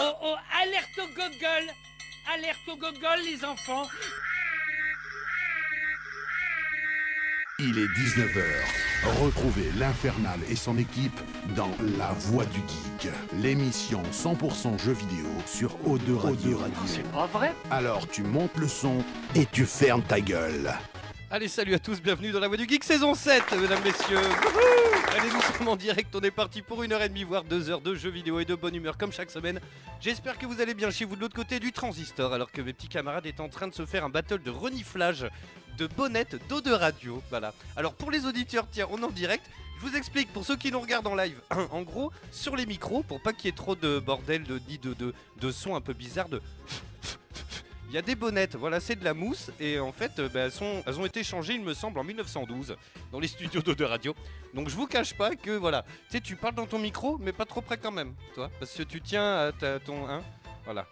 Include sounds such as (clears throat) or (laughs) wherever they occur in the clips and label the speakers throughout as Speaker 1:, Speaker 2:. Speaker 1: Oh, Alerte au gogol Alerte au gogol, les enfants
Speaker 2: Il est 19h. Retrouvez l'Infernal et son équipe dans La Voix du Geek, l'émission 100% jeux vidéo sur O2 Radio. Ah,
Speaker 3: C'est pas vrai
Speaker 2: Alors tu montes le son et tu fermes ta gueule.
Speaker 4: Allez, salut à tous, bienvenue dans la Voix du Geek saison 7, mesdames, messieurs. Wouhou Allez, nous sommes (laughs) en direct, on est parti pour une heure et demie, voire deux heures de jeux vidéo et de bonne humeur comme chaque semaine. J'espère que vous allez bien chez vous de l'autre côté du transistor, alors que mes petits camarades étaient en train de se faire un battle de reniflage de bonnettes d'eau de radio. Voilà. Alors pour les auditeurs, tiens, on est en direct. Je vous explique pour ceux qui nous regardent en live, (clears throat) en gros, sur les micros, pour pas qu'il y ait trop de bordel, de, ni de, de, de sons un peu bizarres, de il y a des bonnettes, voilà, c'est de la mousse, et en fait, euh, bah, elles, sont- elles ont été changées, il me semble, en 1912, dans les (laughs) studios d'eau de radio. Donc je vous cache pas que, voilà, tu sais, tu parles dans ton micro, mais pas trop près quand même, toi, parce que tu tiens à ta- ton... Hein, voilà.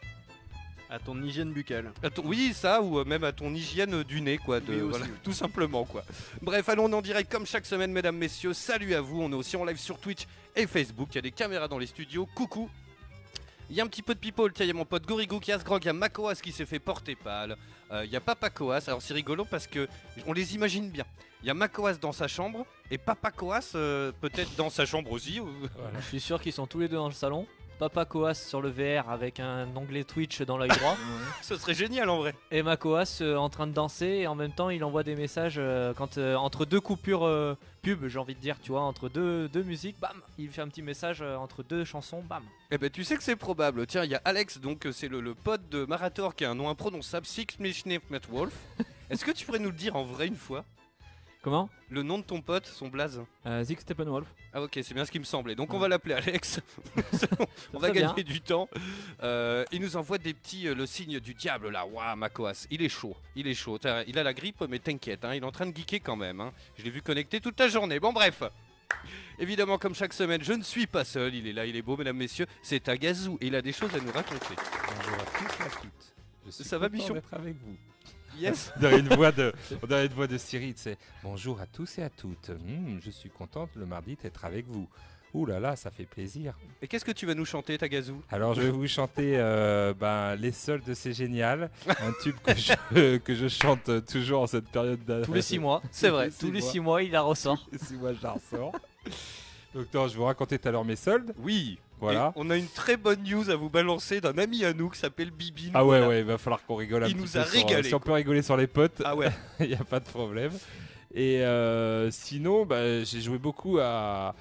Speaker 3: À ton hygiène buccale.
Speaker 4: À ton- oui, ça, ou euh, même à ton hygiène euh, du nez, quoi. De,
Speaker 3: Oui, aussi,
Speaker 4: voilà,
Speaker 3: oui.
Speaker 4: (laughs) Tout simplement, quoi. Bref, allons en direct comme chaque semaine, mesdames, messieurs. Salut à vous. On est aussi en live sur Twitch et Facebook. Il y a des caméras dans les studios. Coucou. Il y a un petit peu de people. Tiens, il y a mon pote Gorigou qui a ce grand. Il y a Makoas qui s'est fait porter pâle. Euh, il y a Papa Koas. Alors, c'est rigolo parce que on les imagine bien. Il y a Makoas dans sa chambre et Papa Koas euh, peut-être dans sa chambre aussi. ou- (laughs)
Speaker 5: Voilà, je suis sûr qu'ils sont tous les deux dans le salon. Papa Coas sur le VR avec un onglet Twitch dans l'œil
Speaker 4: (laughs)
Speaker 5: droit.
Speaker 4: Ce serait génial en vrai.
Speaker 5: et Makoas euh, en train de danser et en même temps il envoie des messages euh, quand euh, entre deux coupures euh, pub, j'ai envie de dire, tu vois, entre deux, deux musiques, bam, il fait un petit message euh, entre deux chansons, bam.
Speaker 4: Eh ben tu sais que c'est probable. Tiens, il y a Alex, donc euh, c'est le, le pote de Marator qui a un nom imprononçable, Six Matt Wolf. Est-ce que tu pourrais nous le dire en vrai une fois
Speaker 5: Comment Euh,
Speaker 4: Le nom de ton pote, son blaze
Speaker 5: Zig Steppenwolf.
Speaker 4: Ah ok, c'est bien ce qui me semblait. Donc on va l'appeler Alex. (laughs) on va
Speaker 5: serait
Speaker 4: gagner du temps. Euh, il nous envoie des petits, euh, le signe du diable là. Waouh, Makoas, il est chaud. Il est chaud. T'as- Il a la grippe, mais t'inquiète, hein, il est en train de geeker quand même. hein. Je l'ai vu connecté toute la journée. Bon bref. Évidemment, comme chaque semaine, je ne suis pas seul. Il est là, il est beau, mesdames, messieurs. C'est Agazou et il a des choses à nous raconter.
Speaker 6: Bonjour à tous et à toutes. Je suis
Speaker 4: Ça va,
Speaker 6: content
Speaker 4: Bichon
Speaker 6: d'être avec vous.
Speaker 4: Yes.
Speaker 6: Dans une voix de, dans une voix de Siri, c'est bonjour à tous et à toutes. Hmm, je suis contente le mardi d'être avec vous. Ouh là là, ça fait plaisir.
Speaker 4: Et qu'est-ce que tu vas nous chanter, Tagazou
Speaker 6: Alors je vais vous chanter euh, ben, les soldes, c'est génial, un tube que je, que je chante toujours en cette période. d'année.
Speaker 5: Tous les 6 mois.
Speaker 4: C'est vrai.
Speaker 5: Tous les
Speaker 6: mois.
Speaker 5: 6 mois, il la ressort.
Speaker 6: Et si moi je la ressors. Donc non, je vais vous raconter tout à l'heure mes soldes.
Speaker 4: Oui.
Speaker 6: Voilà.
Speaker 4: on a une très bonne news à vous balancer d'un ami à nous qui s'appelle Bibi.
Speaker 6: Ah ouais,
Speaker 4: Voilà.
Speaker 6: ouais, il va falloir qu'on rigole un
Speaker 4: Il
Speaker 6: petit
Speaker 4: nous
Speaker 6: peu
Speaker 4: a
Speaker 6: sur-
Speaker 4: régalé,
Speaker 6: si on
Speaker 4: quoi.
Speaker 6: peut rigoler sur les potes,
Speaker 4: Ah ouais.
Speaker 6: (laughs) il n'y a pas de problème. Et euh, sinon, bah, j'ai joué beaucoup à,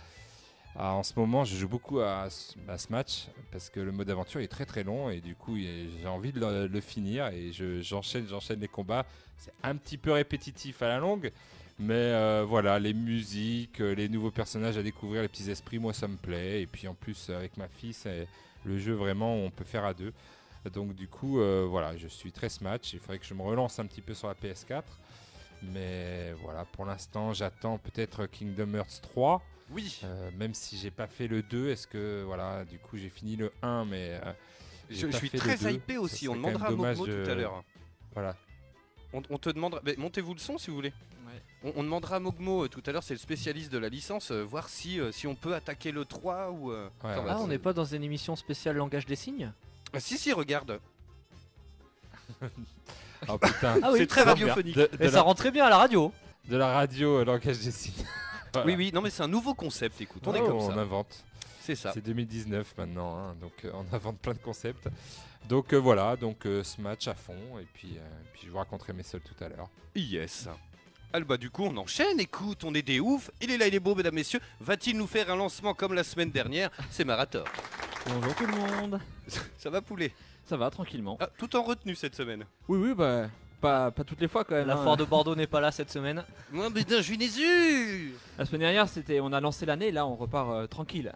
Speaker 6: à- En ce moment, je joue beaucoup à, S- à Smash parce que le mode aventure est très très long et du coup, il y a- j'ai envie de le, le finir et je- j'enchaîne, j'enchaîne les combats. C'est un petit peu répétitif à la longue, mais euh, voilà, les musiques, euh, les nouveaux personnages à découvrir, les petits esprits, moi ça me plaît. Et puis en plus, avec ma fille, c'est le jeu vraiment où on peut faire à deux. Donc du coup, euh, voilà, je suis très Smash. Il faudrait que je me relance un petit peu sur la PS4. Mais voilà, pour l'instant, j'attends peut-être Kingdom Hearts 3.
Speaker 4: Oui.
Speaker 6: euh, même si j'ai pas fait le 2, est-ce que voilà, du coup, j'ai fini le 1, mais euh, (laughs) j'ai
Speaker 4: Je,
Speaker 6: pas
Speaker 4: je suis
Speaker 6: fait le
Speaker 4: très
Speaker 6: 2.
Speaker 4: hypé aussi.
Speaker 6: Ça
Speaker 4: On
Speaker 6: serait quand
Speaker 4: demandera à
Speaker 6: même
Speaker 4: Momo
Speaker 6: dommage euh,
Speaker 4: tout à
Speaker 6: de-
Speaker 4: l'heure.
Speaker 6: Voilà.
Speaker 4: On, on te demandera. mais montez-vous le son si vous voulez. On, on demandera à Mogmo euh, tout à l'heure, c'est le spécialiste de la licence, euh, voir si, euh, si on peut attaquer le 3 ou. euh,
Speaker 6: Ouais,
Speaker 4: attends,
Speaker 6: ouais,
Speaker 5: Ah,
Speaker 4: bah,
Speaker 5: on n'est pas dans une émission spéciale langage des signes
Speaker 4: Ah, Si, si, regarde.
Speaker 6: Oh putain.
Speaker 5: Ah oui.
Speaker 4: c'est très
Speaker 5: Bon,
Speaker 4: radiophonique.
Speaker 6: De, de
Speaker 5: Et
Speaker 6: la,
Speaker 5: ça rend très bien à la radio.
Speaker 6: de la radio euh, langage des signes. Voilà.
Speaker 4: Oui, oui, non, mais c'est un nouveau concept, écoute. On est
Speaker 6: Oh,
Speaker 4: comme
Speaker 6: on
Speaker 4: ça.
Speaker 6: invente.
Speaker 4: C'est ça.
Speaker 6: C'est 2019 maintenant, hein, donc euh, on invente plein de concepts. Donc euh, voilà, donc euh, Smash à fond, et puis, euh, puis je vous raconterai mes soldes tout à l'heure.
Speaker 4: Yes. Ah bah du coup on enchaîne, écoute, on est des oufs, il est là, il est beau mesdames, messieurs, va-t-il nous faire un lancement comme la semaine dernière C'est Marator.
Speaker 7: Bonjour tout le monde
Speaker 4: Ça va poulet
Speaker 7: Ça va tranquillement
Speaker 4: Ah, Tout en retenue cette semaine.
Speaker 7: Oui oui bah pas, pas toutes les fois quand même
Speaker 5: La
Speaker 7: hein.
Speaker 5: foire de Bordeaux n'est pas là cette semaine.
Speaker 4: Moi putain je suis nésu
Speaker 7: La semaine dernière c'était on a lancé l'année là on repart euh, tranquille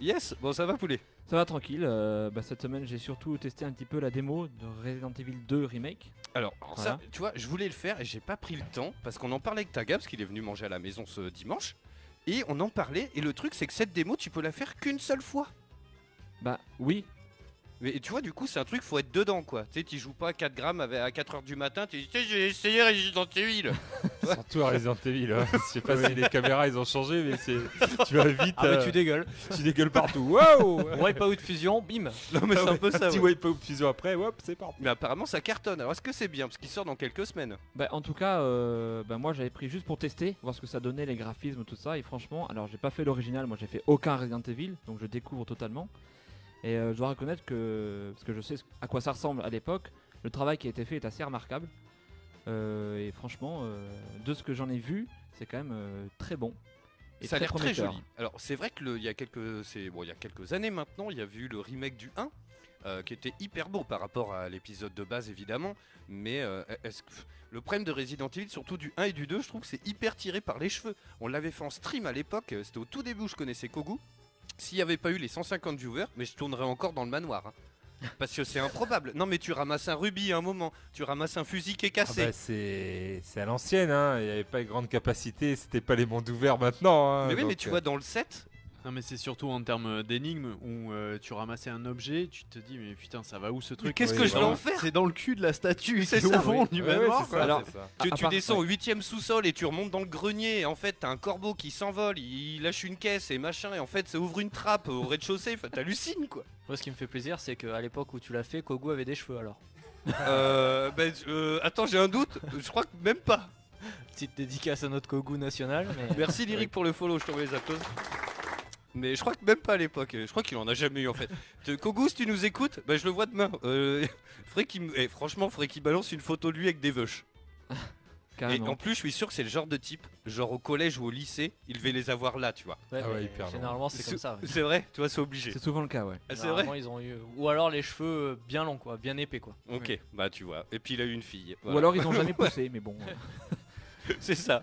Speaker 4: Yes, bon ça va poulet.
Speaker 7: Ça va tranquille euh, bah, cette semaine j'ai surtout testé un petit peu la démo de Resident Evil 2 Remake
Speaker 4: Alors, alors ça,
Speaker 7: Voilà.
Speaker 4: tu vois, je voulais le faire et j'ai pas pris le temps parce qu'on en parlait avec Taga parce qu'il est venu manger à la maison ce dimanche. Et on en parlait et le truc c'est que cette démo tu peux la faire qu'une seule fois.
Speaker 7: Bah oui
Speaker 4: Mais et tu vois, du coup, c'est un truc, faut être dedans quoi. Tu sais, tu joues pas à 4 grammes avec- à 4h du matin, tu dis, Tu sais, j'ai essayé Resident Evil.
Speaker 6: Surtout à Resident Evil. hein. Je sais pas si les caméras ils ont changé, mais c'est tu vas vite.
Speaker 5: Ah, mais
Speaker 6: euh,
Speaker 7: (laughs)
Speaker 5: tu dégueules.
Speaker 6: tu dégueules partout. Waouh
Speaker 5: Wipeout Fusion, bim.
Speaker 4: non, mais c'est un peu ça.
Speaker 6: Petit
Speaker 4: ouais.
Speaker 6: wipe fusion après, hop, c'est parti.
Speaker 4: Mais apparemment, ça cartonne. Alors, est-ce que c'est bien Parce qu'il sort dans quelques semaines.
Speaker 7: Bah, en tout cas, euh, bah, moi j'avais pris juste pour tester, voir ce que ça donnait, les graphismes, tout ça. Et franchement, alors j'ai pas fait l'original, moi j'ai fait aucun Resident Evil, donc je découvre totalement. Et euh, je dois reconnaître que, parce que je sais ce- à quoi ça ressemble à l'époque, le travail qui a été fait est assez remarquable. Euh, et franchement, euh, de ce que j'en ai vu, c'est quand même euh, très bon. Et
Speaker 4: ça a l'air très
Speaker 7: prometteur.
Speaker 4: joli. Alors c'est vrai que le- il y a quelques c'est bon il y a quelques années maintenant, il y a eu le remake du 1 euh, qui était hyper beau par rapport à l'épisode de base évidemment, mais euh, est-ce que- le problème de Resident Evil surtout du 1 et du 2, je trouve que c'est hyper tiré par les cheveux. On l'avait fait en stream à l'époque, euh, c'était au tout début où je connaissais Kogu. S'il n'y avait pas eu les 150 viewers, mais je tournerais encore dans le manoir. hein. Parce que c'est improbable. Non mais tu ramasses un rubis à un moment, tu ramasses un fusil qui est
Speaker 6: Ah
Speaker 4: cassé.
Speaker 6: bah, c'est c'est à l'ancienne, hein. il n'y avait pas de grande capacité, c'était pas les mondes ouverts maintenant. hein.
Speaker 4: mais oui, mais
Speaker 6: Donc,
Speaker 4: tu
Speaker 6: euh,
Speaker 4: vois dans le 7,
Speaker 8: Non mais c'est surtout en termes d'énigmes où euh, tu ramassais un objet, tu te dis mais putain ça va où ce truc
Speaker 4: qu'est-ce
Speaker 6: oui,
Speaker 4: que je vais
Speaker 6: vraiment.
Speaker 4: en faire
Speaker 8: C'est dans le cul de la statue,
Speaker 4: C'est
Speaker 8: c'est au
Speaker 4: ça,
Speaker 8: fond du
Speaker 6: ouais, ouais,
Speaker 8: manoir,
Speaker 6: c'est
Speaker 8: quoi.
Speaker 6: ça,
Speaker 7: Alors,
Speaker 6: c'est ça.
Speaker 4: Tu,
Speaker 7: À- à
Speaker 4: tu
Speaker 7: part-
Speaker 4: descends au huitième sous-sol et tu remontes dans le grenier et en fait t'as un corbeau qui s'envole, il, il lâche une caisse et machin et en fait ça ouvre une trappe au rez-de-chaussée, enfin (laughs) t'hallucines quoi.
Speaker 5: Moi, ce qui me fait plaisir, c'est qu'à l'époque où tu l'as fait, Kogu avait des cheveux alors.
Speaker 4: Euh, ben, euh, attends j'ai un doute, je crois que même pas.
Speaker 5: Petite dédicace à notre Kogu national. Mais...
Speaker 4: (laughs) Merci Lyric pour le follow, je t'envoie les applaudissements. Mais je crois que même pas à l'époque, euh, je crois qu'il en a jamais eu en fait. Te- Kogus tu nous écoutes Ben je le vois demain. Euh, (laughs) faudrait qu'il me- eh, franchement faudrait qu'il balance une photo de lui avec des veuches. Et
Speaker 7: Carrément.
Speaker 4: en plus je suis sûr que c'est le genre de type, genre au collège ou au lycée, il devait les avoir là tu vois.
Speaker 5: Ouais,
Speaker 6: Ah ouais,
Speaker 5: mais
Speaker 6: hyper long.
Speaker 5: généralement, c'est comme ça. ouais.
Speaker 4: C'est vrai, tu vois c'est obligé.
Speaker 7: C'est souvent le cas, ouais.
Speaker 4: Ah, C'est vrai
Speaker 5: Généralement, ils ont eu... Ou alors les cheveux euh, bien longs, quoi, bien épais. quoi.
Speaker 4: Ok, bah tu vois. Et puis il a eu une fille.
Speaker 7: Ou
Speaker 4: Voilà.
Speaker 7: alors ils ont jamais poussé, mais bon.
Speaker 4: (laughs)
Speaker 7: euh.
Speaker 4: c'est ça.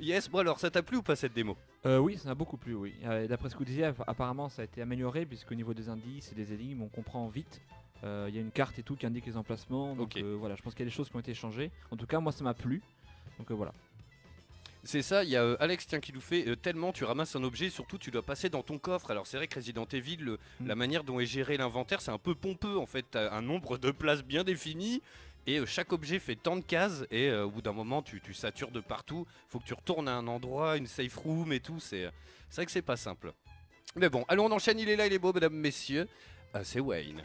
Speaker 4: yes, bon alors ça t'a plu ou pas cette démo
Speaker 7: Euh, oui, ça m'a beaucoup plu, oui. Euh, D'après ce que vous disiez, app- apparemment ça a été amélioré puisqu'au niveau des indices et des énigmes, on comprend vite. Euh, Il y a une carte et tout qui indique les emplacements. Donc
Speaker 4: Ok.
Speaker 7: euh, voilà, je pense qu'il y a des choses qui ont été changées. En tout cas, moi ça m'a plu. Donc euh, voilà.
Speaker 4: C'est ça, il y a euh, Alex tiens qui nous fait euh, tellement tu ramasses un objet, surtout tu dois passer dans ton coffre. Alors c'est vrai que Resident Evil, le-
Speaker 7: Mm.
Speaker 4: la manière dont est géré l'inventaire, c'est un peu pompeux en fait. T'as un nombre de places bien défini. Et euh, chaque objet fait tant de cases et euh, au bout d'un moment tu, tu satures de partout. Faut que tu retournes à un endroit, une safe room et tout. C'est euh, c'est vrai que c'est pas simple. Mais bon, allons on enchaîne. Il est là, il est beau, mesdames, messieurs. Euh, c'est Wayne.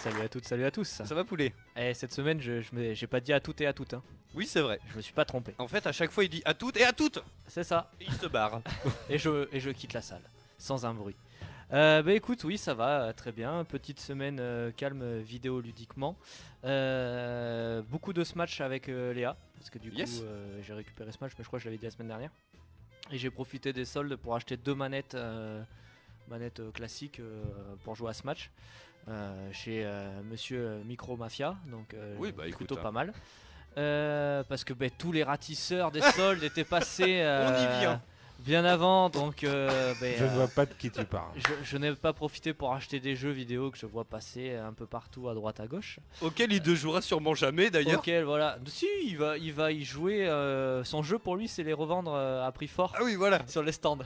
Speaker 5: Salut à toutes, salut à tous.
Speaker 4: Ça va poulet
Speaker 5: Eh, cette semaine, je je me- j'ai pas dit à toutes et à toutes. hein.
Speaker 4: Oui, c'est vrai.
Speaker 5: Je me suis pas trompé.
Speaker 4: En fait, à chaque fois, il dit à toutes et à toutes
Speaker 5: C'est ça.
Speaker 4: et il se barre.
Speaker 5: et je, et je quitte la salle, sans un bruit. Euh, bah écoute, oui, ça va euh, très bien. Petite semaine euh, calme euh, vidéo ludiquement. Euh, beaucoup de Smash avec euh, Léa, parce que du coup,
Speaker 4: Yes.
Speaker 5: euh, j'ai récupéré Smash, mais je crois que je l'avais dit la semaine dernière. Et j'ai profité des soldes pour acheter deux manettes, euh, manettes euh, classiques euh, pour jouer à Smash euh, chez euh, Monsieur euh, Micro Mafia, donc euh,
Speaker 4: Oui, bah,
Speaker 5: plutôt
Speaker 4: écoute, hein.
Speaker 5: pas mal. Euh, parce que bah, tous les ratisseurs des
Speaker 4: (laughs)
Speaker 5: soldes étaient passés. euh,
Speaker 4: vient.
Speaker 5: Bien avant, donc euh, ben,
Speaker 6: Je ne
Speaker 5: euh,
Speaker 6: vois pas de qui tu parles.
Speaker 5: je- je n'ai pas profité pour acheter des jeux vidéo que je vois passer un peu partout à droite à gauche.
Speaker 4: Auquel il ne jouera sûrement jamais d'ailleurs.
Speaker 5: Ok, voilà. Si, il va, il va y jouer. euh, son jeu pour lui, c'est les revendre euh, à prix fort
Speaker 4: Ah oui, voilà.
Speaker 5: sur les stands.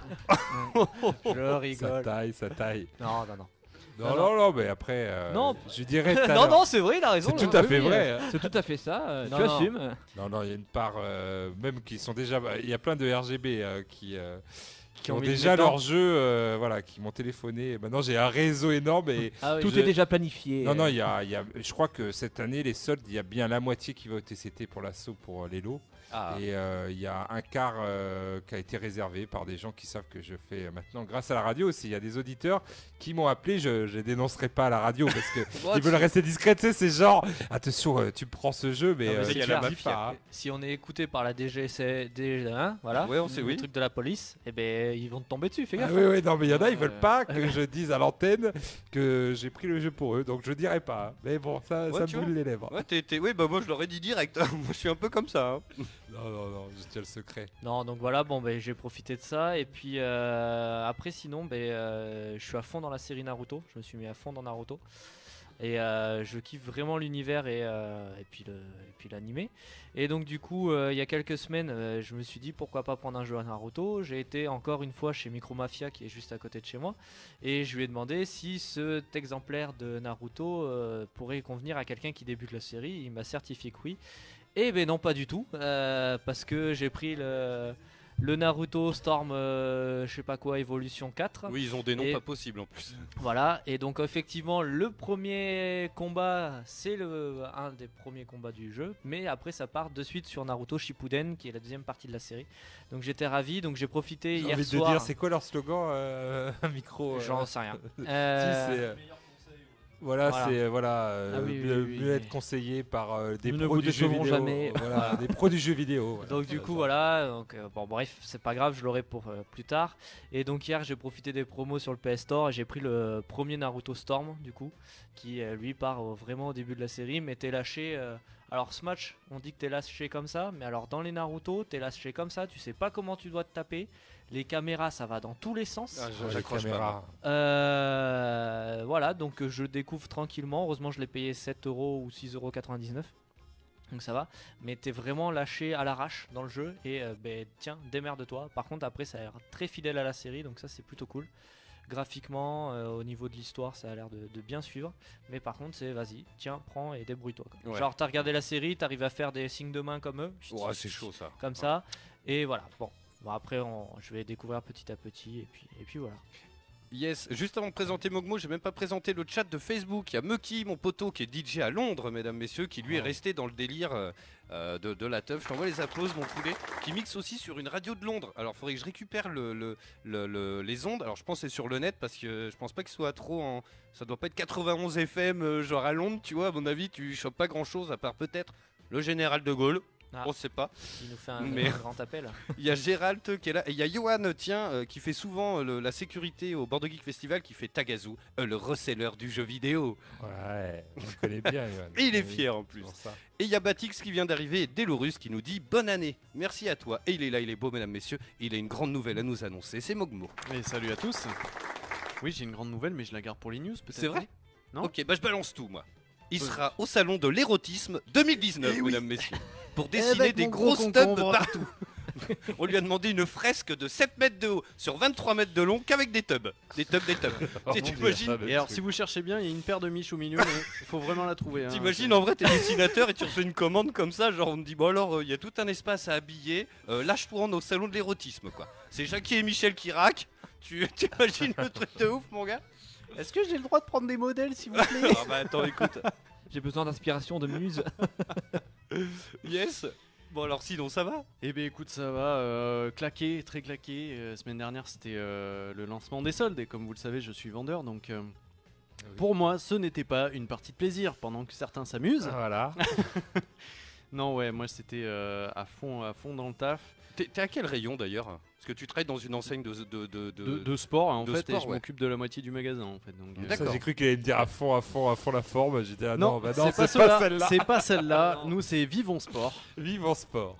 Speaker 5: je
Speaker 6: Ça
Speaker 5: rigole.
Speaker 6: taille, ça
Speaker 5: (laughs)
Speaker 6: taille.
Speaker 5: Non, non, non.
Speaker 6: Non,
Speaker 5: Non,
Speaker 6: non, non, mais après, euh,
Speaker 5: Non.
Speaker 6: je
Speaker 5: (laughs)
Speaker 6: dirais. tout à
Speaker 5: non,
Speaker 6: l'heure.
Speaker 5: non, c'est vrai, il a raison.
Speaker 6: c'est
Speaker 5: le-
Speaker 6: tout à
Speaker 5: oui,
Speaker 6: fait
Speaker 5: oui,
Speaker 6: vrai. hein.
Speaker 7: C'est tout à fait ça, euh,
Speaker 5: (laughs) Non,
Speaker 7: tu
Speaker 5: non.
Speaker 7: assumes.
Speaker 6: Non, non, il y a une part, euh, même qui sont déjà. Il y a plein de RGB euh, qui, euh, qui
Speaker 5: ont
Speaker 6: ont
Speaker 5: mis le
Speaker 6: déjà
Speaker 5: dedans.
Speaker 6: leur jeu, euh, voilà, qui m'ont téléphoné. Et Maintenant, j'ai un réseau énorme et.
Speaker 5: Ah oui,
Speaker 7: Tout
Speaker 6: je-
Speaker 7: est déjà planifié.
Speaker 6: Non, non, il y a, il y a- je crois que cette année, les soldes, il y a bien la moitié qui va au TCT pour l'assaut pour euh, les lots.
Speaker 4: Ah.
Speaker 6: Et euh, il y a un quart euh, qui a été réservé par des gens qui savent que je fais euh, maintenant, grâce à la radio aussi, il y a des auditeurs qui m'ont appelé, je je les dénoncerai pas à la radio parce que
Speaker 4: What
Speaker 6: ils veulent rester discrets, tu sais, c'est genre, attention, euh, tu prends ce jeu, mais,
Speaker 5: Non, mais
Speaker 6: euh,
Speaker 5: c'est
Speaker 6: tu
Speaker 5: clair.
Speaker 6: le dis
Speaker 4: Il y a la
Speaker 6: pas, hein.
Speaker 5: Si on est écouté par la DGC, DG, hein, voilà,
Speaker 4: Ouais, on sait,
Speaker 5: le
Speaker 4: oui.
Speaker 5: truc de la police, et ben ils vont te tomber dessus, fais
Speaker 6: Ah
Speaker 5: gaffe.
Speaker 6: oui, oui, non, mais il y en a, ils veulent
Speaker 7: Euh,
Speaker 6: pas que je dise à l'antenne que j'ai pris le jeu pour eux, donc je dirai pas. hein. Mais bon, ça,
Speaker 4: Ouais,
Speaker 6: ça
Speaker 4: tu
Speaker 6: me brûle les lèvres.
Speaker 4: Ouais, t'es- t'es- oui, bah moi je l'aurais dit direct. (laughs) moi je suis un peu comme ça. hein.
Speaker 6: Non, non, non, je tiens le secret.
Speaker 5: Non, donc voilà, bon, ben, j'ai profité de ça. Et puis euh, après, sinon, ben, euh, je suis à fond dans la série Naruto. Je me suis mis à fond dans Naruto. Et euh, je kiffe vraiment l'univers et, euh, et puis le- et puis l'animé. Et donc du coup, euh, il y a quelques semaines, euh, je me suis dit pourquoi pas prendre un jeu à Naruto. J'ai été encore une fois chez Micro Mafia qui est juste à côté de chez moi et je lui ai demandé si cet exemplaire de Naruto euh, pourrait convenir à quelqu'un qui débute la série. Il m'a certifié que oui. Et ben non, pas du tout, euh, parce que j'ai pris le, le Naruto Storm, euh, je sais pas quoi, Evolution 4.
Speaker 4: Oui, ils ont des noms
Speaker 5: Et-
Speaker 4: pas possibles en plus.
Speaker 5: Voilà, et donc effectivement, le premier combat, c'est le un des premiers combats du jeu, mais après ça part de suite sur Naruto Shippuden, qui est la deuxième partie de la série. Donc j'étais ravi, donc j'ai profité
Speaker 6: J'ai
Speaker 5: hier
Speaker 6: envie
Speaker 5: soir.
Speaker 6: de dire, c'est quoi leur slogan euh, (laughs) Un micro. euh,
Speaker 5: J'en sais rien.
Speaker 6: (laughs) si,
Speaker 5: Euh,
Speaker 6: c'est, euh, Voilà,
Speaker 5: Voilà.
Speaker 6: c'est euh, voilà, euh,
Speaker 7: Ah oui,
Speaker 6: mieux-
Speaker 7: oui, oui,
Speaker 6: mieux
Speaker 7: oui.
Speaker 6: être conseillé par euh, des
Speaker 7: Nous ne
Speaker 6: pros
Speaker 7: vous
Speaker 6: du jeu
Speaker 7: décevrons
Speaker 6: vidéo.
Speaker 7: jamais.
Speaker 5: (laughs)
Speaker 6: Voilà, des pros du jeu vidéo. voilà.
Speaker 5: Donc du coup voilà, donc euh, bon bref, c'est pas grave, je l'aurai pour euh, plus tard. Et donc hier j'ai profité des promos sur le PS Store et j'ai pris le premier Naruto Storm du coup, qui euh, lui part euh, vraiment au début de la série, mais t'es lâché. euh, alors Smash, on dit que t'es lâché comme ça, mais alors dans les Naruto, t'es lâché comme ça, tu sais pas comment tu dois te taper. Les caméras, ça va dans tous les sens.
Speaker 4: Ah,
Speaker 6: Ouais, les
Speaker 4: J'accroche pas.
Speaker 6: caméras.
Speaker 5: Euh, voilà, donc euh, je découvre tranquillement. Heureusement, je l'ai payé 7 euros ou 6,99 euros. Donc ça va. Mais t'es vraiment lâché à l'arrache dans le jeu. Et euh, ben, tiens, démerde-toi. Par contre, après, ça a l'air très fidèle à la série. Donc ça, c'est plutôt cool. Graphiquement, euh, au niveau de l'histoire, ça a l'air de, de bien suivre. Mais par contre, c'est vas-y, tiens, prends et débrouille-toi. quoi.
Speaker 4: Ouais.
Speaker 5: Genre, t'as regardé la série, t'arrives à faire des signes de main comme eux.
Speaker 4: Ouais, c'est chaud ça.
Speaker 5: Comme ça. Et voilà. Bon. Bon, après, on- je vais découvrir petit à petit. Et puis, et puis voilà.
Speaker 4: Yes, juste avant de présenter Mogmo, j'ai même pas présenté le chat de Facebook. Il y a Mucky, mon poteau, qui est DJ à Londres, mesdames, messieurs, qui lui est resté dans le délire euh, euh, de, de la teuf. Je t'envoie les applauses, mon poulet, qui mixe aussi sur une radio de Londres. Alors, faudrait que je récupère le, le- le- le- les ondes. Alors, je pense que c'est sur le net parce que je pense pas qu'il soit trop en. Ça doit pas être 91 FM, euh, genre à Londres, tu vois. À mon avis, tu chopes pas grand chose à part peut-être le général de Gaulle.
Speaker 5: Ah.
Speaker 4: On sait pas.
Speaker 5: Il nous fait un,
Speaker 4: Mais-
Speaker 5: un grand appel.
Speaker 4: Il y a Gérald qui est là. Et il y a Johan, tiens, euh, qui fait souvent euh, le- la sécurité au Bordeaux Geek Festival, qui fait Tagazu, euh, le receleur du jeu vidéo.
Speaker 6: Ouais, on le connaît bien. Johan.
Speaker 4: Et (laughs) il est
Speaker 6: Oui,
Speaker 4: fier en
Speaker 6: c'est
Speaker 4: plus.
Speaker 6: pour ça.
Speaker 4: Et il y a Batix qui vient d'arriver et Delorus qui nous dit Bonne année, merci à toi. Et il est là, il est beau, mesdames, messieurs. Il a une grande nouvelle à nous annoncer c'est Mogmo.
Speaker 8: Et salut à tous. Oui, j'ai une grande nouvelle, mais je la garde pour les news peut-être.
Speaker 4: C'est vrai
Speaker 8: Non.
Speaker 4: Ok, bah je balance tout, moi. Il sera au salon de l'érotisme 2019, mesdames, messieurs, pour dessiner
Speaker 7: Avec
Speaker 4: des
Speaker 7: mon gros
Speaker 4: gros stubs
Speaker 7: concombre.
Speaker 4: partout. (laughs) On lui a demandé une fresque de 7 mètres de haut sur 23 mètres de long qu'avec des tubs. Des tubs, des tubs.
Speaker 6: Oh,
Speaker 4: Tu
Speaker 6: mon Dieu,
Speaker 4: t'imagines
Speaker 6: ça,
Speaker 5: Ah
Speaker 6: le
Speaker 5: bah
Speaker 8: Et alors,
Speaker 6: truc.
Speaker 8: si vous cherchez bien, il y a une paire de miches au milieu, mais il faut vraiment la trouver. hein.
Speaker 4: T'imagines en vrai t'es dessinateur et tu reçois une commande comme ça genre on te dit bon alors euh, il y a tout un espace à habiller euh, là je peux rendre au salon de l'érotisme quoi c'est Jackie et Michel qui raquent tu (laughs) t'imagines le truc de ouf mon gars
Speaker 8: Est-ce que j'ai le droit de prendre des modèles si vous
Speaker 4: (laughs) ah bah attends écoute
Speaker 7: J'ai besoin d'inspiration, de
Speaker 5: (laughs)
Speaker 7: muse.
Speaker 4: yes bon alors sinon ça va
Speaker 8: Eh bien écoute, ça va, euh, claqué, très claqué. Euh, semaine dernière, c'était euh, le lancement des soldes et comme vous le savez, je suis vendeur, donc euh,
Speaker 4: Ah
Speaker 8: pour moi, ce n'était pas une partie de plaisir pendant que certains
Speaker 5: Ah,
Speaker 8: s'amusent.
Speaker 4: Ah.
Speaker 6: Voilà.
Speaker 8: Non, ouais, moi c'était euh, à fond, à fond dans le taf
Speaker 4: t'es t'es à quel rayon d'ailleurs parce que tu travailles dans une enseigne de de de, de-
Speaker 8: de, de sport hein, en
Speaker 4: de
Speaker 8: fait, et
Speaker 4: sport,
Speaker 8: je
Speaker 4: ouais.
Speaker 8: m'occupe de la moitié du magasin en fait. Donc, euh,
Speaker 5: Ah,
Speaker 4: D'accord.
Speaker 6: Ça, J'ai cru qu'il allait me dire à fond, à fond, à fond la forme. J'étais ah non,
Speaker 8: Non,
Speaker 6: bah non,
Speaker 8: c'est pas,
Speaker 6: c'est pas
Speaker 8: cela,
Speaker 6: celle-là.
Speaker 8: c'est pas celle-là.
Speaker 4: Ah
Speaker 8: Nous, c'est Vivons Sport.
Speaker 6: Vive en sport.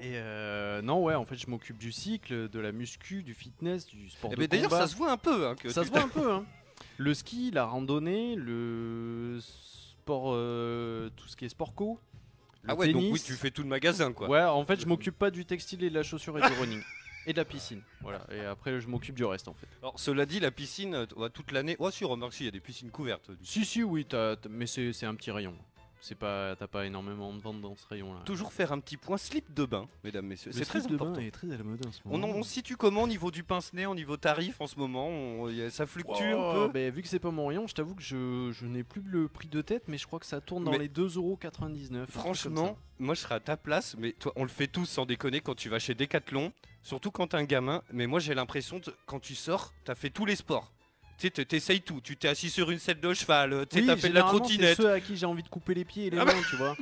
Speaker 8: Et euh, non, ouais, en fait, je m'occupe du cycle, de la muscu, du fitness, du sport
Speaker 4: Eh
Speaker 8: de
Speaker 4: ben, d'ailleurs
Speaker 8: combat.
Speaker 4: ça se voit un peu hein, que
Speaker 8: Ça
Speaker 4: tu-
Speaker 8: se voit un peu, hein. (laughs) Le ski, la randonnée, le sport, euh, tout ce qui est sport co. le
Speaker 4: ah ouais donc oui
Speaker 8: tennis.
Speaker 4: tu fais tout le magasin quoi Euh,
Speaker 8: Ouais, en fait, je m'occupe pas du textile et de la chaussure et du
Speaker 4: (laughs)
Speaker 8: running. Et de la piscine, voilà. Et après, je m'occupe du reste, en fait.
Speaker 4: alors cela dit la piscine euh, t- ouais, toute l'année oh si remarque si il y a des piscines couvertes euh, du-
Speaker 8: Si, si, oui, t'as- t'as- mais c'est c'est un petit rayon. C'est pas, t'as pas énormément de ventes dans ce rayon-là.
Speaker 4: toujours faire un petit point slip de bain mesdames messieurs
Speaker 8: Le
Speaker 4: c'est très
Speaker 8: slip de bain
Speaker 4: important
Speaker 8: est très à la mode en ce
Speaker 4: On, en- on se situe comment au niveau du pince-nez, au niveau tarif en ce moment On- euh, y a- Ça fluctue
Speaker 8: Oh,
Speaker 4: un peu
Speaker 8: bah, vu que c'est pas mon rayon, je t'avoue que je, je n'ai plus le prix de tête, mais je crois que ça tourne dans
Speaker 4: Mais-
Speaker 8: les 2,99€. un truc comme
Speaker 4: Franchement, moi je serais à ta place, mais toi, on le fait tous sans déconner quand tu vas chez Decathlon, surtout quand t'es un gamin. Mais moi j'ai l'impression de- quand tu sors, t'as fait tous les sports. Tu sais, t- t'essayes tout. Tu t'es assis sur une selle de cheval, euh,
Speaker 8: ça.
Speaker 4: tu sais, t'as
Speaker 8: Oui,
Speaker 4: fait de la
Speaker 8: généralement,
Speaker 4: trottinette.
Speaker 8: C'est ceux à qui j'ai envie de couper les pieds et les
Speaker 4: Ah
Speaker 8: mains, tu
Speaker 4: (laughs)
Speaker 8: vois.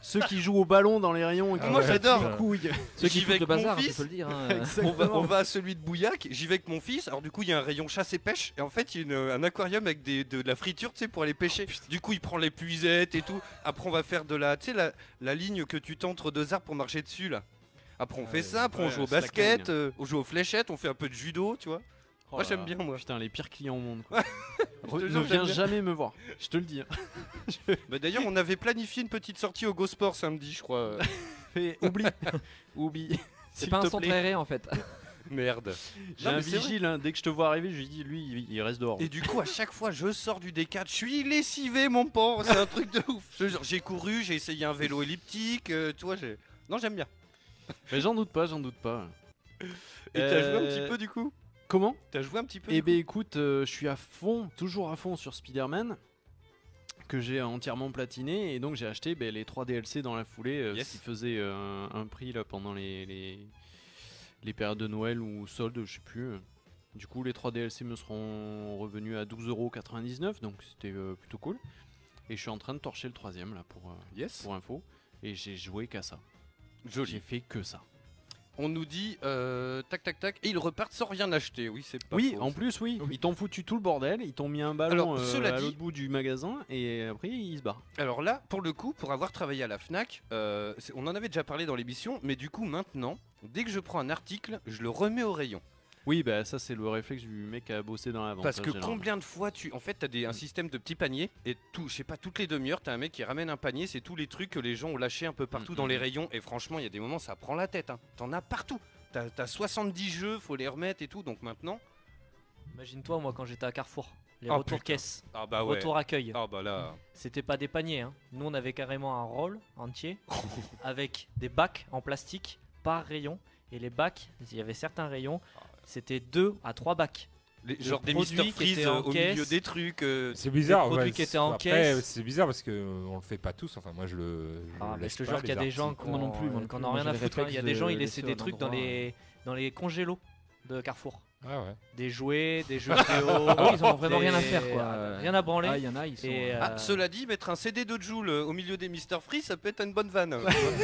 Speaker 8: ceux qui jouent au ballon dans les rayons et qui
Speaker 6: Ah
Speaker 4: Moi
Speaker 6: ouais,
Speaker 4: j'adore.
Speaker 6: putain.
Speaker 8: couilles.
Speaker 7: Ceux qui
Speaker 4: J'y
Speaker 7: foutent
Speaker 4: vais
Speaker 7: le
Speaker 4: avec mon
Speaker 7: bazar, il
Speaker 4: fils.
Speaker 7: faut le dire.
Speaker 5: (laughs)
Speaker 7: hein.
Speaker 4: On va, on va à celui de Bouillac, j'y vais avec mon fils, alors du coup il y a un rayon chasse et pêche, et en fait il y a une- un aquarium avec des- de, la friture, tu sais, pour aller pêcher. du coup il prend les puisettes et tout, après on va faire de la, tu sais, la, la ligne que tu tends entre deux arbres pour marcher dessus là. Après on fait ça, après on
Speaker 8: ouais,
Speaker 4: joue au
Speaker 8: slackline.
Speaker 4: basket, euh, on joue aux fléchettes, on fait un peu de judo, tu vois. Moi, j'aime bien, moi.
Speaker 8: Putain, les pires clients au monde. Quoi. (laughs) Re-
Speaker 4: te
Speaker 8: ne
Speaker 4: jure,
Speaker 8: viens
Speaker 4: j'aime bien.
Speaker 8: jamais me voir. Je te le dis. hein.
Speaker 4: Bah, D'ailleurs, on avait planifié une petite sortie au Go Sport samedi, je crois. euh.
Speaker 8: Fais- oublie. oublie.
Speaker 7: C'est
Speaker 8: S'il
Speaker 7: pas un
Speaker 8: te
Speaker 7: centre
Speaker 8: plaît.
Speaker 7: aéré en fait.
Speaker 4: Merde.
Speaker 8: J'ai
Speaker 4: Non,
Speaker 8: un
Speaker 4: mais c'est
Speaker 8: vigile. hein, Dès que je te vois arriver, je lui dis lui, il- il reste dehors.
Speaker 4: Et du coup, à chaque fois, je sors du D4, je suis lessivé, mon pan. C'est un truc de ouf. Je te jure, J'ai couru, j'ai essayé un vélo elliptique. euh, tu vois, j'ai- non, j'aime bien.
Speaker 8: Mais j'en doute pas, j'en doute pas.
Speaker 4: Et t'as joué un
Speaker 8: Euh,
Speaker 4: petit peu du coup
Speaker 8: Comment
Speaker 4: T'as joué un petit peu
Speaker 8: Eh
Speaker 4: du coup
Speaker 8: ben écoute, euh, je suis à fond, toujours à fond sur Spider-Man, que j'ai entièrement platiné, et donc j'ai acheté ben, les 3 DLC dans la foulée, euh,
Speaker 4: Yes.
Speaker 8: qui faisaient euh, un, un prix là pendant les, les, les périodes de Noël ou soldes, je sais plus. euh. Du coup, les 3 DLC me seront revenus à 12,99€, donc c'était euh, plutôt cool. Et je suis en train de torcher le troisième là pour, euh,
Speaker 4: Yes.
Speaker 8: pour info, et j'ai joué qu'à ça. J'ai
Speaker 4: Joli.
Speaker 8: fait que ça.
Speaker 4: On nous dit euh, tac tac tac et ils repartent sans rien acheter. Oui, c'est pas
Speaker 8: Oui,
Speaker 4: faux,
Speaker 8: en
Speaker 4: ça.
Speaker 8: plus, oui. Ils t'ont foutu tout le bordel, ils t'ont mis un ballon
Speaker 4: Alors,
Speaker 8: euh,
Speaker 4: cela
Speaker 8: à
Speaker 4: dit-
Speaker 8: l'autre bout du magasin et après ils se barrent.
Speaker 4: Alors là, pour le coup, pour avoir travaillé à la FNAC, euh, c'est- on en avait déjà parlé dans l'émission, mais du coup maintenant, dès que je prends un article, je le remets au rayon.
Speaker 8: Oui, bah ça c'est le réflexe du mec à bosser dans la vente.
Speaker 4: Parce
Speaker 8: hein,
Speaker 4: que
Speaker 8: généralement. (laughs)
Speaker 4: combien de fois tu. En fait, t'as des- un système de petits paniers et tout, je sais pas, toutes les demi-heures, t'as un mec qui ramène un panier, c'est tous les trucs que les gens ont lâchés un peu partout
Speaker 8: Mm,
Speaker 4: dans
Speaker 8: mm,
Speaker 4: les
Speaker 8: mm.
Speaker 4: rayons. Et franchement, il y a des moments, ça prend la tête. hein. T'en as partout. T'as t'as 70 jeux, faut les remettre et tout. Donc maintenant.
Speaker 5: Imagine-toi, moi, quand j'étais à Carrefour, les
Speaker 4: Oh,
Speaker 5: retours
Speaker 4: putain.
Speaker 5: caisses,
Speaker 4: Ah bah ouais.
Speaker 5: retours accueil.
Speaker 4: Ah bah là.
Speaker 5: C'était pas des paniers, hein. nous on avait carrément un roll
Speaker 4: (laughs)
Speaker 5: entier avec des bacs en plastique par rayon. Et les bacs, il y avait certains rayons, c'était deux à trois bacs.
Speaker 4: Les-
Speaker 5: Le
Speaker 4: genre des
Speaker 5: produit
Speaker 4: Mister
Speaker 5: qui
Speaker 4: Freeze
Speaker 5: était en
Speaker 4: euh, au
Speaker 5: caisse.
Speaker 4: milieu des trucs. euh,
Speaker 6: C'est bizarre.
Speaker 5: produits
Speaker 6: ouais,
Speaker 5: qui étaient
Speaker 6: c'est-
Speaker 5: en
Speaker 6: après,
Speaker 5: caisse.
Speaker 6: C'est bizarre parce que euh, on le fait pas tous. Enfin, moi, je le. Je
Speaker 5: Ah,
Speaker 6: le
Speaker 5: mais
Speaker 6: laisse
Speaker 5: je te
Speaker 6: pas,
Speaker 5: jure qu'il y a
Speaker 6: les
Speaker 5: des gens
Speaker 6: articles.
Speaker 5: qui
Speaker 7: Moi non plus, moi non
Speaker 5: n'en
Speaker 7: plus,
Speaker 5: ont
Speaker 7: moi,
Speaker 5: rien
Speaker 7: j'ai
Speaker 5: à
Speaker 7: le
Speaker 5: foutre. hein. Il y a des
Speaker 7: réflexe
Speaker 5: gens,
Speaker 7: de
Speaker 5: ils
Speaker 7: laisser
Speaker 5: laissaient des
Speaker 7: un
Speaker 5: trucs dans
Speaker 7: endroit, hein.
Speaker 5: les, dans les congélos de Carrefour.
Speaker 6: Ouais, ouais.
Speaker 5: Des jouets,
Speaker 4: (laughs)
Speaker 5: des jeux vidéo.
Speaker 7: Ah oui, ils en ont vraiment
Speaker 5: des-
Speaker 7: rien à faire quoi.
Speaker 5: ah, Rien à branler.
Speaker 7: Ah, il y en a, ils sont.
Speaker 5: et,
Speaker 7: euh,
Speaker 5: euh,
Speaker 4: Ah, cela dit, mettre un CD de Joule euh, au milieu des Mister Freeze, ça peut être une bonne vanne.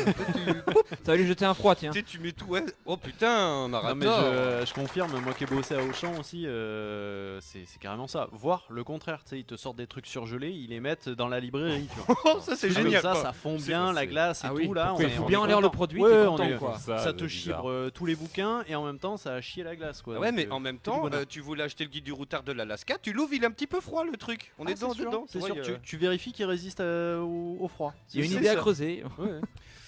Speaker 7: Ça va lui jeter un froid, tiens.
Speaker 4: tu sais, tu mets tout. ouais. Oh putain,
Speaker 8: Non, mais
Speaker 4: Marathon.
Speaker 8: je, je confirme, moi qui ai bossé à Auchan aussi, euh, c'est c'est carrément ça. Voir le contraire, tu sais, ils te sortent des trucs surgelés, ils les mettent dans la librairie. tu vois.
Speaker 4: Oh, ça c'est
Speaker 8: Comme
Speaker 4: (laughs) génial.
Speaker 8: Ah, Ça,
Speaker 4: quoi.
Speaker 8: ça fond
Speaker 6: C'est-
Speaker 8: bien la
Speaker 6: c'est-
Speaker 8: glace et
Speaker 7: Ah
Speaker 8: tout
Speaker 7: oui,
Speaker 8: là.
Speaker 7: il
Speaker 8: on est-
Speaker 7: fout
Speaker 8: on
Speaker 7: bien
Speaker 8: est
Speaker 7: en l'air le
Speaker 8: content.
Speaker 7: produit,
Speaker 8: Ouais,
Speaker 7: t'es
Speaker 8: on
Speaker 7: content
Speaker 8: est-
Speaker 7: quoi.
Speaker 8: Ça,
Speaker 7: Bah,
Speaker 6: c'est
Speaker 8: te
Speaker 6: bizarre.
Speaker 8: chibre euh, tous les bouquins et en même temps ça chie la glace quoi.
Speaker 4: Ah ouais,
Speaker 8: Donc,
Speaker 4: mais
Speaker 8: euh,
Speaker 4: en même
Speaker 8: du
Speaker 4: temps,
Speaker 8: bonheur.
Speaker 4: euh, tu voulais acheter le guide du routard de l'Alaska, tu l'ouvres, il est un petit peu froid le truc. On
Speaker 8: Ah,
Speaker 4: est dedans,
Speaker 8: sûr,
Speaker 4: dedans.
Speaker 8: C'est
Speaker 4: Ouais,
Speaker 8: sûr,
Speaker 4: euh,
Speaker 8: tu, tu vérifies qu'il résiste euh, au, au froid.
Speaker 7: Il y a une
Speaker 4: C'est
Speaker 7: idée à
Speaker 4: ça.
Speaker 7: creuser.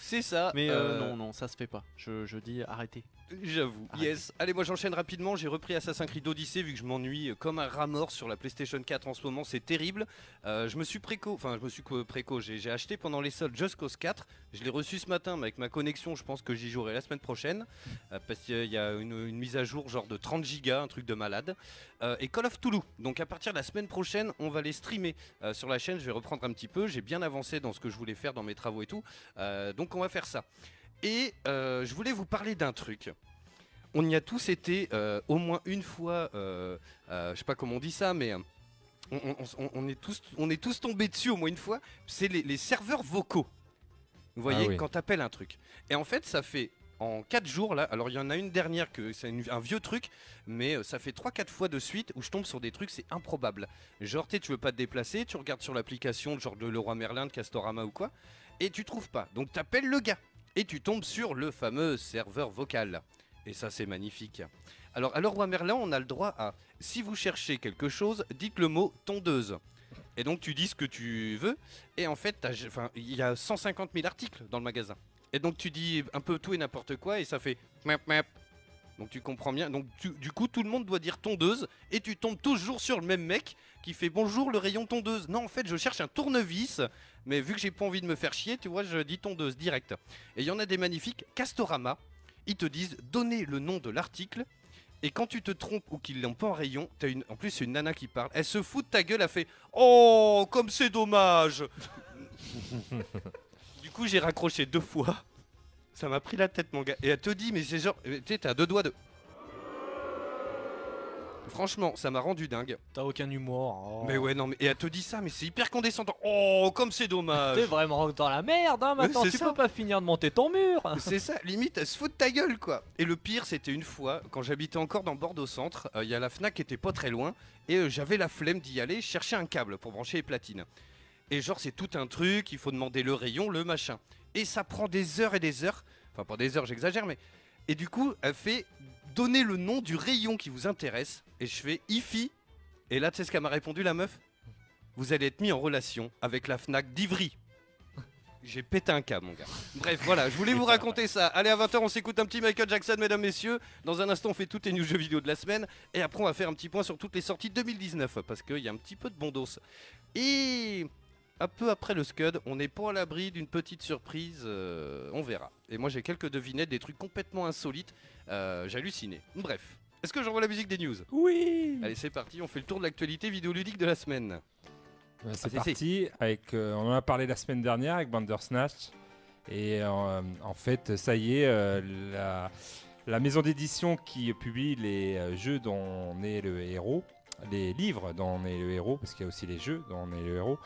Speaker 4: C'est ça.
Speaker 8: Mais euh,
Speaker 4: euh,
Speaker 8: non, non, ça se fait pas. Je, je dis arrêtez.
Speaker 4: J'avoue.
Speaker 8: Arrête.
Speaker 4: Yes. Allez, moi j'enchaîne rapidement. J'ai repris Assassin's Creed Odyssey vu que je m'ennuie euh, comme un rat mort sur la PlayStation 4 en ce moment. C'est terrible. Euh, je me suis préco, enfin je me suis co- préco. J'ai j'ai acheté pendant les soldes Just Cause 4. Je l'ai reçu ce matin, mais avec ma connexion, je pense que j'y jouerai la semaine prochaine Euh, parce qu'il y a une, une mise à jour genre de 30 gigas, un truc de malade. Euh, et Call of Toulouse. Donc à partir de la semaine prochaine, on va les streamer euh, sur la chaîne. Je vais reprendre un petit peu. J'ai bien avancé dans ce que je voulais faire dans mes travaux et tout. Euh, donc on va faire ça. Et euh, je voulais vous parler d'un truc. On y a tous été euh, au moins une fois, euh, euh, je sais pas comment on dit ça, mais euh, on, on- on- on est tous, on est tous tombés dessus au moins une fois. C'est les, les serveurs vocaux. Vous voyez,
Speaker 6: oui.
Speaker 4: quand t'appelles un truc. Et en fait, ça fait en 4 jours là. Alors il y en a une dernière que c'est une- un vieux truc, mais euh, ça fait 3-4 fois de suite où je tombe sur des trucs, c'est improbable. Genre, tu sais, tu veux pas te déplacer, tu regardes sur l'application, genre de Leroy Merlin, de Castorama ou quoi, et tu trouves pas. Donc t'appelles le gars et tu tombes sur le fameux serveur vocal. Et ça, c'est magnifique. Alors, à Leroy Merlin, on a le droit à si vous cherchez quelque chose, dites le mot tondeuse. Et donc, tu dis ce que tu veux. Et en fait, t'as- enfin, il y a 150 000 articles dans le magasin. Et donc, tu dis un peu tout et n'importe quoi, et ça fait map map. Donc, tu comprends bien. Donc, tu- du coup, tout le monde doit dire tondeuse, et tu tombes toujours sur le même mec qui fait bonjour le rayon tondeuse. Non, en fait, je cherche un tournevis, mais vu que j'ai pas envie de me faire chier, tu vois, je dis tondeuse direct. Et il y en a des magnifiques. Castorama, ils te disent donnez le nom de l'article. Et quand tu te trompes ou qu'ils l'ont pas en rayon, t'as une, en plus c'est une nana qui parle. Elle se fout de ta gueule, elle fait oh comme c'est dommage. (laughs) du coup j'ai raccroché deux fois. Ça m'a pris la tête mon gars. Et elle te dit mais c'est genre tu sais t'es à deux doigts de. Franchement, ça m'a rendu dingue.
Speaker 5: T'as aucun humour. oh.
Speaker 4: Mais ouais, non, mais et elle te dit ça, mais c'est hyper condescendant. Oh, comme c'est dommage.
Speaker 5: T'es vraiment dans la merde hein, maintenant,
Speaker 4: c'est
Speaker 5: tu
Speaker 4: ça.
Speaker 5: peux pas finir de monter ton mur.
Speaker 4: (laughs) C'est ça, limite, elle se fout de ta gueule, quoi. Et le pire, c'était une fois, quand j'habitais encore dans Bordeaux Centre, euh, il y a la Fnac qui était pas très loin, et euh, j'avais la flemme d'y aller chercher un câble pour brancher les platines. Et genre, c'est tout un truc, il faut demander le rayon, le machin. Et ça prend des heures et des heures. Enfin, pas des heures, j'exagère, mais. Et du coup, elle fait donner le nom du rayon qui vous intéresse. et je fais IFI. Et là, tu sais ce qu'elle m'a répondu, la meuf Vous allez être mis en relation avec la Fnac d'Ivry. J'ai pété un câble, mon gars. Bref, voilà, je voulais vous raconter ça. Allez, à 20h, on s'écoute un petit Michael Jackson, mesdames, messieurs. Dans un instant, on fait toutes les news jeux vidéo de la semaine. Et après, on va faire un petit point sur toutes les sorties 2019, parce qu'il y a un petit peu de bon dos. Et un peu après le Scud, on n'est pas à l'abri d'une petite surprise, euh, on verra. Et moi j'ai quelques devinettes, des trucs complètement insolites, euh, j'hallucinais. Bref, est-ce que j'envoie la musique des news
Speaker 6: Oui
Speaker 4: Allez c'est parti, on fait le tour de l'actualité vidéoludique de la semaine.
Speaker 6: Bah,
Speaker 4: Ah,
Speaker 6: c'est
Speaker 4: si,
Speaker 6: parti. Avec, euh, on en a parlé la semaine dernière avec Bandersnatch. Et euh, en fait, ça y est, euh, la, la maison d'édition qui publie les euh, jeux dont on est le héros, les livres dont on est le héros, parce qu'il y a aussi les jeux dont on est le héros,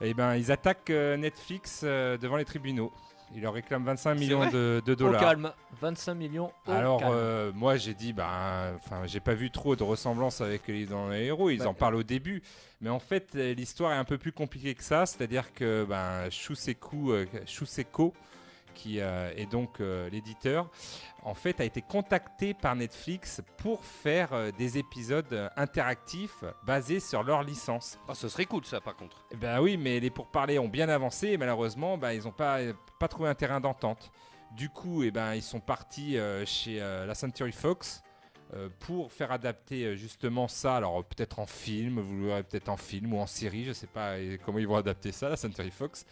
Speaker 6: et ben, ils attaquent euh, Netflix euh, devant les tribunaux. Ils leur réclament 25 millions
Speaker 4: vrai
Speaker 6: de, de
Speaker 5: Au
Speaker 6: dollars.
Speaker 5: calme, 25 millions. Au
Speaker 6: Alors
Speaker 5: calme.
Speaker 6: euh, moi j'ai dit bah enfin j'ai pas vu trop de ressemblance avec les dans les héros, ils
Speaker 7: Bah,
Speaker 6: en parlent au début, mais en fait euh, l'histoire est un peu plus compliquée que ça, c'est-à-dire que ben Shuseku euh, Shuseko, qui euh, est donc euh, l'éditeur en fait a été contacté par Netflix pour faire euh, des épisodes euh, interactifs basés sur leur licence.
Speaker 4: Ah ce serait cool ça par contre.
Speaker 6: Eh Ben oui, mais les pourparlers ont bien avancé et malheureusement, ben, ils n'ont pas, pas trouvé un terrain d'entente. Du coup, eh ben, ils sont partis euh, chez euh, la Century Fox euh, pour faire adapter euh, justement ça. Alors euh, peut-être en film, vous le verrez peut-être en film ou en série, je sais pas euh, comment ils vont adapter ça, la Century Fox.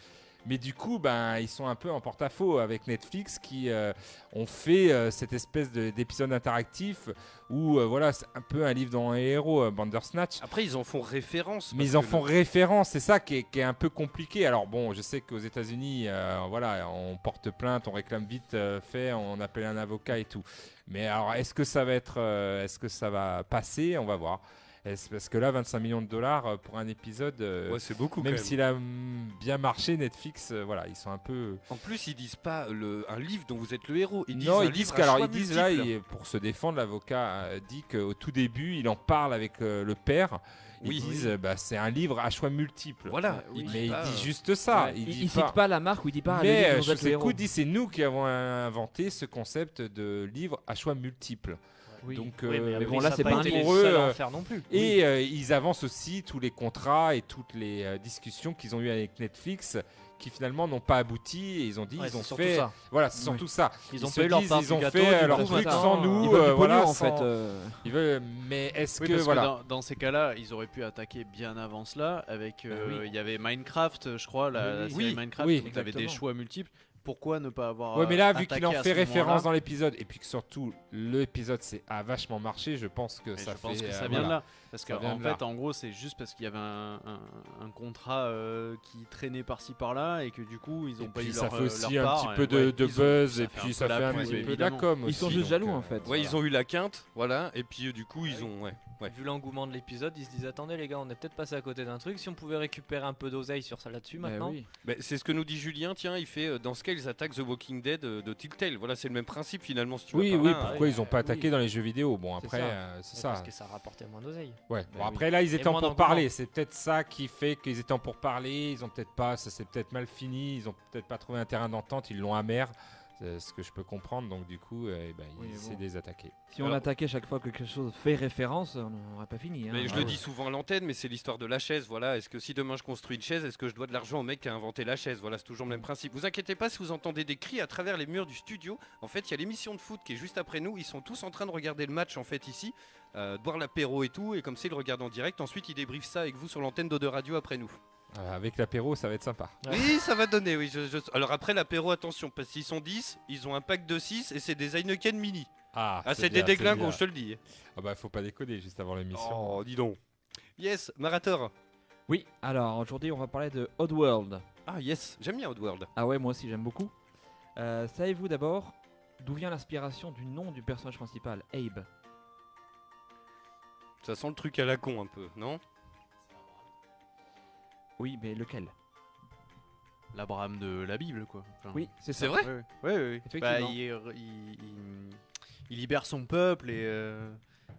Speaker 6: Mais du coup, ben, ils sont un peu en porte-à-faux avec Netflix qui euh, ont fait euh, cette espèce de- d'épisode interactif où euh, voilà, c'est un peu un livre dans un héros, euh, Bandersnatch.
Speaker 4: Après ils en font référence.
Speaker 6: Mais
Speaker 4: parce
Speaker 6: ils en
Speaker 4: que
Speaker 6: font
Speaker 4: le-
Speaker 6: référence, c'est ça qui est, qui est un peu compliqué. Alors bon, je sais qu'aux États-Unis, euh, voilà, on porte plainte, on réclame vite euh, fait, on appelle un avocat et tout. Mais alors, est-ce que ça va être, euh, est-ce que ça va passer On va voir. Est-ce- parce que là, 25 millions de dollars euh, pour un épisode, euh,
Speaker 4: Ouais c'est beaucoup quand
Speaker 6: même
Speaker 4: même.
Speaker 6: s'il a mm, bien marché, Netflix, euh, voilà, ils sont un peu.
Speaker 4: En plus ils disent pas le... un livre dont vous êtes le héros. Ils disent
Speaker 6: non,
Speaker 4: un
Speaker 6: ils
Speaker 4: livre
Speaker 6: disent
Speaker 4: à
Speaker 6: qu'alors
Speaker 4: choix
Speaker 6: ils disent là,
Speaker 4: multiples.
Speaker 6: il- pour se défendre, l'avocat euh, dit qu'au tout début, il en parle avec euh, le père. Ils
Speaker 4: Oui.
Speaker 6: disent, euh, bah, c'est un livre à choix multiples.
Speaker 4: Voilà.
Speaker 6: Il-
Speaker 4: ils
Speaker 6: mais
Speaker 4: disent
Speaker 6: il
Speaker 4: pas,
Speaker 6: dit
Speaker 4: euh,
Speaker 6: juste ça.
Speaker 7: Il,
Speaker 6: Il, dit
Speaker 7: il
Speaker 6: pas.
Speaker 7: cite pas la marque ou il dit pas.
Speaker 6: mais
Speaker 7: allez,
Speaker 6: euh,
Speaker 7: vous êtes le héros.
Speaker 6: Shoseku dit c'est nous qui avons inventé ce concept de livre à choix multiples.
Speaker 7: Oui.
Speaker 6: Donc,
Speaker 5: Oui,
Speaker 6: euh,
Speaker 5: mais,
Speaker 7: mais bon,
Speaker 5: bon,
Speaker 7: là,
Speaker 5: là,
Speaker 7: c'est
Speaker 5: c'est pas
Speaker 7: pas
Speaker 5: été
Speaker 6: pour
Speaker 5: les
Speaker 6: eux,
Speaker 5: seuls à
Speaker 6: euh,
Speaker 5: en faire non plus.
Speaker 6: Et euh, ils avancent aussi tous les contrats et toutes les euh, discussions qu'ils ont eues avec Netflix qui finalement n'ont pas abouti et ils ont dit
Speaker 5: Ouais,
Speaker 6: ils ont
Speaker 5: c'est surtout
Speaker 6: fait
Speaker 5: ça.
Speaker 6: voilà c'est
Speaker 7: Oui.
Speaker 6: surtout ça
Speaker 5: Ils ont
Speaker 6: se
Speaker 5: payé leur
Speaker 6: disent,
Speaker 5: part
Speaker 6: ils
Speaker 5: du
Speaker 6: ont
Speaker 5: gâteau,
Speaker 6: fait,
Speaker 5: du
Speaker 6: euh, leur
Speaker 5: coup,
Speaker 6: truc
Speaker 5: maintenant,
Speaker 6: sans
Speaker 7: Ils
Speaker 6: nous
Speaker 7: veulent
Speaker 6: euh,
Speaker 7: du
Speaker 6: voilà
Speaker 7: pognon, en
Speaker 6: sans- Eh
Speaker 7: fait. euh.
Speaker 6: ils veulent mais est-ce
Speaker 8: Oui,
Speaker 6: que
Speaker 8: parce que
Speaker 6: voilà
Speaker 8: dans, dans ces cas-là, ils auraient pu attaquer bien avant cela. Avec, euh, il y avait Minecraft, je crois, la, la
Speaker 6: Oui,
Speaker 8: série
Speaker 6: oui,
Speaker 8: Minecraft,
Speaker 6: oui,
Speaker 8: où tu avais des
Speaker 7: exactement.
Speaker 8: choix multiples. Pourquoi ne pas avoir. euh,
Speaker 6: Ouais, mais là, vu
Speaker 8: attaqué
Speaker 6: qu'il en
Speaker 8: à
Speaker 6: fait
Speaker 8: ce moment-là
Speaker 6: référence dans l'épisode, et puis que surtout l'épisode c'est a vachement marché, je pense que
Speaker 8: Et
Speaker 6: ça
Speaker 8: je pense
Speaker 6: fait,
Speaker 8: que
Speaker 6: euh,
Speaker 8: ça vient
Speaker 6: voilà.
Speaker 8: de là. Parce
Speaker 6: Ça
Speaker 8: qu'en
Speaker 6: vient
Speaker 8: en
Speaker 6: de
Speaker 8: fait,
Speaker 6: là.
Speaker 8: en gros, c'est juste parce qu'il y avait un, un- un contrat euh, qui traînait par-ci par-là et que du coup, ils
Speaker 6: Et
Speaker 8: ont pas
Speaker 6: puis
Speaker 8: eu
Speaker 6: ça
Speaker 8: leur
Speaker 6: fait
Speaker 8: euh,
Speaker 6: aussi
Speaker 8: leur
Speaker 6: un
Speaker 8: part,
Speaker 6: petit
Speaker 8: et
Speaker 6: peu de,
Speaker 8: ouais, ils
Speaker 6: de
Speaker 8: ont-
Speaker 6: buzz, et
Speaker 8: fait un
Speaker 6: puis
Speaker 8: peu
Speaker 6: ça
Speaker 8: la
Speaker 6: fait un
Speaker 8: pub,
Speaker 6: petit peu de la
Speaker 8: évidemment.
Speaker 6: com
Speaker 7: Ils sont
Speaker 6: aussi,
Speaker 7: juste
Speaker 6: donc,
Speaker 7: jaloux,
Speaker 6: euh,
Speaker 7: en fait.
Speaker 4: Ouais, ils
Speaker 6: voilà.
Speaker 4: ont eu la quinte, voilà, et puis euh, du coup ils ont ouais. ouais.
Speaker 5: Vu l'engouement de l'épisode, ils se disent attendez les gars, on est peut-être passé à côté d'un truc. Si on pouvait récupérer un peu d'oseille sur ça là-dessus
Speaker 7: Bah
Speaker 5: maintenant.
Speaker 7: oui.
Speaker 4: Mais c'est ce que nous dit Julien, tiens, il fait euh, dans ce cas ils attaquent The Walking Dead euh, de Telltale. Voilà, c'est le même principe finalement si tu
Speaker 6: Oui,
Speaker 4: veux. hein.
Speaker 6: oui, pourquoi ils ont pas
Speaker 7: oui.
Speaker 6: attaqué dans les jeux vidéo Bon,
Speaker 7: C'est
Speaker 6: après,
Speaker 7: ça.
Speaker 6: euh, c'est
Speaker 5: Mais
Speaker 6: ça.
Speaker 5: Parce que ça rapportait moins d'oseille.
Speaker 6: Ouais. Bon,
Speaker 7: oui.
Speaker 6: après, là, ils étaient en
Speaker 5: moins
Speaker 6: pour
Speaker 5: d'engouement.
Speaker 6: parler. C'est peut-être ça qui fait qu'ils étaient en pour parler. Ils ont peut-être pas, ça s'est peut-être mal fini. Ils ont peut-être pas trouvé un terrain d'entente. Ils l'ont amer. C'est ce que je peux comprendre. Donc, du coup, euh, eh ben,
Speaker 7: Oui,
Speaker 6: ils
Speaker 7: bon.
Speaker 6: essaient de les attaquer.
Speaker 7: Si on
Speaker 4: Alors-
Speaker 7: attaquait chaque fois que quelque chose fait référence, on n'aurait pas fini. hein.
Speaker 4: Mais je
Speaker 7: Ah
Speaker 4: le
Speaker 7: ouais.
Speaker 4: dis souvent à l'antenne, mais c'est l'histoire de la chaise. Voilà, est-ce que si demain je construis une chaise, est-ce que je dois de l'argent au mec qui a inventé la chaise Voilà, c'est toujours le même principe. Vous inquiétez pas si vous entendez des cris à travers les murs du studio. En fait, il y a l'émission de foot qui est juste après nous. Ils sont tous en train de regarder le match en fait ici, euh, de boire l'apéro et tout, et comme ça ils le regardent en direct. Ensuite, ils débriefent ça avec vous sur l'antenne d'Ode Radio après nous.
Speaker 6: Euh, avec l'apéro, ça va être sympa.
Speaker 5: Ouais.
Speaker 4: Oui, ça va donner. Oui, je- je- alors après l'apéro, attention, parce qu'ils sont 10, ils ont un pack de 6 et c'est des Heineken mini.
Speaker 6: Ah,
Speaker 4: Ah, c'est des
Speaker 6: bien,
Speaker 4: déglingos,
Speaker 6: bien.
Speaker 4: je te le dis.
Speaker 6: Ah bah faut pas déconner juste avant l'émission.
Speaker 4: Oh, dis donc. Yes, Marator.
Speaker 7: Oui, alors aujourd'hui, on va parler de Oddworld.
Speaker 4: Ah, yes, j'aime bien Oddworld.
Speaker 7: Ah ouais, moi aussi, j'aime beaucoup. Euh, Savez-vous d'abord d'où vient l'inspiration du nom du personnage principal, Abe
Speaker 4: Ça sent le truc à la con un peu, non
Speaker 7: Oui, mais lequel
Speaker 8: L'Abraham de la Bible, quoi. Enfin,
Speaker 7: Oui, c'est
Speaker 4: C'est
Speaker 7: ça.
Speaker 4: vrai
Speaker 8: Ouais, ouais, ouais, ouais.
Speaker 7: Effectivement.
Speaker 8: Bah, il, re- il- il- il libère son peuple et euh,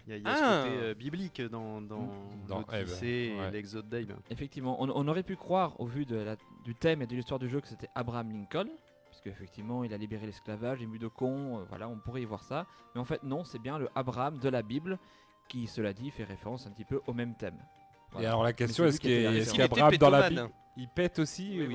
Speaker 8: il y a, il y a
Speaker 4: Ah.
Speaker 8: ce côté euh, biblique dans, Mmh. dans,
Speaker 6: Dans
Speaker 8: l'Odyssée
Speaker 6: Ève,
Speaker 8: et
Speaker 6: ouais.
Speaker 8: l'exode d'Abe.
Speaker 7: Effectivement, on, on aurait pu croire, au vu de la- du thème et de l'histoire du jeu, que c'était Abraham Lincoln, puisque effectivement, il a libéré euh, l'esclavage, les mudocons, de voilà, on pourrait y voir ça. Mais en fait, non, c'est bien le Abraham de la Bible qui, cela dit, fait référence un petit peu au même thème.
Speaker 6: Et
Speaker 7: Voilà.
Speaker 6: alors la question,
Speaker 7: Mais
Speaker 6: est-ce
Speaker 7: c'est lui qui a fait la
Speaker 6: qu'Abraham
Speaker 7: référence.
Speaker 4: qu'il était
Speaker 6: dans la pipe,
Speaker 4: pétomane
Speaker 6: il pète aussi
Speaker 4: Oui,
Speaker 6: ou il-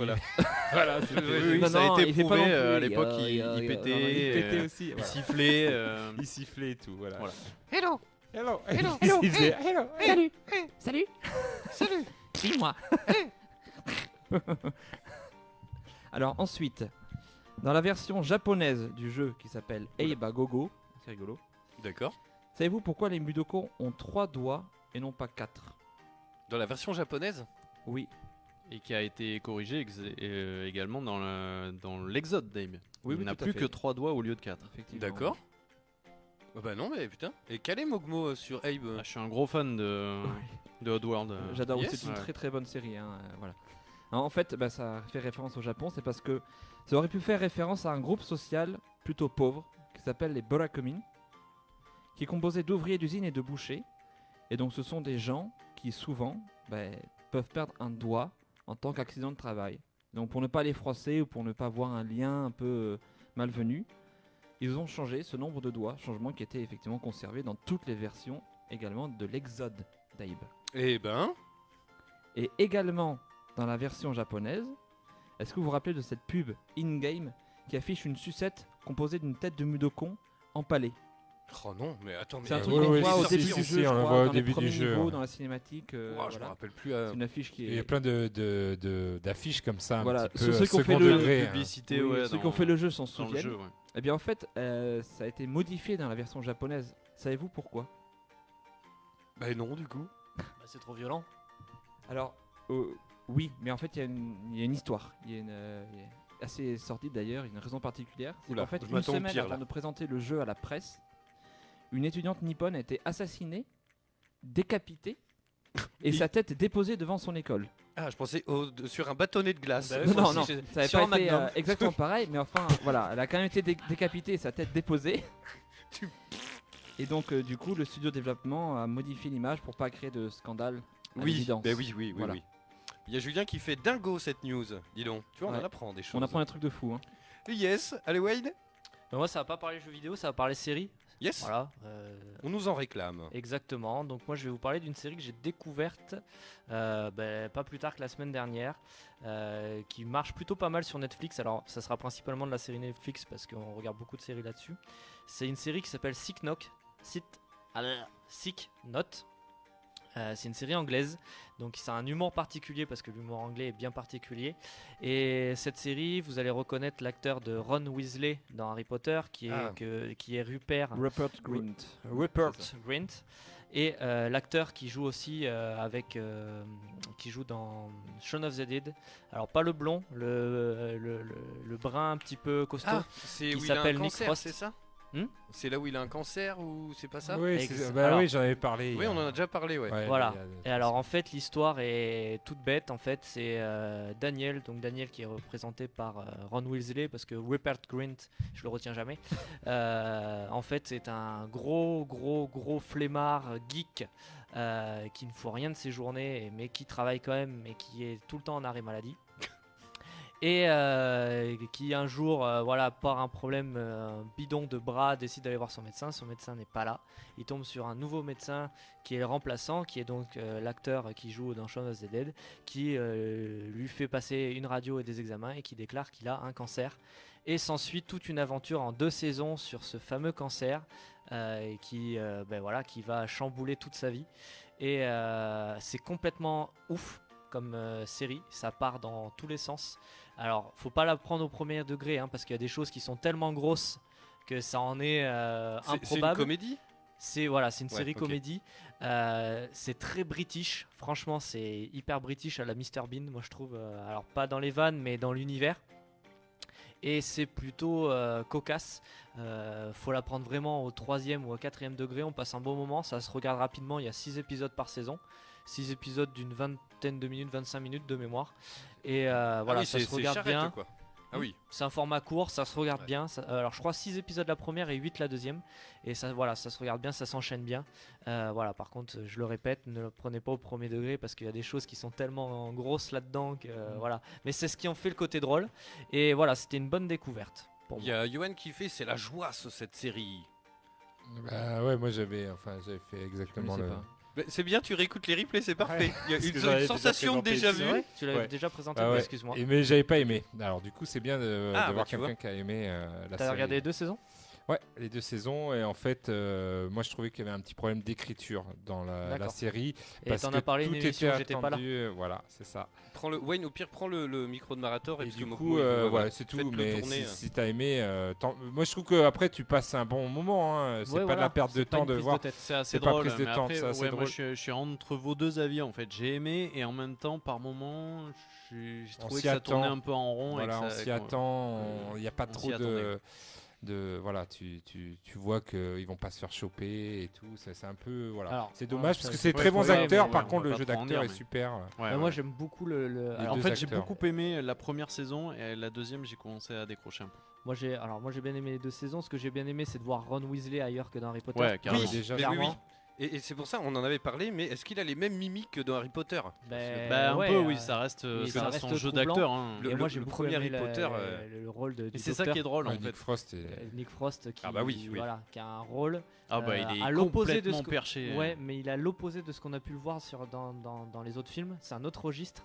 Speaker 4: voilà. (laughs)
Speaker 6: (laughs) voilà, c'était-
Speaker 4: Oui,
Speaker 7: Non,
Speaker 4: ça
Speaker 7: non,
Speaker 4: a été
Speaker 7: il fait pas
Speaker 4: prouvé
Speaker 7: non
Speaker 4: euh, à
Speaker 7: plus, il y a-
Speaker 4: l'époque, il,
Speaker 7: il y a-
Speaker 4: il
Speaker 7: il y a-
Speaker 4: pétait,
Speaker 7: non, non, il
Speaker 6: Il
Speaker 4: euh,
Speaker 6: pétait aussi.
Speaker 4: il
Speaker 6: voilà.
Speaker 4: sifflait. euh,
Speaker 6: Il sifflait et tout, voilà.
Speaker 4: Voilà.
Speaker 1: Hello,
Speaker 6: Hello,
Speaker 1: hello,
Speaker 6: (laughs) Il faisait hello.
Speaker 1: salut,
Speaker 4: (laughs)
Speaker 7: Salut
Speaker 1: salut.
Speaker 7: Dis-moi Alors ensuite, dans la version japonaise du jeu qui s'appelle Eiba Gogo, c'est rigolo,
Speaker 4: D'accord.
Speaker 7: savez-vous pourquoi les Mudoko ont trois doigts et non pas quatre
Speaker 4: Dans la version japonaise
Speaker 7: Oui,
Speaker 8: Et qui a été corrigé ex- euh, également dans le- dans l'Exode, dans Dave.
Speaker 7: Oui,
Speaker 8: Il
Speaker 7: oui,
Speaker 8: n'a
Speaker 7: tout à
Speaker 8: plus
Speaker 7: fait.
Speaker 8: que 3 doigts au lieu de 4.
Speaker 7: effectivement.
Speaker 4: D'accord. Ah bah non, mais putain. Et quel est Mogmo euh, sur Abe euh,
Speaker 8: Ah, je suis un gros fan de, de Oddworld.
Speaker 7: Euh,
Speaker 8: euh.
Speaker 7: J'adore,
Speaker 4: yes.
Speaker 7: c'est une
Speaker 8: Ouais.
Speaker 7: très très bonne série. hein, euh, voilà. Alors, en fait, bah, ça fait référence au Japon, c'est parce que ça aurait pu faire référence à un groupe social plutôt pauvre qui s'appelle les Borakumin, qui est composé d'ouvriers d'usine et de bouchers. Et donc, ce sont des gens qui souvent bah, peuvent perdre un doigt en tant qu'accident de travail. Donc, pour ne pas les froisser ou pour ne pas avoir un lien un peu euh, malvenu, ils ont changé ce nombre de doigts, changement qui était effectivement conservé dans toutes les versions également de l'Exode d'Aïb.
Speaker 4: Eh ben.
Speaker 7: Et également dans la version japonaise, est-ce que vous vous rappelez de cette pub in-game qui affiche une sucette composée d'une tête de Mudokon empalée
Speaker 4: Oh non, mais attends, mais.
Speaker 7: C'est un
Speaker 4: euh,
Speaker 7: truc
Speaker 6: oui,
Speaker 7: qu'on
Speaker 6: oui,
Speaker 7: voit
Speaker 6: si,
Speaker 7: au
Speaker 6: si,
Speaker 7: début
Speaker 6: si,
Speaker 7: du
Speaker 6: si,
Speaker 7: jeu, je
Speaker 6: on le
Speaker 7: crois,
Speaker 6: voit au
Speaker 7: dans le
Speaker 6: début du
Speaker 7: premier
Speaker 6: jeu,
Speaker 7: niveau,
Speaker 6: ouais.
Speaker 7: dans la cinématique. euh,
Speaker 4: Ouah, Oh, Je me
Speaker 7: voilà.
Speaker 4: rappelle plus. euh,
Speaker 7: C'est une affiche qui
Speaker 6: Il y a
Speaker 7: est...
Speaker 6: plein de, de, de- d'affiches comme ça, un
Speaker 7: Voilà,
Speaker 6: petit
Speaker 7: ceux-
Speaker 6: peu
Speaker 7: ceux qui ont fait
Speaker 6: second
Speaker 7: le-
Speaker 6: degré. hein.
Speaker 8: Publicité,
Speaker 7: Oui,
Speaker 8: ouais,
Speaker 7: ceux qui
Speaker 8: dans-
Speaker 7: ont fait le jeu s'en
Speaker 8: dans le
Speaker 7: souviennent.
Speaker 8: jeu, ouais.
Speaker 7: Eh bien en fait, euh, ça a été modifié dans la version japonaise. Savez-vous pourquoi
Speaker 4: Bah non, du coup.
Speaker 5: Bah, c'est trop violent.
Speaker 7: Alors, euh, oui, mais en fait, il y, a une- il y a une histoire. Il y a une, euh, il y a- assez sortie d'ailleurs, une raison particulière. C'est
Speaker 4: Oula,
Speaker 7: qu'en fait,
Speaker 4: je
Speaker 7: une
Speaker 4: m'attends au
Speaker 7: semaine
Speaker 4: pire,
Speaker 7: avant
Speaker 4: là.
Speaker 7: de présenter le jeu à la presse, une étudiante nippone a été assassinée, décapitée, et sa tête déposée devant son école.
Speaker 4: Ah, je pensais au- de- sur un bâtonnet de glace.
Speaker 5: Bah,
Speaker 4: Euh,
Speaker 7: Non,
Speaker 5: oui, moi
Speaker 7: non,
Speaker 5: aussi,
Speaker 7: non,
Speaker 5: j'ai-
Speaker 7: ça n'avait
Speaker 5: sur
Speaker 7: pas
Speaker 5: un
Speaker 7: été
Speaker 5: Magnum.
Speaker 7: euh,
Speaker 4: (laughs)
Speaker 7: exactement pareil, mais enfin, voilà, elle a quand même été dé- décapitée et sa tête déposée.
Speaker 4: Tu-
Speaker 7: Et donc, euh, du coup, le studio développement a modifié l'image pour pas créer de scandale. à
Speaker 4: Oui,
Speaker 7: l'évidence.
Speaker 4: bah oui, oui, oui,
Speaker 7: Voilà.
Speaker 4: oui. Il y a Julien qui fait dingo cette news. Dis donc, tu vois, on
Speaker 7: Ouais.
Speaker 4: en apprend des choses.
Speaker 7: On apprend un truc de fou. hein.
Speaker 4: Yes, allez Wayne.
Speaker 5: Mais moi, ça va pas parler jeux vidéo, ça va parler série.
Speaker 4: Yes.
Speaker 5: Voilà. euh,
Speaker 4: On nous en réclame.
Speaker 5: Exactement. Donc moi, je vais vous parler d'une série que j'ai découverte euh, ben, pas plus tard que la semaine dernière, euh, qui marche plutôt pas mal sur Netflix. Alors, ça sera principalement de la série Netflix parce qu'on regarde beaucoup de séries là-dessus. C'est une série qui s'appelle Sick Knock. Sit- Sick Note. Euh, c'est une série anglaise, donc ça a un humour particulier parce que l'humour anglais est bien particulier. Et cette série, vous allez reconnaître l'acteur de Ron Weasley dans Harry Potter, qui est,
Speaker 4: Ah.
Speaker 5: que- qui est Rupert
Speaker 7: Rupert Grint.
Speaker 5: Rupert Grint et euh, l'acteur qui joue aussi euh, avec euh, qui joue dans Shaun of the Dead. Alors pas le blond, le le, le- le brun un petit peu costaud.
Speaker 4: Ah, c'est
Speaker 5: qui
Speaker 4: où il a un
Speaker 5: s'appelle Nick
Speaker 4: cancer,
Speaker 5: Frost.
Speaker 4: c'est ça
Speaker 5: Hmm
Speaker 4: C'est là où il a un cancer ou c'est pas ça
Speaker 6: Oui,
Speaker 5: Ex-
Speaker 6: c'est- bah
Speaker 5: alors-
Speaker 6: oui, j'en avais parlé.
Speaker 4: Oui, on en a déjà parlé, ouais.
Speaker 5: Voilà. Et alors en fait l'histoire est toute bête en fait c'est euh, Daniel donc Daniel qui est représenté par euh, Ron Weasley parce que Rupert Grint je le retiens jamais euh, en fait c'est un gros gros gros flemmard euh, geek euh, qui ne faut rien de ses journées mais qui travaille quand même mais qui est tout le temps en arrêt maladie (laughs) et euh, qui un jour euh, voilà par un problème euh, bidon de bras décide d'aller voir son médecin son médecin n'est pas là il tombe sur un nouveau médecin qui est le remplaçant, qui est donc euh, l'acteur qui joue dans Shaun of the Dead, qui euh, lui fait passer une radio et des examens et qui déclare qu'il a un cancer. Et s'ensuit toute une aventure en deux saisons sur ce fameux cancer euh, et qui, euh, ben voilà, qui va chambouler toute sa vie. Et euh, c'est complètement ouf comme euh, série, ça part dans tous les sens. Alors, faut pas la prendre au premier degré, hein, parce qu'il y a des choses qui sont tellement grosses que ça en est euh,
Speaker 4: C'est- C'est une
Speaker 5: improbable.
Speaker 4: comédie
Speaker 5: C'est voilà, c'est une
Speaker 4: Ouais,
Speaker 5: série
Speaker 4: ok.
Speaker 5: comédie. Euh, c'est très british. Franchement, c'est hyper british à la Mr Bean, moi je trouve. Euh, alors pas dans les vannes, mais dans l'univers. Et c'est plutôt euh, cocasse. Euh, faut la prendre vraiment au troisième ou au quatrième degré. On passe un bon moment. Ça se regarde rapidement. Il y a six épisodes par saison. Six épisodes d'une vingtaine de minutes, 25 minutes de mémoire. Et euh, voilà,
Speaker 4: Ah oui,
Speaker 5: ça
Speaker 4: c'est-
Speaker 5: se
Speaker 4: c'est
Speaker 5: regarde
Speaker 4: charrette,
Speaker 5: bien.
Speaker 4: quoi. Ah oui.
Speaker 5: C'est un format court, ça se regarde
Speaker 4: Ouais.
Speaker 5: bien. ça- euh, alors je crois 6 épisodes la première et 8 la deuxième. Et ça voilà, ça se regarde bien, ça s'enchaîne bien. Euh, voilà, par contre, je le répète, ne le prenez pas au premier degré parce qu'il y a des choses qui sont tellement grosses là-dedans que euh,
Speaker 6: Mm.
Speaker 5: voilà. Mais c'est ce qui en fait le côté drôle. Et voilà, c'était une bonne découverte pour
Speaker 4: Il
Speaker 5: moi.
Speaker 4: y a Johan qui fait c'est la joie sur cette série.
Speaker 6: Bah ouais, moi j'avais enfin, j'avais fait exactement
Speaker 7: connaissais
Speaker 6: le.
Speaker 7: pas.
Speaker 4: Bah, c'est bien, tu réécoutes les replays, c'est parfait. Il y a
Speaker 6: Parce que
Speaker 4: une,
Speaker 6: j'avais
Speaker 4: une
Speaker 6: déjà
Speaker 4: sensation de
Speaker 6: présenté
Speaker 4: déjà
Speaker 6: ici.
Speaker 4: vu.
Speaker 6: Ah ouais
Speaker 5: Tu l'avais
Speaker 6: Ouais.
Speaker 5: déjà présenté,
Speaker 6: Ah ouais.
Speaker 5: excuse-moi.
Speaker 6: Et- mais j'avais pas aimé. Alors du coup, c'est bien de-
Speaker 4: Ah, bah,
Speaker 6: d'avoir
Speaker 4: tu vois.
Speaker 6: quelqu'un qui a aimé euh, la
Speaker 5: T'as
Speaker 6: série.
Speaker 5: regardé les deux saisons
Speaker 6: Ouais, les deux saisons. Et en fait, euh, moi je trouvais qu'il y avait un petit problème d'écriture dans la, la
Speaker 5: D'accord.
Speaker 6: série.
Speaker 5: Et t'en as parlé une
Speaker 6: tout était
Speaker 5: émission, j'étais pas là.
Speaker 6: attendu, euh, Voilà, c'est ça.
Speaker 4: Prends le, Wayne, au pire, prends le, le micro de Marator. Et,
Speaker 6: Et
Speaker 4: parce que
Speaker 6: du
Speaker 4: Mokumo,
Speaker 6: coup,
Speaker 4: il
Speaker 6: euh,
Speaker 4: faut-
Speaker 6: voilà, c'est tout.
Speaker 4: Faites-le
Speaker 6: Mais
Speaker 4: tourner,
Speaker 6: si,
Speaker 4: euh.
Speaker 6: si t'as aimé, euh, tant- moi je trouve que après tu passes un bon moment. hein. C'est
Speaker 5: Ouais,
Speaker 6: pas de la
Speaker 5: voilà.
Speaker 6: perte de temps de voir.
Speaker 8: C'est assez
Speaker 6: C'est pas
Speaker 8: drôle.
Speaker 6: prise de
Speaker 8: mais
Speaker 6: temps,
Speaker 8: après,
Speaker 6: c'est assez
Speaker 8: ouais, moi,
Speaker 6: drôle.
Speaker 8: je, suis- je suis entre vos deux avis en fait. J'ai aimé et en même temps, par moment, j'ai j'ai
Speaker 6: On
Speaker 8: trouvé
Speaker 6: s'y
Speaker 8: que ça tournait
Speaker 6: attend.
Speaker 8: un peu en rond. et
Speaker 6: Voilà,
Speaker 8: que
Speaker 6: on
Speaker 8: ça-
Speaker 6: s'y
Speaker 8: qu'on-
Speaker 6: attend.
Speaker 8: euh,
Speaker 6: Il n'y a pas
Speaker 8: on
Speaker 6: trop
Speaker 8: s'y
Speaker 6: de,
Speaker 8: attendait.
Speaker 6: de. Voilà, tu, tu, tu vois qu'ils vont pas se faire choper et tout. ça, C'est un peu. Voilà.
Speaker 5: Alors,
Speaker 6: C'est
Speaker 5: voilà,
Speaker 6: dommage
Speaker 5: ça,
Speaker 6: parce que
Speaker 5: c'est
Speaker 6: c'est
Speaker 5: pas
Speaker 6: très
Speaker 5: trop
Speaker 6: bons
Speaker 5: grave,
Speaker 6: acteurs.
Speaker 5: mais
Speaker 6: Par
Speaker 5: on
Speaker 6: contre,
Speaker 8: va
Speaker 6: le
Speaker 8: pas
Speaker 6: jeu
Speaker 8: trop en
Speaker 6: d'acteur
Speaker 8: dire,
Speaker 6: est
Speaker 8: mais-
Speaker 6: super.
Speaker 8: Ouais,
Speaker 5: Bah,
Speaker 8: ouais.
Speaker 5: Moi j'aime beaucoup le. le-
Speaker 6: Les
Speaker 5: alors,
Speaker 8: en
Speaker 6: deux
Speaker 8: fait, j'ai
Speaker 6: acteurs.
Speaker 8: beaucoup aimé la première saison et la deuxième, j'ai commencé à décrocher un peu.
Speaker 5: moi j'ai alors moi j'ai bien aimé les deux saisons. Ce que j'ai bien aimé, c'est de voir Ron Weasley ailleurs que dans Harry Potter.
Speaker 8: Ouais, carrément.
Speaker 6: Oui, déjà,
Speaker 4: Mais oui, oui.
Speaker 5: clairement.
Speaker 4: Et, et c'est pour ça, on en avait parlé, mais est-ce qu'il a les mêmes mimiques que dans Harry Potter
Speaker 5: Ben,
Speaker 8: Bah, un
Speaker 5: ouais,
Speaker 8: peu,
Speaker 5: euh,
Speaker 8: oui, ça reste, euh,
Speaker 5: mais
Speaker 8: ça
Speaker 5: ça
Speaker 8: reste son
Speaker 5: reste
Speaker 8: jeu
Speaker 5: troublant.
Speaker 8: d'acteur. hein.
Speaker 4: Le-
Speaker 5: et moi j'ai
Speaker 4: le
Speaker 5: beaucoup
Speaker 4: premier
Speaker 5: aimé
Speaker 4: Harry
Speaker 5: la-
Speaker 4: Potter,
Speaker 5: la-
Speaker 4: euh,
Speaker 5: le, rôle de.
Speaker 8: Et
Speaker 5: du
Speaker 8: c'est ça
Speaker 5: docteur,
Speaker 8: qui est drôle en
Speaker 6: Nick
Speaker 8: fait.
Speaker 6: Frost est-
Speaker 5: euh, Nick Frost qui,
Speaker 4: Ah bah oui, oui.
Speaker 5: Voilà, qui a un rôle.
Speaker 8: Ah bah, il
Speaker 5: euh,
Speaker 8: est
Speaker 5: à l'opposé de ce
Speaker 8: complètement
Speaker 5: que-
Speaker 8: perché.
Speaker 5: Ouais, mais il a l'opposé de ce qu'on a pu le voir sur, dans, dans- dans les autres films. C'est un autre registre.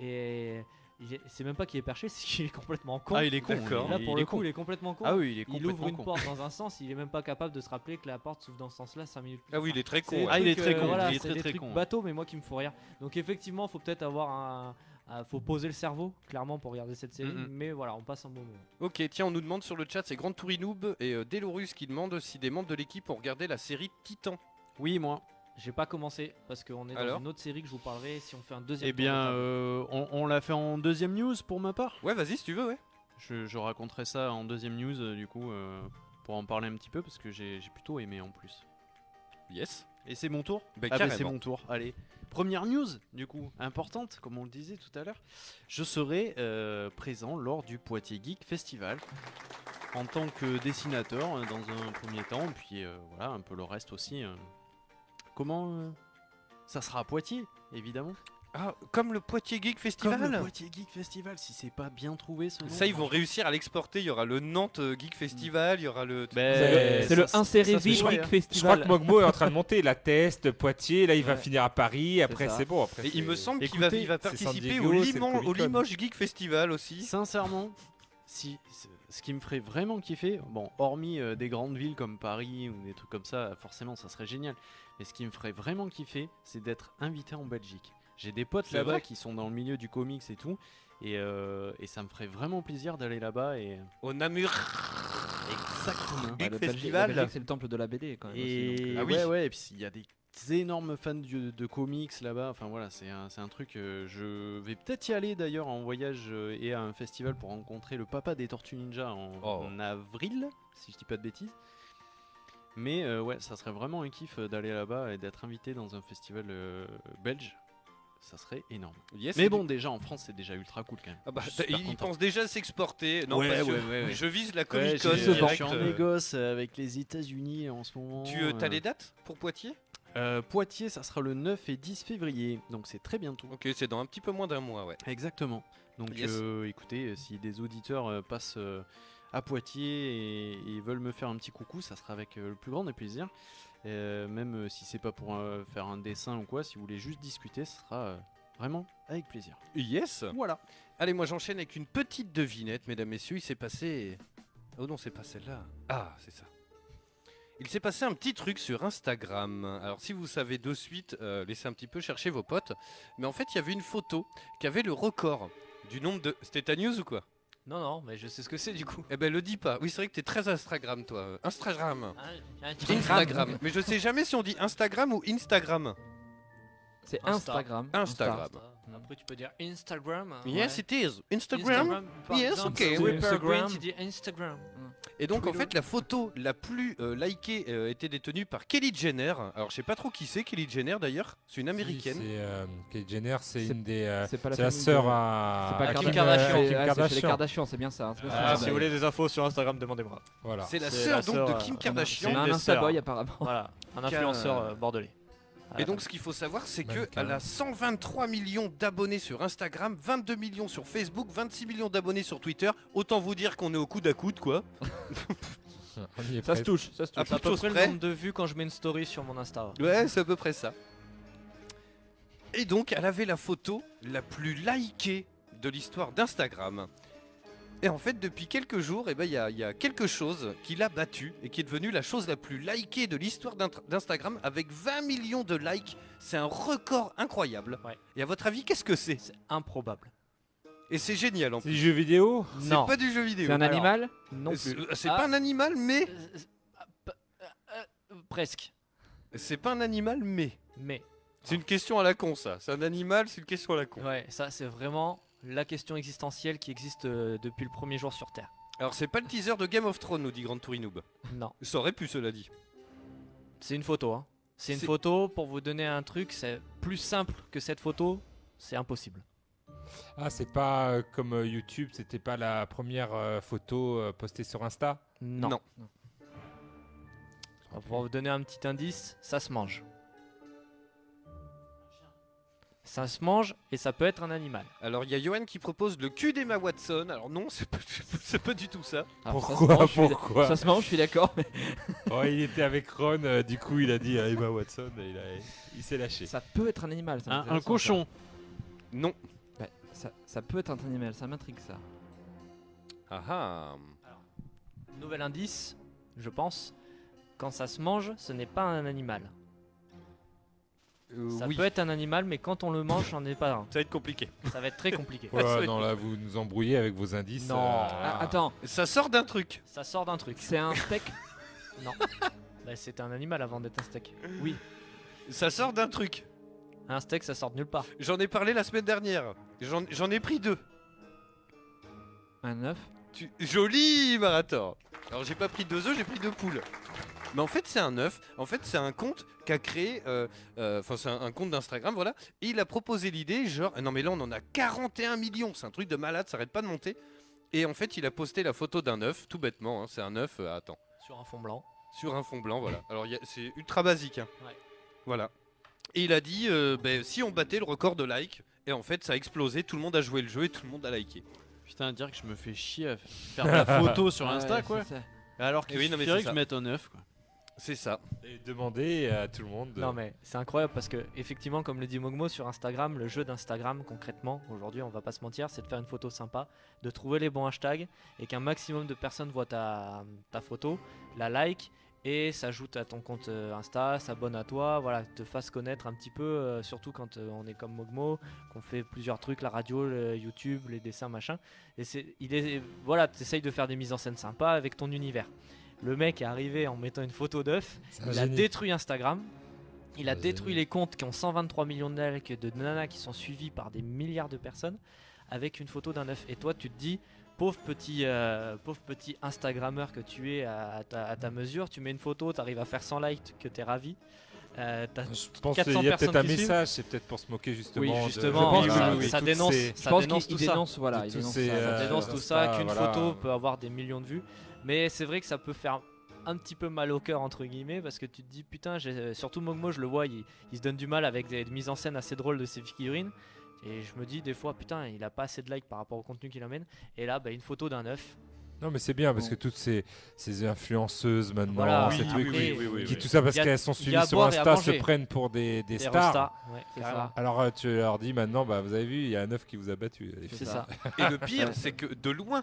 Speaker 5: Et il est- c'est même pas qu'il est perché, (laughs) c'est qu'il est complètement con.
Speaker 8: Ah, il est con.
Speaker 4: D'accord.
Speaker 8: il-
Speaker 5: Là, pour
Speaker 8: il
Speaker 5: le
Speaker 8: est
Speaker 5: coup,
Speaker 8: con.
Speaker 5: il est complètement con.
Speaker 8: Ah oui, il est
Speaker 5: il ouvre
Speaker 8: complètement
Speaker 5: une
Speaker 8: con.
Speaker 5: porte dans un sens, il est même pas capable de se rappeler que la porte s'ouvre dans ce sens-là 5 minutes plus
Speaker 4: Ah oui,
Speaker 5: tard.
Speaker 4: il est très
Speaker 5: C'est
Speaker 4: con.
Speaker 5: des
Speaker 8: Ah, il est
Speaker 5: trucs, euh,
Speaker 8: très con,
Speaker 5: voilà,
Speaker 8: il est
Speaker 5: c'est
Speaker 8: très,
Speaker 5: des
Speaker 8: très
Speaker 5: trucs
Speaker 8: con.
Speaker 5: bateaux, mais moi qui me font rire. Donc effectivement, faut peut-être avoir un, un- faut poser le cerveau clairement pour regarder cette série.
Speaker 4: Mhm.
Speaker 5: Mais voilà, on passe un bon moment.
Speaker 4: Ok, tiens, on nous demande sur le chat, c'est Grand Tourinoub et euh, Delorus qui demande si des membres de l'équipe ont regardé la série Titan.
Speaker 8: Oui, moi.
Speaker 5: J'ai pas commencé parce qu'on est
Speaker 4: Alors
Speaker 5: dans une autre série que je vous parlerai si on fait un deuxième.
Speaker 8: Eh
Speaker 5: tour de
Speaker 8: bien,
Speaker 5: table.
Speaker 8: euh, on, on l'a fait en deuxième news pour ma part.
Speaker 4: Ouais, vas-y si tu veux, ouais.
Speaker 8: Je, je raconterai ça en deuxième news, euh, du coup, euh, pour en parler un petit peu, parce que j'ai j'ai plutôt aimé en plus.
Speaker 4: Yes.
Speaker 8: Et c'est mon tour
Speaker 4: Bah,
Speaker 8: Ah bah, c'est
Speaker 4: carrément.
Speaker 8: mon tour, allez. Première news, du coup, importante, comme on le disait tout à l'heure. Je serai euh, présent lors du Poitiers Geek Festival, en tant que dessinateur, euh, dans un premier temps, puis euh, voilà, un peu le reste aussi. euh. Comment euh, Ça sera à Poitiers, évidemment.
Speaker 4: Ah, comme le Poitiers Geek
Speaker 8: Comme
Speaker 4: Festival
Speaker 8: le Poitiers Geek Festival, si c'est pas bien trouvé ce nom.
Speaker 4: Ça, ils vont réussir à l'exporter. Il y aura le Nantes euh, Geek Festival, il y aura le.
Speaker 8: Ben,
Speaker 7: C'est le
Speaker 8: ça,
Speaker 7: inséré
Speaker 8: ça, c'est
Speaker 7: Geek
Speaker 8: chouette.
Speaker 6: Je crois que
Speaker 7: Festival.
Speaker 6: Mogmo est en train de monter. La teste, Poitiers. Là, il va
Speaker 5: Ouais.
Speaker 6: finir à Paris. Après,
Speaker 7: ça.
Speaker 6: c'est bon. Après,
Speaker 4: Et il
Speaker 6: c'est-
Speaker 4: me semble qu'il va,
Speaker 6: Écoutez,
Speaker 4: il va
Speaker 6: c'est San
Speaker 4: participer
Speaker 6: Diego,
Speaker 4: au,
Speaker 6: c'est le
Speaker 4: Liman- au
Speaker 6: Comic-Con.
Speaker 4: Limoges Geek Festival aussi.
Speaker 8: Sincèrement, si, ce- ce qui me ferait vraiment kiffer, bon, hormis euh, des grandes villes comme Paris ou des trucs comme ça, forcément, ça serait génial. Mais ce qui me ferait vraiment kiffer, c'est d'être invité en Belgique. J'ai des potes
Speaker 4: C'est
Speaker 8: là-bas
Speaker 4: vrai
Speaker 8: qui sont dans le milieu du comics et tout. Et, euh, et ça me ferait vraiment plaisir d'aller là-bas et
Speaker 4: Au Namur
Speaker 8: exactement.
Speaker 4: Geek
Speaker 7: le
Speaker 4: Festival.
Speaker 7: Belgique, c'est le temple de la BD quand même. aussi, donc,
Speaker 8: Et
Speaker 7: euh,
Speaker 4: Ah oui.
Speaker 8: ouais, ouais, et puis il y a des énormes fans du- de comics là-bas. Enfin voilà, c'est un, c'est un truc. euh, je vais peut-être y aller d'ailleurs en voyage euh, et à un festival pour rencontrer le papa des Tortues Ninja en,
Speaker 4: Oh.
Speaker 8: en avril, si je dis pas de bêtises. Mais euh, ouais, ça serait vraiment un kiff euh, d'aller là-bas et d'être invité dans un festival euh, belge. Ça serait énorme.
Speaker 4: Yes,
Speaker 8: Mais
Speaker 4: et
Speaker 8: bon,
Speaker 4: du-
Speaker 8: déjà en France, c'est déjà ultra cool quand même.
Speaker 4: Ah bah,
Speaker 8: Je suis super
Speaker 4: il il
Speaker 8: content.
Speaker 4: pense déjà à s'exporter. Non,
Speaker 8: Ouais,
Speaker 4: parce que
Speaker 8: ouais, ouais, ouais.
Speaker 4: je vise la
Speaker 8: Ouais,
Speaker 4: Comic Con
Speaker 8: j'ai- je
Speaker 4: direct.
Speaker 8: suis en
Speaker 4: euh,
Speaker 8: négoce avec les États-Unis en ce moment.
Speaker 4: Tu as
Speaker 8: euh,
Speaker 4: les dates pour Poitiers
Speaker 8: Euh, Poitiers, ça sera le 9 et 10 février, donc c'est très bientôt.
Speaker 4: Ok, c'est dans un petit peu moins d'un mois, ouais.
Speaker 8: Exactement. Donc
Speaker 4: Yes.
Speaker 8: euh, écoutez, euh, si des auditeurs euh, passent euh, à Poitiers et, et veulent me faire un petit coucou, ça sera avec euh, le plus grand des plaisirs. Euh, même euh, si c'est pas pour euh, faire un dessin ou quoi, si vous voulez juste discuter, ce sera euh, vraiment avec plaisir.
Speaker 4: Yes
Speaker 8: Voilà.
Speaker 4: Allez, moi j'enchaîne avec une petite devinette, mesdames, messieurs. Il s'est passé. Oh non, c'est pas celle-là. Ah, c'est ça. Il s'est passé un petit truc sur Instagram. Alors, si vous savez de suite, euh, laissez un petit peu chercher vos potes. Mais en fait, il y avait une photo qui avait le record du nombre de. C'était ta news ou quoi
Speaker 8: euh,
Speaker 5: Non non, mais je sais ce que c'est du coup.
Speaker 4: Eh ben, le dis pas. Oui, c'est vrai que t'es très Instagram, toi. Euh, Instagram.
Speaker 5: Un
Speaker 4: Instagram. Mais je sais jamais si on dit Instagram ou Instagram.
Speaker 7: C'est
Speaker 5: Insta.
Speaker 7: Instagram.
Speaker 4: Instagram.
Speaker 5: Hmm. Après tu peux dire Instagram. hein,
Speaker 4: Yes,
Speaker 5: ouais.
Speaker 4: it is. Instagram.
Speaker 5: par
Speaker 4: Yes,
Speaker 5: exemple,
Speaker 4: ok,
Speaker 5: sur
Speaker 7: oui.
Speaker 5: Twitter,
Speaker 7: Instagram.
Speaker 5: tu dis Instagram. Hmm.
Speaker 4: Et donc en fait la photo la plus euh, likée euh, était détenue par Kelly Jenner. Alors je sais pas trop qui c'est Kelly Jenner d'ailleurs, c'est une américaine.
Speaker 6: C'est euh, Kylie Jenner, c'est
Speaker 7: C'est-
Speaker 6: une des. euh,
Speaker 7: C'est pas
Speaker 6: C'est la
Speaker 7: famille
Speaker 6: sœur
Speaker 7: de-
Speaker 6: à.
Speaker 7: C'est pas
Speaker 4: à Kim
Speaker 7: Kardashian.
Speaker 4: Kardashian.
Speaker 7: Ouais, ouais, c'est chez
Speaker 6: Kim
Speaker 7: les
Speaker 6: Kardashian.
Speaker 7: Kardashian, c'est bien ça. hein, c'est bien
Speaker 6: Ah,
Speaker 5: bah,
Speaker 7: ça. Ouais.
Speaker 6: si vous
Speaker 3: des infos sur Instagram, demandez-moi.
Speaker 5: (laughs)
Speaker 6: Voilà.
Speaker 4: C'est la
Speaker 3: C'est
Speaker 4: sœur
Speaker 3: la
Speaker 4: donc
Speaker 3: sœur,
Speaker 4: de
Speaker 3: euh,
Speaker 4: Kim
Speaker 3: non,
Speaker 7: C'est
Speaker 4: Kardashian.
Speaker 7: un
Speaker 3: des sœurs.
Speaker 7: Instaboy apparemment.
Speaker 5: Voilà, un
Speaker 4: Qu'un-
Speaker 5: influenceur euh, bordelais.
Speaker 4: Et donc ce qu'il faut savoir c'est que
Speaker 6: Mannequin.
Speaker 4: elle a 123 millions d'abonnés sur Instagram, 22 millions sur Facebook, 26 millions d'abonnés sur Twitter. Autant vous dire qu'on est au coude à coude quoi.
Speaker 6: (laughs) On y
Speaker 7: Ça
Speaker 6: est
Speaker 7: se
Speaker 6: presque.
Speaker 7: touche, ça se touche.
Speaker 4: Ah,
Speaker 5: C'est à peu
Speaker 4: chose
Speaker 5: près le
Speaker 4: près.
Speaker 5: nombre de vues quand je mets une story sur mon Insta.
Speaker 4: Ouais, c'est à peu près ça. Et donc, elle avait la photo la plus likée de l'histoire d'Instagram. Et en fait, depuis quelques jours, eh ben, il y, a- il y a quelque chose qui l'a battue et qui est devenue la chose la plus likée de l'histoire d'Int- d'Instagram avec 20 millions de likes. C'est un record incroyable.
Speaker 5: Ouais.
Speaker 4: Et à votre avis, qu'est-ce que c'est
Speaker 5: Improbable.
Speaker 4: Et c'est génial en
Speaker 6: C'est
Speaker 4: plus.
Speaker 6: du jeu vidéo
Speaker 4: C'est
Speaker 5: Non.
Speaker 4: pas du jeu vidéo.
Speaker 7: C'est un
Speaker 5: Alors,
Speaker 7: animal
Speaker 5: Non
Speaker 4: C'est
Speaker 5: plus.
Speaker 4: c'est
Speaker 5: Ah.
Speaker 4: pas un animal, mais.
Speaker 5: Euh, euh, p- euh, euh, presque.
Speaker 4: C'est pas un animal, mais.
Speaker 5: Mais
Speaker 4: C'est une question à la con, ça. C'est un animal, c'est une question à la con.
Speaker 5: ouais, ça c'est vraiment la question existentielle qui existe euh, depuis le premier jour sur Terre.
Speaker 4: Alors, c'est pas le teaser de Game of Thrones, nous dit Grande Tourinoub.
Speaker 5: Non,
Speaker 4: Ça aurait pu, cela dit.
Speaker 5: c'est une photo. Hein. C'est une
Speaker 4: C'est-
Speaker 5: photo pour vous donner un truc. C'est plus simple que cette photo. C'est impossible.
Speaker 6: Ah, c'est pas euh, comme euh, YouTube, c'était pas la première euh, photo euh, postée sur Insta
Speaker 5: Non.
Speaker 4: Non.
Speaker 5: Pour vous donner un petit indice, ça se mange. Ça se mange et ça peut être un animal.
Speaker 7: Ah,
Speaker 4: Alors, il y a Johan qui propose le cul d'Emma Watson. Alors, non, (laughs) c'est pas, c'est pas du tout ça.
Speaker 7: Alors, ça se
Speaker 6: Pourquoi
Speaker 7: mange, je suis d'ac-
Speaker 6: Pourquoi
Speaker 7: Ça se mange, je suis d'accord, mais
Speaker 6: Oh, Il était avec Ron, euh, du coup, il a dit à Emma Watson, et il, a- il s'est lâché.
Speaker 7: ça peut être un animal. c'est
Speaker 8: Un, un
Speaker 7: intéressant, ça.
Speaker 8: cochon.
Speaker 4: Non.
Speaker 7: Ouais, ça, ça peut être un animal, ça m'intrigue ça.
Speaker 4: Ah ah.
Speaker 5: Nouvel indice, je pense. Quand ça se mange, ce n'est pas un animal.
Speaker 4: Euh,
Speaker 5: Ça
Speaker 4: oui.
Speaker 5: peut être un animal, mais quand on le mange, on n'est pas un.
Speaker 4: Ça va être compliqué.
Speaker 5: Ça va être très compliqué.
Speaker 6: Oh là, non, là, vous nous embrouillez avec vos indices. euh,
Speaker 5: Non.
Speaker 7: Ah, attends,
Speaker 4: Ça sort d'un truc.
Speaker 5: Ça sort d'un truc.
Speaker 7: c'est un steak
Speaker 5: Non. Bah, c'est un animal avant d'être un steak.
Speaker 4: Ça sort d'un truc.
Speaker 5: Un steak, ça sort de nulle part.
Speaker 4: J'en ai parlé la semaine dernière. J'en j'en ai pris deux.
Speaker 7: Un œuf
Speaker 4: Tu- Joli Marator Alors j'ai pas pris deux œufs, j'ai pris deux poules. Mais en fait c'est un œuf, en fait c'est un compte qu'a créé, euh, euh, enfin c'est un, un compte d'Instagram, voilà, et il a proposé l'idée, genre, euh, non mais là on en a 41 millions, c'est un truc de malade, ça arrête pas de monter. Et en fait il a posté la photo d'un œuf, tout bêtement, hein, c'est un œuf, euh, attends,
Speaker 5: Sur un fond blanc.
Speaker 4: sur un fond blanc, voilà. Alors il y a- c'est ultra basique, hein.
Speaker 5: Ouais.
Speaker 4: voilà. Et il a dit, euh, ben, si on battait le record de likes, et en fait ça a explosé, tout le monde a joué le jeu et tout le monde a liké.
Speaker 8: Putain, dire que je me fais chier à faire de la
Speaker 4: (laughs)
Speaker 8: photo sur
Speaker 7: Ah
Speaker 8: Insta,
Speaker 7: ouais,
Speaker 8: quoi.
Speaker 7: c'est ça.
Speaker 8: Alors qu'il
Speaker 4: Eh oui, non, mais
Speaker 8: suffirait
Speaker 4: c'est
Speaker 8: que je
Speaker 4: ça.
Speaker 8: mette un œuf, quoi.
Speaker 4: C'est ça.
Speaker 6: Et demandez à tout le monde. de-
Speaker 5: Non mais c'est incroyable parce que effectivement, comme le dit Mogmo sur Instagram, le jeu d'Instagram concrètement aujourd'hui, on va pas se mentir, c'est de faire une photo sympa, de trouver les bons hashtags et qu'un maximum de personnes voient ta, ta photo, la like et s'ajoute à ton compte euh, Insta, s'abonne à toi, voilà, te fasse connaître un petit peu, euh, surtout quand euh, on est comme Mogmo, qu'on fait plusieurs trucs, la radio, le YouTube, les dessins, machin. Et c'est, il est, voilà, t'essayes de faire des mises en scène sympas avec ton univers. Le mec est arrivé en mettant une photo d'œuf.
Speaker 6: C'est un
Speaker 5: Il a
Speaker 6: génie.
Speaker 5: détruit Instagram. Il a
Speaker 6: Ça,
Speaker 5: détruit
Speaker 6: génie.
Speaker 5: les comptes qui ont 123 millions de likes de nanas qui sont suivis par des milliards de personnes avec une photo d'un œuf. Et toi, tu te dis, pauvre petit, euh, pauvre petit Instagrammeur que tu es à, à ta, à ta mesure, tu mets une photo, t'arrives à faire 100 likes, que t'es ravi. Euh, t'as-
Speaker 6: Je pense
Speaker 5: 400
Speaker 6: qu'il y a peut-être un
Speaker 5: personnes qui suivent.
Speaker 6: message, c'est peut-être pour se moquer justement.
Speaker 5: oui,
Speaker 6: de-
Speaker 5: justement,
Speaker 6: de-
Speaker 5: ça,
Speaker 6: de- de
Speaker 5: ça
Speaker 6: toutes
Speaker 5: dénonce,
Speaker 6: ces-
Speaker 5: ça
Speaker 7: je pense
Speaker 5: dénonce
Speaker 7: qu'il
Speaker 5: tout
Speaker 7: il
Speaker 5: ça.
Speaker 7: dénonce, voilà,
Speaker 6: de
Speaker 7: il
Speaker 6: tous
Speaker 7: dénonce
Speaker 6: ces,
Speaker 7: ça.
Speaker 5: Ça
Speaker 6: euh,
Speaker 5: dénonce
Speaker 6: ça
Speaker 5: tout
Speaker 6: se
Speaker 5: ça,
Speaker 6: passe,
Speaker 5: qu'une
Speaker 6: voilà.
Speaker 5: photo peut avoir des millions de vues. Mais c'est vrai que ça peut faire un petit peu mal au cœur, entre guillemets, parce que tu te dis, putain, j'ai- euh, surtout Mogmo, je le vois, il, il se donne du mal avec des mises en scène assez drôles de ses figurines. Et je me dis, des fois, putain, il a pas assez de likes par rapport au contenu qu'il amène. Et là, bah, une photo d'un œuf.
Speaker 6: Non, mais c'est bien parce que toutes ces, ces influenceuses maintenant,
Speaker 5: Voilà,
Speaker 6: ces
Speaker 5: oui,
Speaker 6: trucs,
Speaker 5: oui,
Speaker 6: qui-
Speaker 5: oui, oui,
Speaker 6: qui Ah, tout ça parce
Speaker 5: Il y a-
Speaker 6: qu'elles sont
Speaker 5: il y a à
Speaker 6: suivies sur
Speaker 5: boire et à
Speaker 6: Insta se
Speaker 5: manger.
Speaker 6: prennent pour des, des
Speaker 5: Des
Speaker 6: stars.
Speaker 5: restas. Ouais,
Speaker 7: C'est
Speaker 5: carrément.
Speaker 7: ça.
Speaker 6: Alors euh, tu leur dis maintenant, bah vous avez vu, il y a un œuf qui vous a battu. les
Speaker 5: C'est
Speaker 6: filles.
Speaker 5: ça.
Speaker 4: Et le pire c'est que de loin,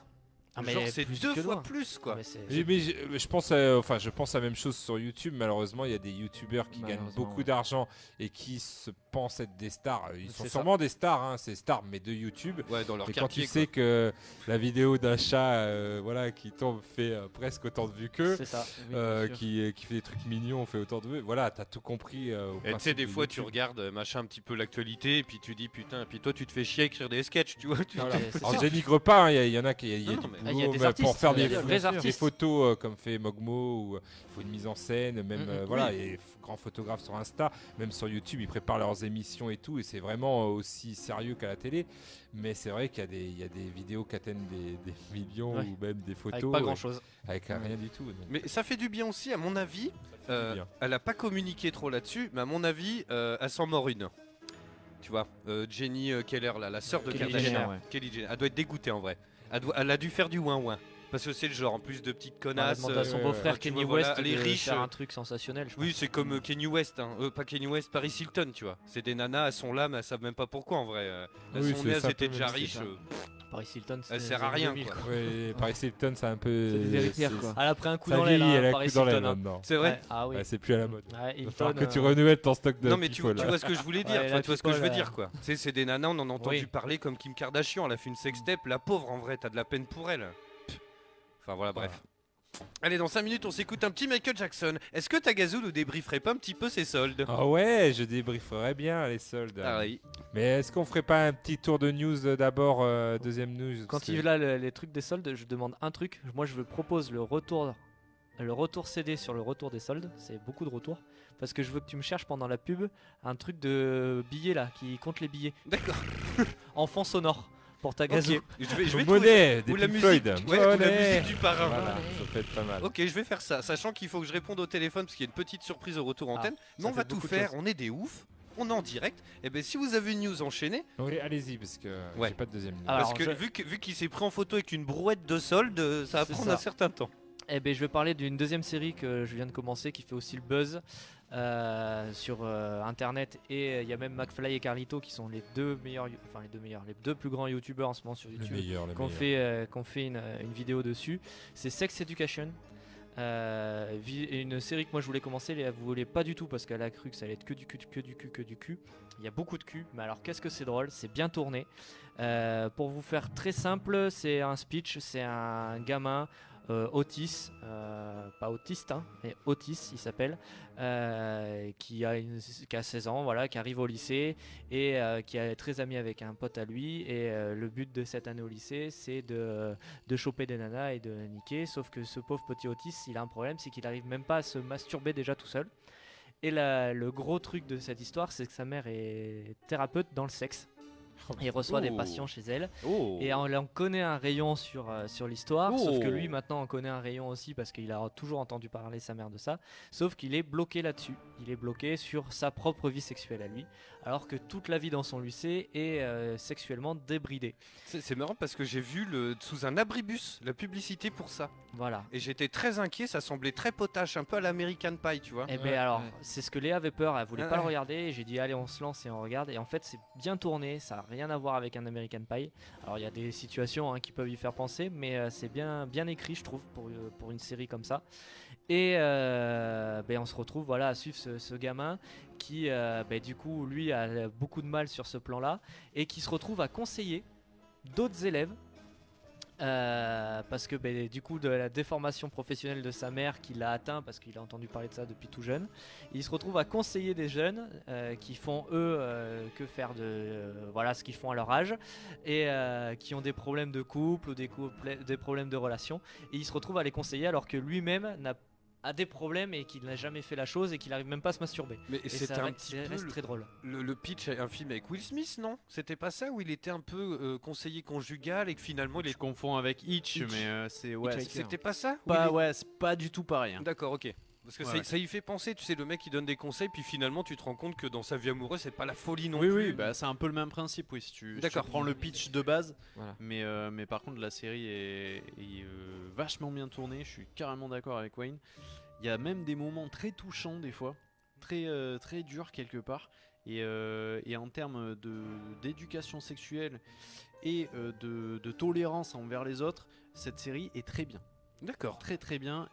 Speaker 5: Ah, mais
Speaker 4: genre c'est
Speaker 5: plus
Speaker 4: deux
Speaker 5: que
Speaker 4: fois
Speaker 5: loin. Ah,
Speaker 4: plus quoi.
Speaker 5: Mais c'est-
Speaker 6: Oui, mais je, mais je pense, à- enfin, je pense à la même chose sur YouTube. Malheureusement, il y a des YouTubeurs qui gagnent
Speaker 7: Malheureusement,
Speaker 6: beaucoup
Speaker 7: ouais.
Speaker 6: d'argent et qui se pensent être des stars. Ils sont
Speaker 4: C'est ça.
Speaker 6: sûrement des stars, hein, c'est stars, mais de YouTube.
Speaker 4: Ouais, dans leur
Speaker 6: Et quand
Speaker 4: quartier.
Speaker 6: tu sais que la vidéo d'un chat, euh, voilà, qui tombe fait euh, presque autant de vues qu'eux,
Speaker 5: C'est ça.
Speaker 6: euh, qui, euh, qui fait des trucs mignons, fait autant de vues. Voilà, t'as tout compris. euh, au
Speaker 4: Et tu sais,
Speaker 6: principe
Speaker 4: des
Speaker 6: de
Speaker 4: fois, tu
Speaker 6: YouTube.
Speaker 4: regardes euh, machin un petit peu l'actualité, et puis tu dis putain, et puis toi, tu te fais chier à écrire des sketchs, tu vois. tu-
Speaker 6: Voilà.
Speaker 5: C'est- c'est
Speaker 6: Alors,
Speaker 5: ça.
Speaker 6: j'énigre pas, hein, il y a- il y, en a qui il y a
Speaker 4: Non,
Speaker 6: du
Speaker 4: mais-
Speaker 5: Ah, il y a
Speaker 6: boulot,
Speaker 5: des
Speaker 6: mais pour
Speaker 5: artistes,
Speaker 6: faire
Speaker 5: il y
Speaker 6: des,
Speaker 5: a des vrais
Speaker 6: des
Speaker 5: artistes.
Speaker 6: photos euh, comme fait Mogmo, ou euh, il faut une mise en scène, même
Speaker 5: Mhm.
Speaker 6: euh, voilà, et f- grands photographes sur Insta, même sur YouTube, ils préparent leurs émissions et tout, et c'est vraiment euh, aussi sérieux qu'à la télé. Mais c'est vrai qu'il y, a des- il y a des vidéos qui atteignent des, des millions
Speaker 5: Ouais.
Speaker 6: ou même des photos
Speaker 5: Avec pas
Speaker 6: euh,
Speaker 5: grand chose.
Speaker 6: avec rien du tout. donc
Speaker 4: Mais ça fait du bien aussi, à mon avis.
Speaker 6: du
Speaker 4: euh,
Speaker 6: bien.
Speaker 4: Elle a pas communiqué trop là-dessus, mais à mon avis, euh, elle s'en mord une. Tu vois, euh, Jenny euh, Keller, là, la sœur de
Speaker 5: Kelly
Speaker 4: Kardashian.
Speaker 5: Jenner,
Speaker 4: Kelly Jenner. Elle doit être dégoûtée en vrai. Elle, doit- elle a dû faire du ouin ouin. Parce que c'est le genre, en plus de petites
Speaker 5: On a
Speaker 4: connasses.
Speaker 5: demandé à son
Speaker 4: euh,
Speaker 6: ouais,
Speaker 5: beau-frère
Speaker 4: ouais, tu
Speaker 5: Kenny
Speaker 4: vois, voilà,
Speaker 5: West
Speaker 4: les
Speaker 5: de
Speaker 4: riches,
Speaker 5: faire
Speaker 4: euh,
Speaker 5: un truc sensationnel. je
Speaker 4: Oui,
Speaker 5: pense.
Speaker 4: c'est comme euh, Kenny West, hein. Euh, pas Kenny West, Paris Hilton, tu vois. C'est des nanas, elles sont là, mais elles savent même pas pourquoi en vrai. Euh, Elles
Speaker 6: Oui,
Speaker 4: sont
Speaker 6: c'est
Speaker 4: nées, elles
Speaker 6: ça, un
Speaker 4: étaient
Speaker 6: peu
Speaker 4: déjà
Speaker 6: même, c'est
Speaker 4: riches.
Speaker 6: ça.
Speaker 4: euh,
Speaker 5: Paris Hilton, c'est
Speaker 4: elle
Speaker 5: les
Speaker 4: sert à
Speaker 5: années
Speaker 4: rien,
Speaker 5: 2000,
Speaker 4: quoi. (laughs)
Speaker 6: Ouais, Paris Hilton, c'est un peu.
Speaker 7: C'est des héritières, quoi.
Speaker 5: Ah, Elle a pris un coup
Speaker 6: Ça
Speaker 5: dans
Speaker 6: vieillit,
Speaker 5: l'aile, hein,
Speaker 6: elle a
Speaker 5: Paris
Speaker 6: le coup dans l'aile
Speaker 5: Hilton. hein.
Speaker 6: maintenant.
Speaker 4: C'est vrai
Speaker 5: Ouais, Ah oui.
Speaker 6: Ouais, c'est plus à la mode.
Speaker 5: Ouais,
Speaker 6: Il va
Speaker 5: Hilton,
Speaker 6: falloir que tu
Speaker 5: euh,
Speaker 6: renouvelles ton stock de
Speaker 4: Non, mais tu,
Speaker 6: people,
Speaker 4: tu
Speaker 6: là.
Speaker 4: vois ce que je voulais dire,
Speaker 5: Ouais,
Speaker 4: enfin,
Speaker 5: la
Speaker 4: tu vois ce que je veux
Speaker 5: people,
Speaker 4: dire
Speaker 5: euh,
Speaker 4: quoi. Tu sais, c'est des nanas, on en a entendu
Speaker 5: Oui.
Speaker 4: parler comme Kim Kardashian, elle a fait une sextape, la pauvre en vrai, t'as de la peine pour elle. Pff. Enfin voilà, bref. Allez, dans 5 minutes, on s'écoute un petit Michael Jackson. Est-ce que Tagazoul nous débrieferait pas un petit peu ses soldes
Speaker 6: Ah ouais, je débrieferais bien les soldes.
Speaker 4: Ah oui.
Speaker 6: Mais est-ce qu'on ferait pas un petit tour de news euh, d'abord, euh, deuxième news
Speaker 5: Quand il y a le- les trucs des soldes, je demande un truc. Moi, je vous propose le retour, le retour CD sur le retour des soldes. C'est beaucoup de retours. Parce que je veux que tu me cherches pendant la pub un truc de billets là, qui compte les billets.
Speaker 4: D'accord.
Speaker 5: En fond sonore pour ta
Speaker 4: Ok.
Speaker 5: gazou.
Speaker 4: Je vais, je vais trouver
Speaker 6: Monnaie,
Speaker 4: ça.
Speaker 6: des
Speaker 4: Ou la
Speaker 6: Pink
Speaker 4: musique.
Speaker 6: Floyd.
Speaker 4: ouais, ou la
Speaker 6: Monnaie.
Speaker 4: musique du Oh. parrain.
Speaker 6: Voilà, ça peut être pas mal.
Speaker 4: Ok, je vais faire ça, sachant qu'il faut que je réponde au téléphone parce qu'il y a une petite surprise au retour antenne. Mais
Speaker 5: Ah, ça
Speaker 4: on va
Speaker 5: fait
Speaker 4: tout
Speaker 5: beaucoup de
Speaker 4: faire, on est des oufs, on est en direct. Et ben si vous avez une news enchaînée,
Speaker 6: Oui, allez-y, parce que
Speaker 4: Ouais. Ah,
Speaker 6: j'ai pas de deuxième news.
Speaker 5: Alors,
Speaker 4: parce que
Speaker 5: je-
Speaker 4: vu que- vu qu'il s'est pris en photo avec une brouette de solde, euh, ça va
Speaker 5: C'est
Speaker 4: prendre
Speaker 5: ça.
Speaker 4: un certain temps.
Speaker 5: Eh ben, je vais parler d'une deuxième série que je viens de commencer qui fait aussi le buzz euh, sur euh, internet et euh, il y a même McFly et Carlito qui sont les deux meilleurs, you- enfin les deux meilleurs, les deux plus grands youtubeurs en ce moment sur
Speaker 6: le
Speaker 5: YouTube.
Speaker 6: meilleur, le
Speaker 5: qu'on
Speaker 6: meilleur.
Speaker 5: fait, euh, qu'on fait une, euh, une vidéo dessus. C'est Sex Education. Euh, vi- une série que moi je voulais commencer, elle voulait pas du tout parce qu'elle a cru que ça allait être que du cul, que du cul, que du cul. Il y a beaucoup de cul, mais alors qu'est-ce que c'est drôle, c'est bien tourné. Euh, pour vous faire très simple, c'est un speech, c'est un gamin. euh, Otis, euh, pas autiste, hein, mais Otis il s'appelle, euh, qui, a une- qui a 16 ans, voilà, qui arrive au lycée et euh, qui est très ami avec un pote à lui. Et euh, le but de cette année au lycée, c'est de, de choper des nanas et de niquer. Sauf que ce pauvre petit Otis, il a un problème, c'est qu'il n'arrive même pas à se masturber déjà tout seul. Et la- le gros truc de cette histoire, c'est que sa mère est thérapeute dans le sexe. Il reçoit des
Speaker 4: Oh.
Speaker 5: patients chez elle.
Speaker 4: Oh.
Speaker 5: Et on en connaît un rayon sur, euh, sur l'histoire, sauf que
Speaker 4: Oh.
Speaker 5: lui maintenant en connaît un rayon aussi parce qu'il a toujours entendu parler sa mère de ça, sauf qu'il est bloqué là-dessus. Il est bloqué sur sa propre vie sexuelle à lui, alors que toute la vie dans son lycée est euh, sexuellement débridée.
Speaker 4: C'est c'est marrant parce que j'ai vu le, sous un abribus la publicité pour ça.
Speaker 5: Voilà.
Speaker 4: Et j'étais très inquiet, ça semblait très potache, un peu à l'American Pie, tu vois.
Speaker 6: Ouais,
Speaker 5: Et bien Eh ben, alors,
Speaker 6: ouais.
Speaker 5: c'est ce que Léa avait peur, elle voulait
Speaker 4: Ouais,
Speaker 5: pas le
Speaker 4: ouais.
Speaker 5: regarder, et j'ai dit allez on se lance et on regarde, et en fait c'est bien tourné, ça n'a rien à voir avec un American Pie. Alors il y a des situations hein, qui peuvent y faire penser, mais euh, c'est bien, bien écrit je trouve pour, euh, pour une série comme ça. Et euh, ben, on se retrouve voilà, à suivre ce, ce gamin qui euh, ben, du coup lui a euh, beaucoup de mal sur ce plan-là, et qui se retrouve à conseiller d'autres élèves. euh, parce que ben, du coup de la déformation professionnelle de sa mère qui l'a atteint parce qu'il a entendu parler de ça depuis tout jeune il se retrouve à conseiller des jeunes euh, qui font eux euh, que faire de euh, voilà ce qu'ils font à leur âge et euh, qui ont des problèmes de couple ou des, couple- des problèmes de relations et il se retrouve à les conseiller alors que lui-même n'a a des problèmes et qu'il n'a jamais fait la chose et qu'il n'arrive même pas à se masturber.
Speaker 4: Mais
Speaker 5: Et
Speaker 4: c'était
Speaker 5: ça
Speaker 4: un
Speaker 5: re-
Speaker 4: petit
Speaker 5: c'est-
Speaker 4: peu
Speaker 5: reste
Speaker 4: le,
Speaker 5: très drôle.
Speaker 4: le- le pitch à un film avec Will Smith, non C'était pas ça où il était un peu euh, conseiller conjugal et que finalement il
Speaker 8: Je
Speaker 4: est.
Speaker 8: confonds avec Itch,
Speaker 4: Itch.
Speaker 8: mais euh, c'est ouais, c'est
Speaker 4: C'était pas ça Où
Speaker 8: pas
Speaker 4: il est-
Speaker 8: ouais, c'est pas du tout pareil. hein.
Speaker 4: D'accord, ok. Parce que
Speaker 8: Ouais,
Speaker 4: ça-
Speaker 8: ouais.
Speaker 4: ça y fait penser, tu sais, le mec qui donne des conseils, puis finalement tu te rends compte que dans sa vie amoureuse, c'est pas la folie non
Speaker 8: oui,
Speaker 4: plus.
Speaker 8: oui, bah, c'est un peu le même principe, oui, si tu, si tu
Speaker 4: D'accord.
Speaker 8: prends le pitch de base.
Speaker 7: Voilà.
Speaker 8: Mais, euh, mais par contre, la série est, est, euh, vachement bien tournée, je suis carrément d'accord avec Wayne. Il y a même des moments très touchants des fois, très, euh, très durs quelque part. Et, euh, et en termes de- d'éducation sexuelle et euh, de, de tolérance envers les autres, cette série est très bien.
Speaker 4: D'accord.
Speaker 8: Très très bien.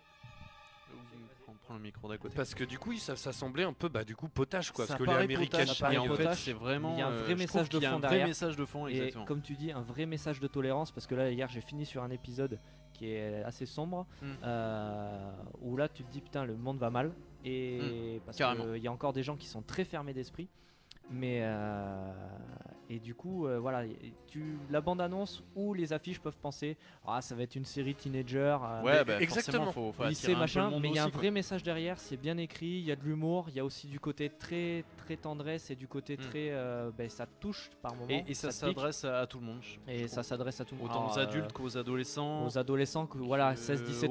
Speaker 8: On prend le micro d'à côté.
Speaker 4: Parce que du coup, il- ça, ça semblait un peu, bah, du coup, potache quoi.
Speaker 8: Ça
Speaker 4: parce que les
Speaker 8: paraît
Speaker 4: Américains.
Speaker 8: potache,
Speaker 5: Ça paraît
Speaker 8: et en fait,
Speaker 5: potache,
Speaker 8: c'est vraiment.
Speaker 5: mais il y a un
Speaker 8: euh,
Speaker 5: vrai
Speaker 8: je trouve
Speaker 5: message de
Speaker 8: qu'il y a
Speaker 5: fond
Speaker 8: un vrai
Speaker 5: derrière.
Speaker 8: message de fond,
Speaker 5: Et
Speaker 8: exactement.
Speaker 5: comme tu dis, un vrai message de tolérance parce que là hier j'ai fini sur un épisode qui est assez sombre
Speaker 8: Mm.
Speaker 5: euh, où là tu te dis putain le monde va mal et parce
Speaker 8: Hmm. carrément.
Speaker 5: qu'il y a encore des gens qui sont très fermés d'esprit mais euh, et du coup euh, voilà y- tu la bande annonce ou les affiches peuvent penser ah ça va être une série teenager euh,
Speaker 8: Ouais,
Speaker 4: Mais
Speaker 8: bah,
Speaker 4: exactement.
Speaker 8: exactement. Faut, faut attirer un
Speaker 5: lycée
Speaker 8: peu le
Speaker 5: machin
Speaker 8: monde
Speaker 5: mais il y a un
Speaker 8: aussi, quoi.
Speaker 5: vrai message derrière c'est bien écrit il y a de l'humour il y a aussi du côté très très tendresse et du côté
Speaker 8: Mm.
Speaker 5: très euh, ben, ça te touche par moment
Speaker 8: Et, et ça,
Speaker 5: te pique.
Speaker 8: s'adresse à, à tout le monde. je- je
Speaker 5: Et ça
Speaker 8: trouve.
Speaker 5: s'adresse à tout le monde.
Speaker 8: Autant aux
Speaker 5: Alors, euh,
Speaker 8: adultes qu'aux adolescents.
Speaker 5: aux adolescents, que, voilà,
Speaker 8: euh,
Speaker 5: 16-17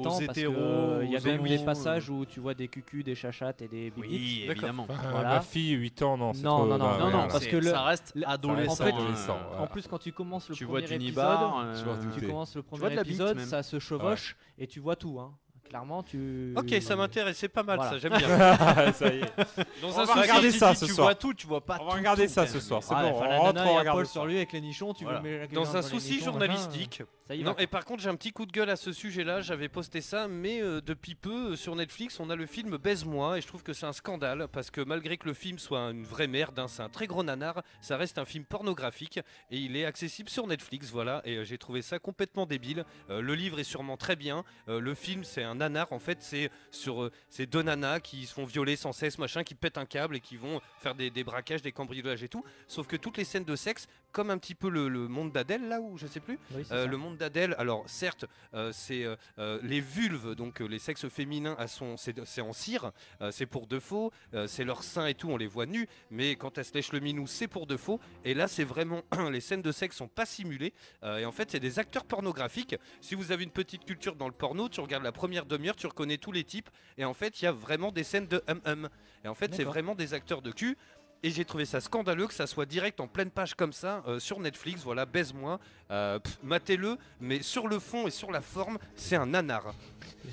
Speaker 8: aux
Speaker 5: ans, parce que
Speaker 8: hétéros,
Speaker 5: euh, il y a
Speaker 8: aux
Speaker 5: quand même des
Speaker 8: homos,
Speaker 5: passages où tu vois des cucus, des chachates et des bibites.
Speaker 8: Oui, évidemment.
Speaker 6: Ah,
Speaker 5: Voilà.
Speaker 6: Ma fille, 8 ans, non, c'est
Speaker 5: non,
Speaker 6: trop
Speaker 5: non, non,
Speaker 6: va-
Speaker 8: Non,
Speaker 6: voilà.
Speaker 8: non, parce que
Speaker 7: le-
Speaker 8: ça reste adolescent.
Speaker 6: reste
Speaker 8: hein.
Speaker 6: adolescent, ouais.
Speaker 5: En plus, quand tu commences le
Speaker 8: Tu vois
Speaker 5: premier
Speaker 8: du
Speaker 5: épisode,
Speaker 8: nibar, euh,
Speaker 6: tu vois du-
Speaker 5: tu
Speaker 6: Écoutez.
Speaker 5: commences le
Speaker 8: vois de
Speaker 5: premier
Speaker 8: la bite,
Speaker 5: épisode,
Speaker 8: même.
Speaker 5: ça se chevauche et tu vois tout. hein. Clairement, tu.
Speaker 4: Ok, ça m'intéresse, c'est pas mal
Speaker 5: Voilà.
Speaker 4: ça, j'aime bien. (laughs)
Speaker 6: (laughs) ça y est.
Speaker 4: Dans
Speaker 6: On
Speaker 4: un
Speaker 6: va
Speaker 4: souci,
Speaker 6: regarder
Speaker 4: tu
Speaker 6: ça
Speaker 4: dis,
Speaker 6: ce
Speaker 4: tu
Speaker 6: soir.
Speaker 4: vois tout, tu vois pas
Speaker 6: On va
Speaker 4: tout,
Speaker 6: regarder
Speaker 4: tout,
Speaker 6: ça
Speaker 4: mais-
Speaker 6: ce soir, c'est
Speaker 5: Ah,
Speaker 6: bon,
Speaker 5: enfin,
Speaker 6: on
Speaker 5: la
Speaker 6: rentre,
Speaker 5: nana, il
Speaker 6: on
Speaker 5: y a un
Speaker 6: regarde
Speaker 5: poil
Speaker 6: ça.
Speaker 5: sur lui avec les nichons, tu
Speaker 8: Voilà.
Speaker 5: veux
Speaker 4: Dans un souci journalistique.
Speaker 5: euh, Ça y va.
Speaker 4: Non, et par contre, j'ai un petit coup de gueule à ce sujet-là. J'avais posté ça, mais euh, depuis peu euh, sur Netflix, on a le film Baise-moi, et je trouve que c'est un scandale parce que malgré que le film soit une vraie merde, hein, c'est un très gros nanar, ça reste un film pornographique et il est accessible sur Netflix. Voilà, et euh, j'ai trouvé ça complètement débile. Euh, le livre est sûrement très bien. Euh, le film, c'est un nanar. En fait, c'est sur euh, ces deux nanas qui se font violer sans cesse, machin, qui pètent un câble et qui vont faire des, des braquages, des cambriolages et tout. Sauf que toutes les scènes de sexe, comme un petit peu le, le monde d'Adèle, là où je sais plus.
Speaker 5: Oui, c'est
Speaker 4: Euh,
Speaker 5: ça.
Speaker 4: le monde d'Adèle, alors certes, euh, c'est euh, euh, les vulves, donc euh, les sexes féminins, à son, c'est, c'est en cire, euh, c'est pour de faux, euh, c'est leur sein et tout, on les voit nus, mais quand elles se lèchent le minou, c'est pour de faux. Et là, c'est vraiment, (clears throat) les scènes de sexe sont pas simulées, euh, et en fait, c'est des acteurs pornographiques. Si vous avez une petite culture dans le porno, tu regardes la première demi-heure, tu reconnais tous les types, et en fait, il y a vraiment des scènes de hum hum. Et en fait, c'est
Speaker 5: D'accord.
Speaker 4: vraiment des acteurs de cul. Et j'ai trouvé ça scandaleux que ça soit direct en pleine page comme ça euh, sur Netflix. Voilà, baise-moi, euh, pff, matez-le, mais sur le fond et sur la forme, c'est un nanar.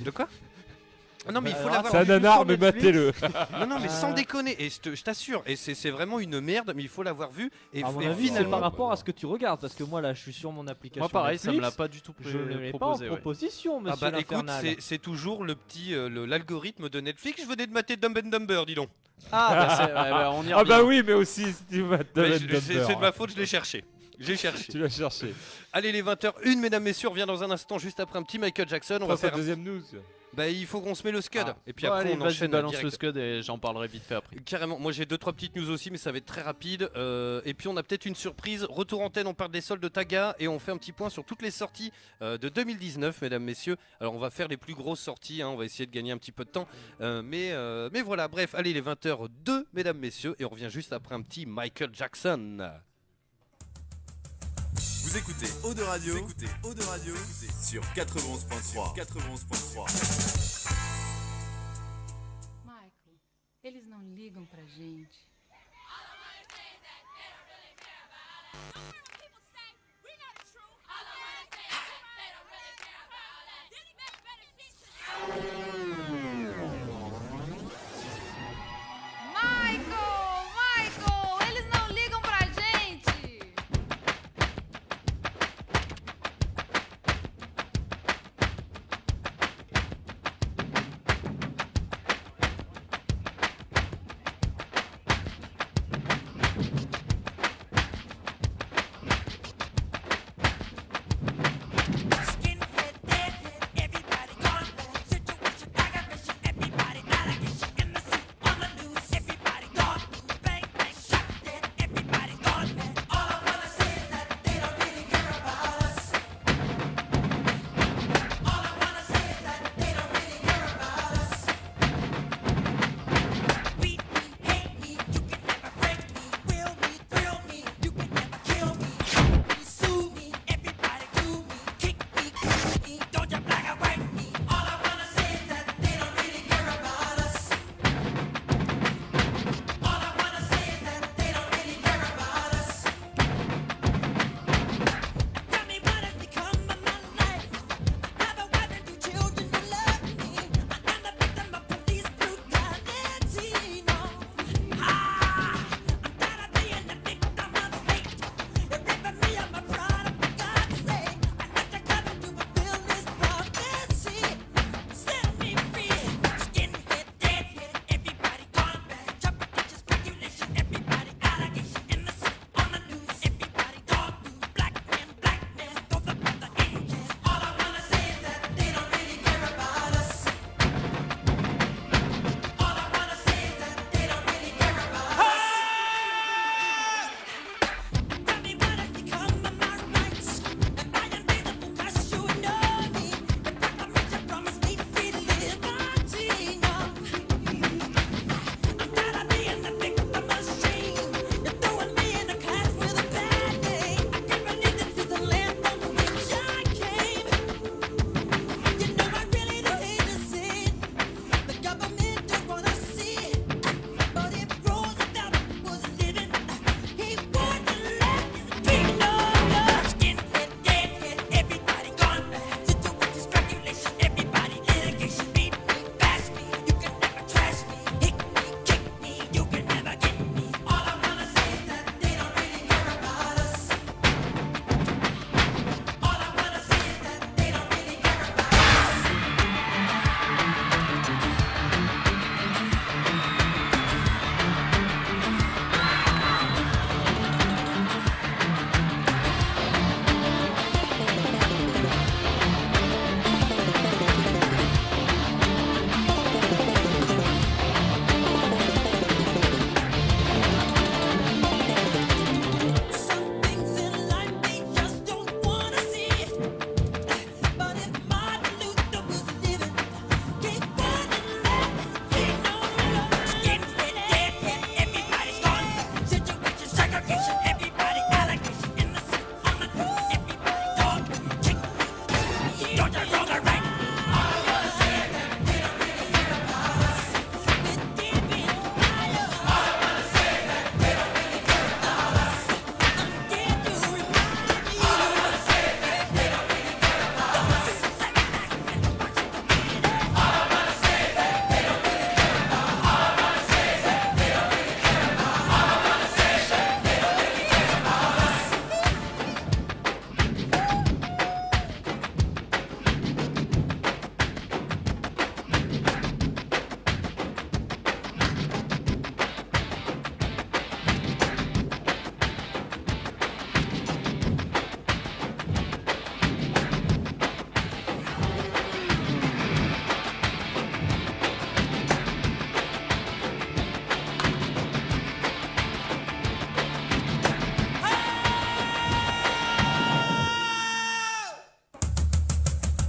Speaker 4: De quoi Ah Non mais il faut
Speaker 5: Bah, Alors,
Speaker 4: l'avoir
Speaker 6: C'est un
Speaker 5: Tu le
Speaker 6: nanar,
Speaker 5: sens,
Speaker 6: mais
Speaker 5: Netflix
Speaker 6: battez-le.
Speaker 4: non, non, mais sans
Speaker 5: Euh.
Speaker 4: déconner, et je te- je t'assure, et c'est c'est vraiment une merde, mais il faut l'avoir vu. Et,
Speaker 5: À mon
Speaker 4: et
Speaker 5: avis, c'est
Speaker 4: finalement,
Speaker 5: par
Speaker 6: bah
Speaker 5: rapport à
Speaker 6: non.
Speaker 5: ce que tu regardes, parce que moi là, je suis sur mon application.
Speaker 8: Moi, pareil, ça me l'a
Speaker 5: Netflix,
Speaker 8: pas du tout
Speaker 5: Je ne l'ai
Speaker 8: euh,
Speaker 5: pas en
Speaker 8: proposé. ouais.
Speaker 5: proposition,
Speaker 4: ah
Speaker 5: monsieur
Speaker 4: bah écoute,
Speaker 5: l'infernal.
Speaker 4: c'est- c'est toujours le petit euh, le- l'algorithme de Netflix. Je venais de mater Dumb and Dumber, dis donc.
Speaker 8: Ah, bah, c'est- ouais, bah, on y
Speaker 6: Ah bah
Speaker 8: revient.
Speaker 6: oui, mais aussi Steve
Speaker 4: Mais
Speaker 6: Madden
Speaker 4: je- C'est c'est de ma faute, je l'ai cherché. J'ai cherché.
Speaker 6: hein. Tu l'as cherché.
Speaker 4: Allez, les 21h01, mesdames, messieurs, on revient dans un instant, juste après un petit Michael Jackson. On va faire. un-
Speaker 6: (laughs) deuxième news.
Speaker 4: Bah, il faut qu'on se met le scud.
Speaker 8: Ah.
Speaker 4: Et puis
Speaker 8: Bon,
Speaker 4: après,
Speaker 8: allez,
Speaker 4: on
Speaker 8: vas-y,
Speaker 4: enchaîne.
Speaker 8: balance
Speaker 4: direct.
Speaker 8: le scud et j'en parlerai vite fait après.
Speaker 4: Carrément, moi j'ai deux trois petites news aussi, mais ça va être très rapide. Euh, et puis on a peut-être une surprise. Retour antenne, on parle des soldes de Taga et on fait un petit point sur toutes les sorties euh, de 2019, mesdames, messieurs. Alors on va faire les plus grosses sorties, hein, on va essayer de gagner un petit peu de temps. Euh, mais, euh, mais voilà, bref, allez, les 20h02, mesdames, messieurs, et on revient juste après un petit Michael Jackson.
Speaker 9: Vous écoutez Eau de Radio, écoutez Eau de Radio sur 91.3. 91.3.
Speaker 10: Michael, eles não ligam pra gente. Michael, Michael, eles não ligam pra gente.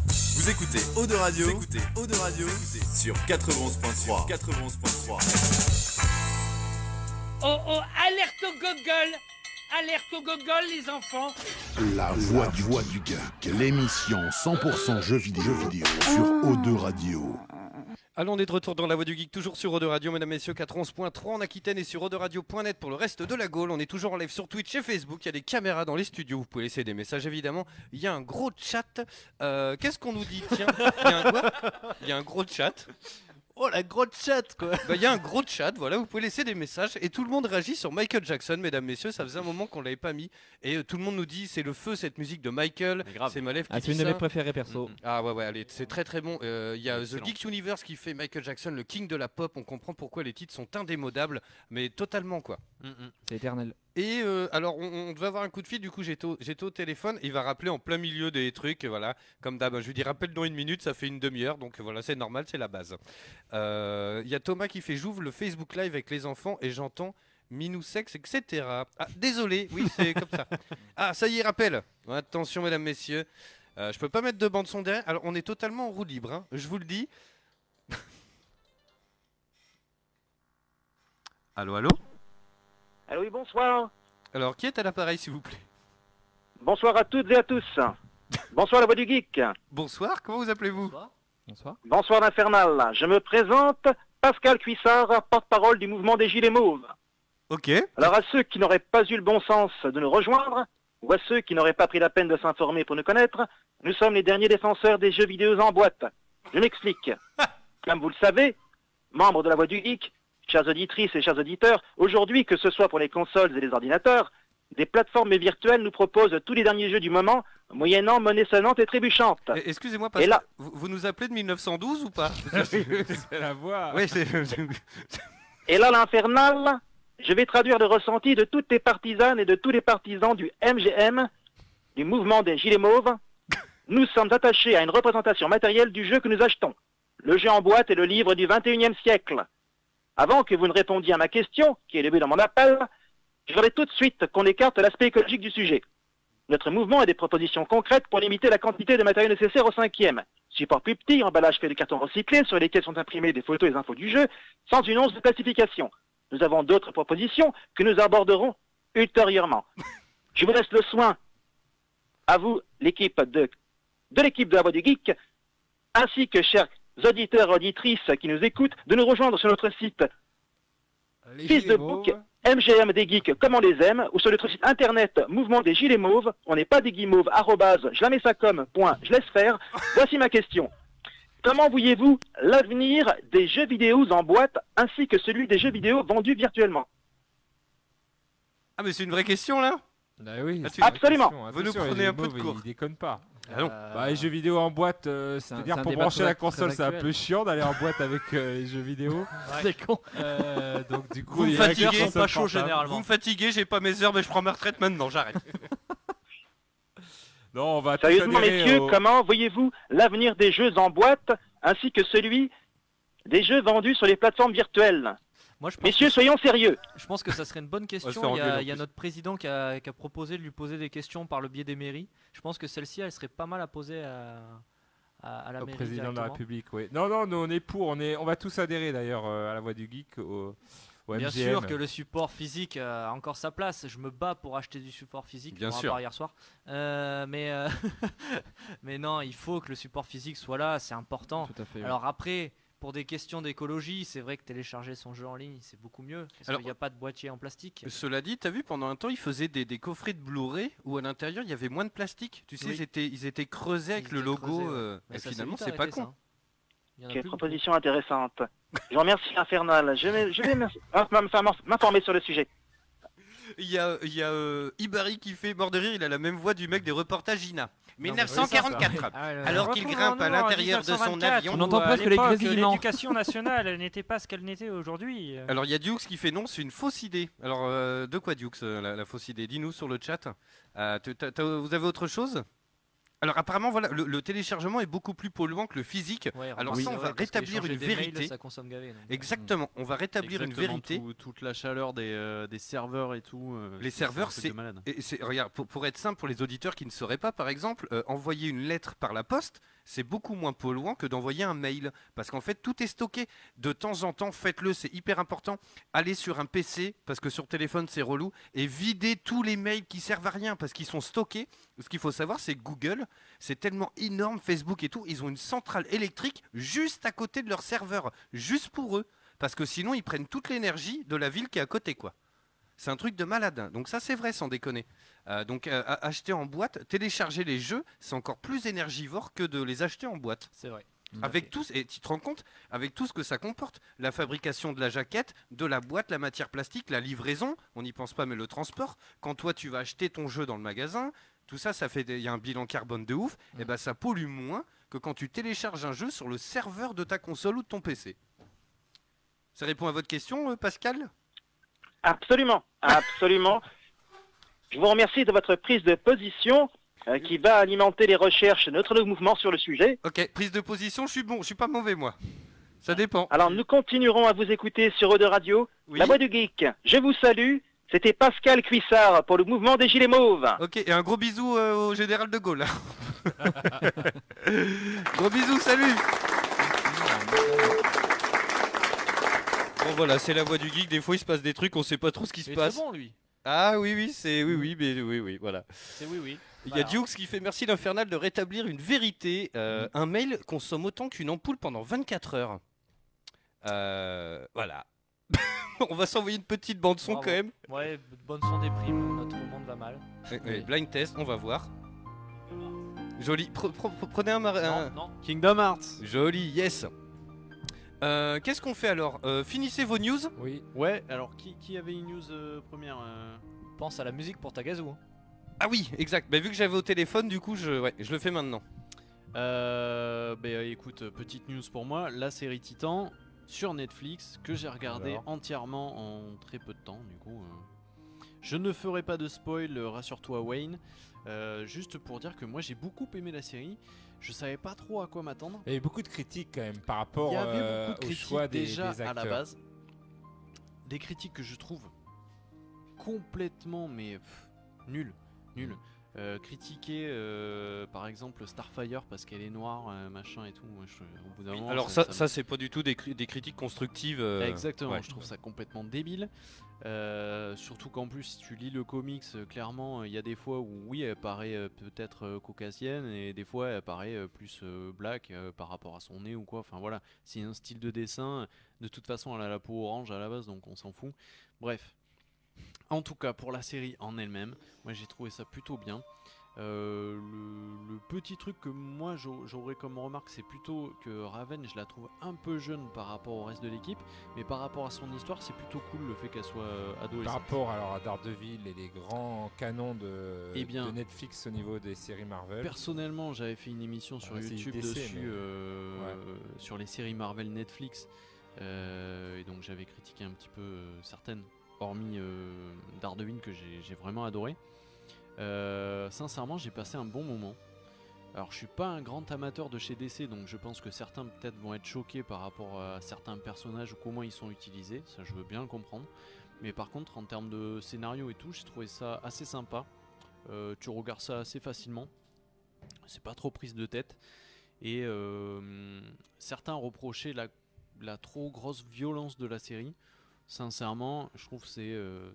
Speaker 9: Vous écoutez Eau de Radio, vous écoutez Eau de Radio vous écoutez sur 91.3. 91.3.
Speaker 1: Oh oh, alerte au gogol Alerte au gogol, les enfants
Speaker 2: La voix, du, voix du geek, l'émission 100% jeux vidéo, jeux vidéo sur O2 Radio.
Speaker 4: Allons, on est de retour dans la voie du geek, toujours sur Eau Radio, mesdames, messieurs, 411.3 en Aquitaine et sur Radio.net pour le reste de la Gaule. On est toujours en live sur Twitch et Facebook. Il y a des caméras dans les studios. Vous pouvez laisser des messages, évidemment. Il y a un gros chat. Euh, Qu'est-ce qu'on nous dit Tiens, il y, a un quoi Il y a un gros chat.
Speaker 8: Oh la grosse chatte quoi
Speaker 4: Bah, Il y a un gros chat, voilà, vous pouvez laisser des messages et tout le monde réagit sur Michael Jackson, mesdames, messieurs, ça faisait un moment qu'on l'avait pas mis et euh, tout le monde nous dit c'est le feu cette musique de Michael, c'est ma lèvre qui
Speaker 7: Ah,
Speaker 4: dit
Speaker 7: c'est une de mes
Speaker 4: ça.
Speaker 7: préférées perso.
Speaker 4: Ah ouais ouais allez c'est très très bon. Euh, Il y a
Speaker 7: Excellent.
Speaker 4: The Geeks Universe qui fait Michael Jackson le king de la pop. On comprend pourquoi les titres sont indémodables, mais totalement quoi.
Speaker 7: C'est éternel.
Speaker 4: Et euh, alors, on, on devait avoir un coup de fil, du coup, j'étais au, j'étais au téléphone. Il va rappeler en plein milieu des trucs, voilà, comme d'hab. Je lui dis, rappelle dans une minute, ça fait une demi-heure, donc voilà, c'est normal, c'est la base. Euh, Il y a Thomas qui fait J'ouvre le Facebook Live avec les enfants et j'entends Minou Sex, etc. Ah, désolé, oui, c'est comme ça. Ah, ça y est, rappel. Attention, mesdames, messieurs. Euh, je peux pas mettre de bande-son derrière. Alors, on est totalement en roue libre, hein, je vous le dis. allô, allô
Speaker 11: Allô, oui, bonsoir.
Speaker 4: Alors, qui est à l'appareil, s'il vous plaît
Speaker 11: Bonsoir à toutes et à tous. Bonsoir la voix du geek.
Speaker 4: Bonsoir, comment vous appelez-vous
Speaker 7: Bonsoir.
Speaker 11: Bonsoir l'Infernal. Je me présente, Pascal Cuissard, porte-parole du mouvement des Gilets Mauves.
Speaker 4: Ok.
Speaker 11: Alors à ceux qui n'auraient pas eu le bon sens de nous rejoindre, ou à ceux qui n'auraient pas pris la peine de s'informer pour nous connaître, nous sommes les derniers défenseurs des jeux vidéo en boîte. Je m'explique. Comme vous le savez, membres de la voix du geek, chers auditrices et chers auditeurs, aujourd'hui, que ce soit pour les consoles et les ordinateurs, des plateformes virtuelles nous proposent tous les derniers jeux du moment, moyennant monnaie sonnante et trébuchante.
Speaker 4: Excusez-moi,
Speaker 11: Et
Speaker 4: parce
Speaker 11: là,
Speaker 4: que vous, vous nous appelez de 1912 ou
Speaker 11: (laughs)
Speaker 4: pas C'est la voix. Oui, c'est. (laughs) ah,
Speaker 11: Et là, l'infernal, je vais traduire le ressenti de toutes les partisanes et de tous les partisans du MGM, du mouvement des Gilets Mauves. Nous sommes attachés à une représentation matérielle du jeu que nous achetons. Le jeu en boîte est le livre du 21e siècle. Avant que vous ne répondiez à ma question, qui est le but de mon appel, je voudrais tout de suite qu'on écarte l'aspect écologique du sujet. Notre mouvement a des propositions concrètes pour limiter la quantité de matériaux nécessaires au cinquième. Support plus petit, emballage fait de carton recyclé sur lesquels sont imprimées des photos et des infos du jeu, sans une once de classification. Nous avons d'autres propositions que nous aborderons ultérieurement. Je vous laisse le soin, à vous, l'équipe de, de l'équipe de la Voix du Geek, ainsi que chers auditeurs et auditrices qui nous écoutent, de nous rejoindre sur notre site Fils de Book, MGM des geeks comme on les aime, ou sur notre site internet Mouvement des Gilets Mauves, on n'est pas des guimauves, arrobase, je la mets ça comme, point, je laisse faire. Voici ma question. Comment voyez-vous l'avenir des jeux vidéo en boîte ainsi que celui des jeux vidéo vendus virtuellement
Speaker 4: Ah, mais c'est une vraie question là
Speaker 6: Bah oui,
Speaker 4: Là-dessus.
Speaker 11: Absolument.
Speaker 4: Vous nous prenez un peu de cours.
Speaker 6: Il déconne pas.
Speaker 4: Ah non.
Speaker 6: Bah, les jeux vidéo en boîte, euh,
Speaker 7: un-
Speaker 6: c'est-à-dire
Speaker 7: c'est un
Speaker 6: pour
Speaker 7: débat
Speaker 6: brancher
Speaker 7: très-
Speaker 6: la console,
Speaker 7: très
Speaker 6: c'est un
Speaker 7: actuel.
Speaker 6: peu chiant d'aller en boîte avec euh, les jeux vidéo.
Speaker 7: C'est con.
Speaker 6: Euh, donc du coup,
Speaker 4: Vous me
Speaker 6: les hackers
Speaker 4: fatiguez,
Speaker 6: sont pas chauds généralement.
Speaker 4: Vous me fatiguez, j'ai pas mes heures, mais je prends ma retraite maintenant, j'arrête. (laughs)
Speaker 6: Non, on va tous
Speaker 11: Sérieusement,
Speaker 6: adhérer
Speaker 11: messieurs,
Speaker 6: au-
Speaker 11: comment voyez-vous l'avenir des jeux en boîte ainsi que celui des jeux vendus sur les plateformes virtuelles
Speaker 5: Moi, je pense
Speaker 11: Messieurs,
Speaker 5: que-
Speaker 11: soyons sérieux.
Speaker 5: Je pense que ça serait une bonne
Speaker 11: se
Speaker 5: question.
Speaker 11: fait
Speaker 5: Il y
Speaker 11: engueuler, en
Speaker 5: a, il y a
Speaker 11: plus.
Speaker 5: notre président qui a, qui a proposé de lui poser des questions par le biais des mairies. Je pense que celle-ci, elle serait pas mal à poser à, à, à la
Speaker 6: au
Speaker 5: mairie
Speaker 6: président de la
Speaker 5: directement.
Speaker 6: République, oui. Non, non, nous on est pour, on est, on va tous adhérer d'ailleurs euh, à la voix du geek, au, au
Speaker 5: Bien
Speaker 6: MGM.
Speaker 5: sûr que le support physique euh, a encore sa place. Je me bats pour acheter du support physique.
Speaker 6: Bien
Speaker 5: pour un
Speaker 6: sûr.
Speaker 5: bar hier soir. Euh, mais, euh, (laughs) mais non, il faut que le support physique soit là. C'est important.
Speaker 7: Tout à fait, oui.
Speaker 5: Alors après, pour des questions d'écologie, c'est vrai que télécharger son jeu en ligne, c'est beaucoup mieux. Parce
Speaker 4: Alors- euh,
Speaker 5: qu'il n'y a pas de boîtier en plastique.
Speaker 4: Cela dit, t'as vu, pendant un temps, ils faisaient des, des coffrets de Blu-ray où à l'intérieur il y avait moins de plastique. Tu sais,
Speaker 5: Oui.
Speaker 4: ils, étaient, ils étaient creusés avec
Speaker 5: Ils
Speaker 4: le
Speaker 5: étaient
Speaker 4: logo.
Speaker 5: creusés, ouais.
Speaker 4: euh,
Speaker 5: Mais
Speaker 4: et
Speaker 5: ça s'est
Speaker 4: finalement,
Speaker 5: vite
Speaker 4: c'est pas
Speaker 5: arrêté, ça,
Speaker 4: con.
Speaker 5: hein. Il y en a
Speaker 11: Quelle
Speaker 5: plus beaucoup.
Speaker 11: proposition intéressante. Je vous remercie, Infernal. Je vais, je vais m'in- m'in- m'informer sur le sujet.
Speaker 4: Il y a, il y a euh, Ibari qui fait mort de rire, il a la même voix du mec des reportages INA. 1944, alors qu'il grimpe à l'intérieur de son avion.
Speaker 12: L'éducation nationale n'était pas ce qu'elle n'était aujourd'hui.
Speaker 4: Alors il y a Dukes qui fait non, c'est une fausse idée. Alors euh, de quoi Dukes, euh, la, la fausse idée Dis-nous sur le chat. Euh, tu- t'as- t'as- vous avez autre chose Alors apparemment, voilà, le, le téléchargement est beaucoup plus polluant que le physique.
Speaker 5: Ouais, en
Speaker 4: Alors
Speaker 5: plus,
Speaker 4: ça, on
Speaker 5: ouais,
Speaker 4: va
Speaker 5: parce que
Speaker 4: rétablir
Speaker 5: échanger
Speaker 4: une
Speaker 5: des mails,
Speaker 4: vérité.
Speaker 5: ça consomme gavé, donc. euh,
Speaker 4: Exactement, on va rétablir une
Speaker 8: Exactement,
Speaker 4: vérité.
Speaker 8: tout- toute la chaleur des, euh, des serveurs et tout. euh,
Speaker 4: Les
Speaker 8: c'est-
Speaker 4: serveurs,
Speaker 8: c'est. un truc
Speaker 4: c'est.
Speaker 8: de malade.
Speaker 4: et c'est- Regarde, pour, pour être simple, pour les auditeurs qui ne sauraient pas, par exemple, euh, envoyer une lettre par la poste, c'est beaucoup moins polluant que d'envoyer un mail. Parce qu'en fait, tout est stocké. De temps en temps, faites-le, c'est hyper important. Allez sur un PC, parce que sur téléphone, c'est relou, et videz tous les mails qui servent à rien, parce qu'ils sont stockés. Ce qu'il faut savoir, c'est que Google, c'est tellement énorme, Facebook et tout, ils ont une centrale électrique juste à côté de leur serveur, juste pour eux. Parce que sinon, ils prennent toute l'énergie de la ville qui est à côté, quoi. C'est un truc de malade. Donc ça, c'est vrai, sans déconner. Euh, donc euh, a- acheter en boîte, télécharger les jeux, c'est encore plus énergivore que de les acheter en boîte.
Speaker 5: C'est vrai.
Speaker 4: Avec tout, et tu te rends compte, avec tout ce que ça comporte, la fabrication de la jaquette, de la boîte, la matière plastique, la livraison, on n'y pense pas, mais le transport. Quand toi, tu vas acheter ton jeu dans le magasin, tout ça, ça fait, des- il y a un bilan carbone de ouf. Et ben, ça pollue moins que quand tu télécharges un jeu sur le serveur de ta console ou de ton PC. Ça répond à votre question, euh, Pascal
Speaker 11: Absolument, absolument. Je vous remercie de votre prise de position euh, qui va alimenter les recherches de notre mouvement sur le sujet.
Speaker 4: Ok, prise de position, je suis bon, je suis pas mauvais moi. Ça dépend.
Speaker 11: Alors Ben, nous continuerons à vous écouter sur Eau de Radio, La Voix du Geek. Je vous salue. C'était Pascal Cuissard pour le mouvement des Gilets Mauves.
Speaker 4: Ok, et un gros bisou euh, au général de Gaulle. hein. (laughs) gros bisous, salut Bon voilà, c'est la voix du geek, des fois il se passe des trucs, on sait pas trop ce qui se
Speaker 5: Il est
Speaker 4: passe.
Speaker 5: très bon, lui.
Speaker 4: Ah oui, oui, c'est oui, oui, mais oui, oui, voilà.
Speaker 5: C'est oui, oui.
Speaker 4: Il y a
Speaker 5: Voilà.
Speaker 4: Dukes qui fait merci l'infernal de rétablir une vérité. Euh, Un mail consomme autant qu'une ampoule pendant 24 heures. Euh, voilà. (laughs) on va s'envoyer une petite bande son
Speaker 5: Bravo.
Speaker 4: quand même.
Speaker 5: Ouais, b- bonne son des primes, notre monde va mal.
Speaker 4: Ouais, ouais, blind test, on va voir. Joli. Pre- pre- pre- prenez un, mar- un-
Speaker 8: Kingdom Hearts.
Speaker 4: Joli, yes. Euh, Qu'est-ce qu'on fait alors Euh, Finissez vos news.
Speaker 5: Oui.
Speaker 8: Ouais, alors qui, qui avait une news euh, première euh
Speaker 5: Pense à la musique pour ta gazou. hein.
Speaker 4: Ah oui, exact. Bah, vu que j'avais au téléphone, du coup, je, ouais, je le fais maintenant.
Speaker 8: Euh, bah, écoute, euh, petite news pour moi, la série Titan sur Netflix que j'ai regardée
Speaker 4: Alors
Speaker 8: entièrement en très peu de temps du coup. euh. Je ne ferai pas de spoil, euh, rassure-toi Wayne, Euh, juste pour dire que moi j'ai beaucoup aimé la série, je savais pas trop à quoi m'attendre.
Speaker 6: Il y a eu beaucoup de critiques quand même par rapport
Speaker 8: Il y avait
Speaker 6: euh,
Speaker 8: beaucoup de
Speaker 6: au
Speaker 8: critiques
Speaker 6: choix des,
Speaker 8: déjà
Speaker 6: des acteurs.
Speaker 8: à la base. Des critiques que je trouve complètement, mais pff, nulles.
Speaker 6: Mm.
Speaker 8: nulles. Euh, critiquer euh, par exemple Starfire parce qu'elle est noire, euh, machin et tout. moi, je- au bout d'un moment,
Speaker 4: alors ça, ça,
Speaker 8: me-
Speaker 4: c'est pas du tout des, cri- des critiques constructives. euh,
Speaker 8: Exactement,
Speaker 4: ouais.
Speaker 8: je trouve ça complètement débile. Euh, surtout qu'en plus, si tu lis le comics, euh, clairement, euh, il y a des fois où, oui, elle paraît euh, peut-être euh, caucasienne, et des fois, elle paraît euh, plus euh, black euh, par rapport à son nez ou quoi. Enfin voilà, c'est un style de dessin. De toute façon, elle a la peau orange à la base, donc on s'en fout. Bref. En tout cas, pour la série en elle-même, moi j'ai trouvé ça plutôt bien. Euh, le, le petit truc que moi j'au- j'aurais comme remarque, c'est plutôt que Raven, je la trouve un peu jeune par rapport au reste de l'équipe, mais par rapport à son histoire, c'est plutôt cool le fait qu'elle soit euh, adolescente.
Speaker 6: Par rapport alors à Daredevil et les grands canons de,
Speaker 8: Eh bien,
Speaker 6: de Netflix au niveau des séries Marvel.
Speaker 8: Personnellement, j'avais fait une émission sur
Speaker 6: Ah, c'est
Speaker 8: YouTube
Speaker 6: IDC,
Speaker 8: dessus,
Speaker 6: mais-
Speaker 8: euh,
Speaker 6: Ouais.
Speaker 8: euh, sur les séries Marvel Netflix, euh, et donc j'avais critiqué un petit peu euh, certaines, hormis euh, Daredevil que j'ai j'ai vraiment adoré. Euh, sincèrement, j'ai passé un bon moment. Alors, je suis pas un grand amateur de chez DC, donc je pense que certains peut-être vont être choqués par rapport à certains personnages ou comment ils sont utilisés. Ça, je veux bien le comprendre. Mais par contre, en termes de scénario et tout, j'ai trouvé ça assez sympa. Euh, tu regardes ça assez facilement. C'est pas trop prise de tête. Et euh, certains reprochaient la, la trop grosse violence de la série. Sincèrement, je trouve que c'est euh,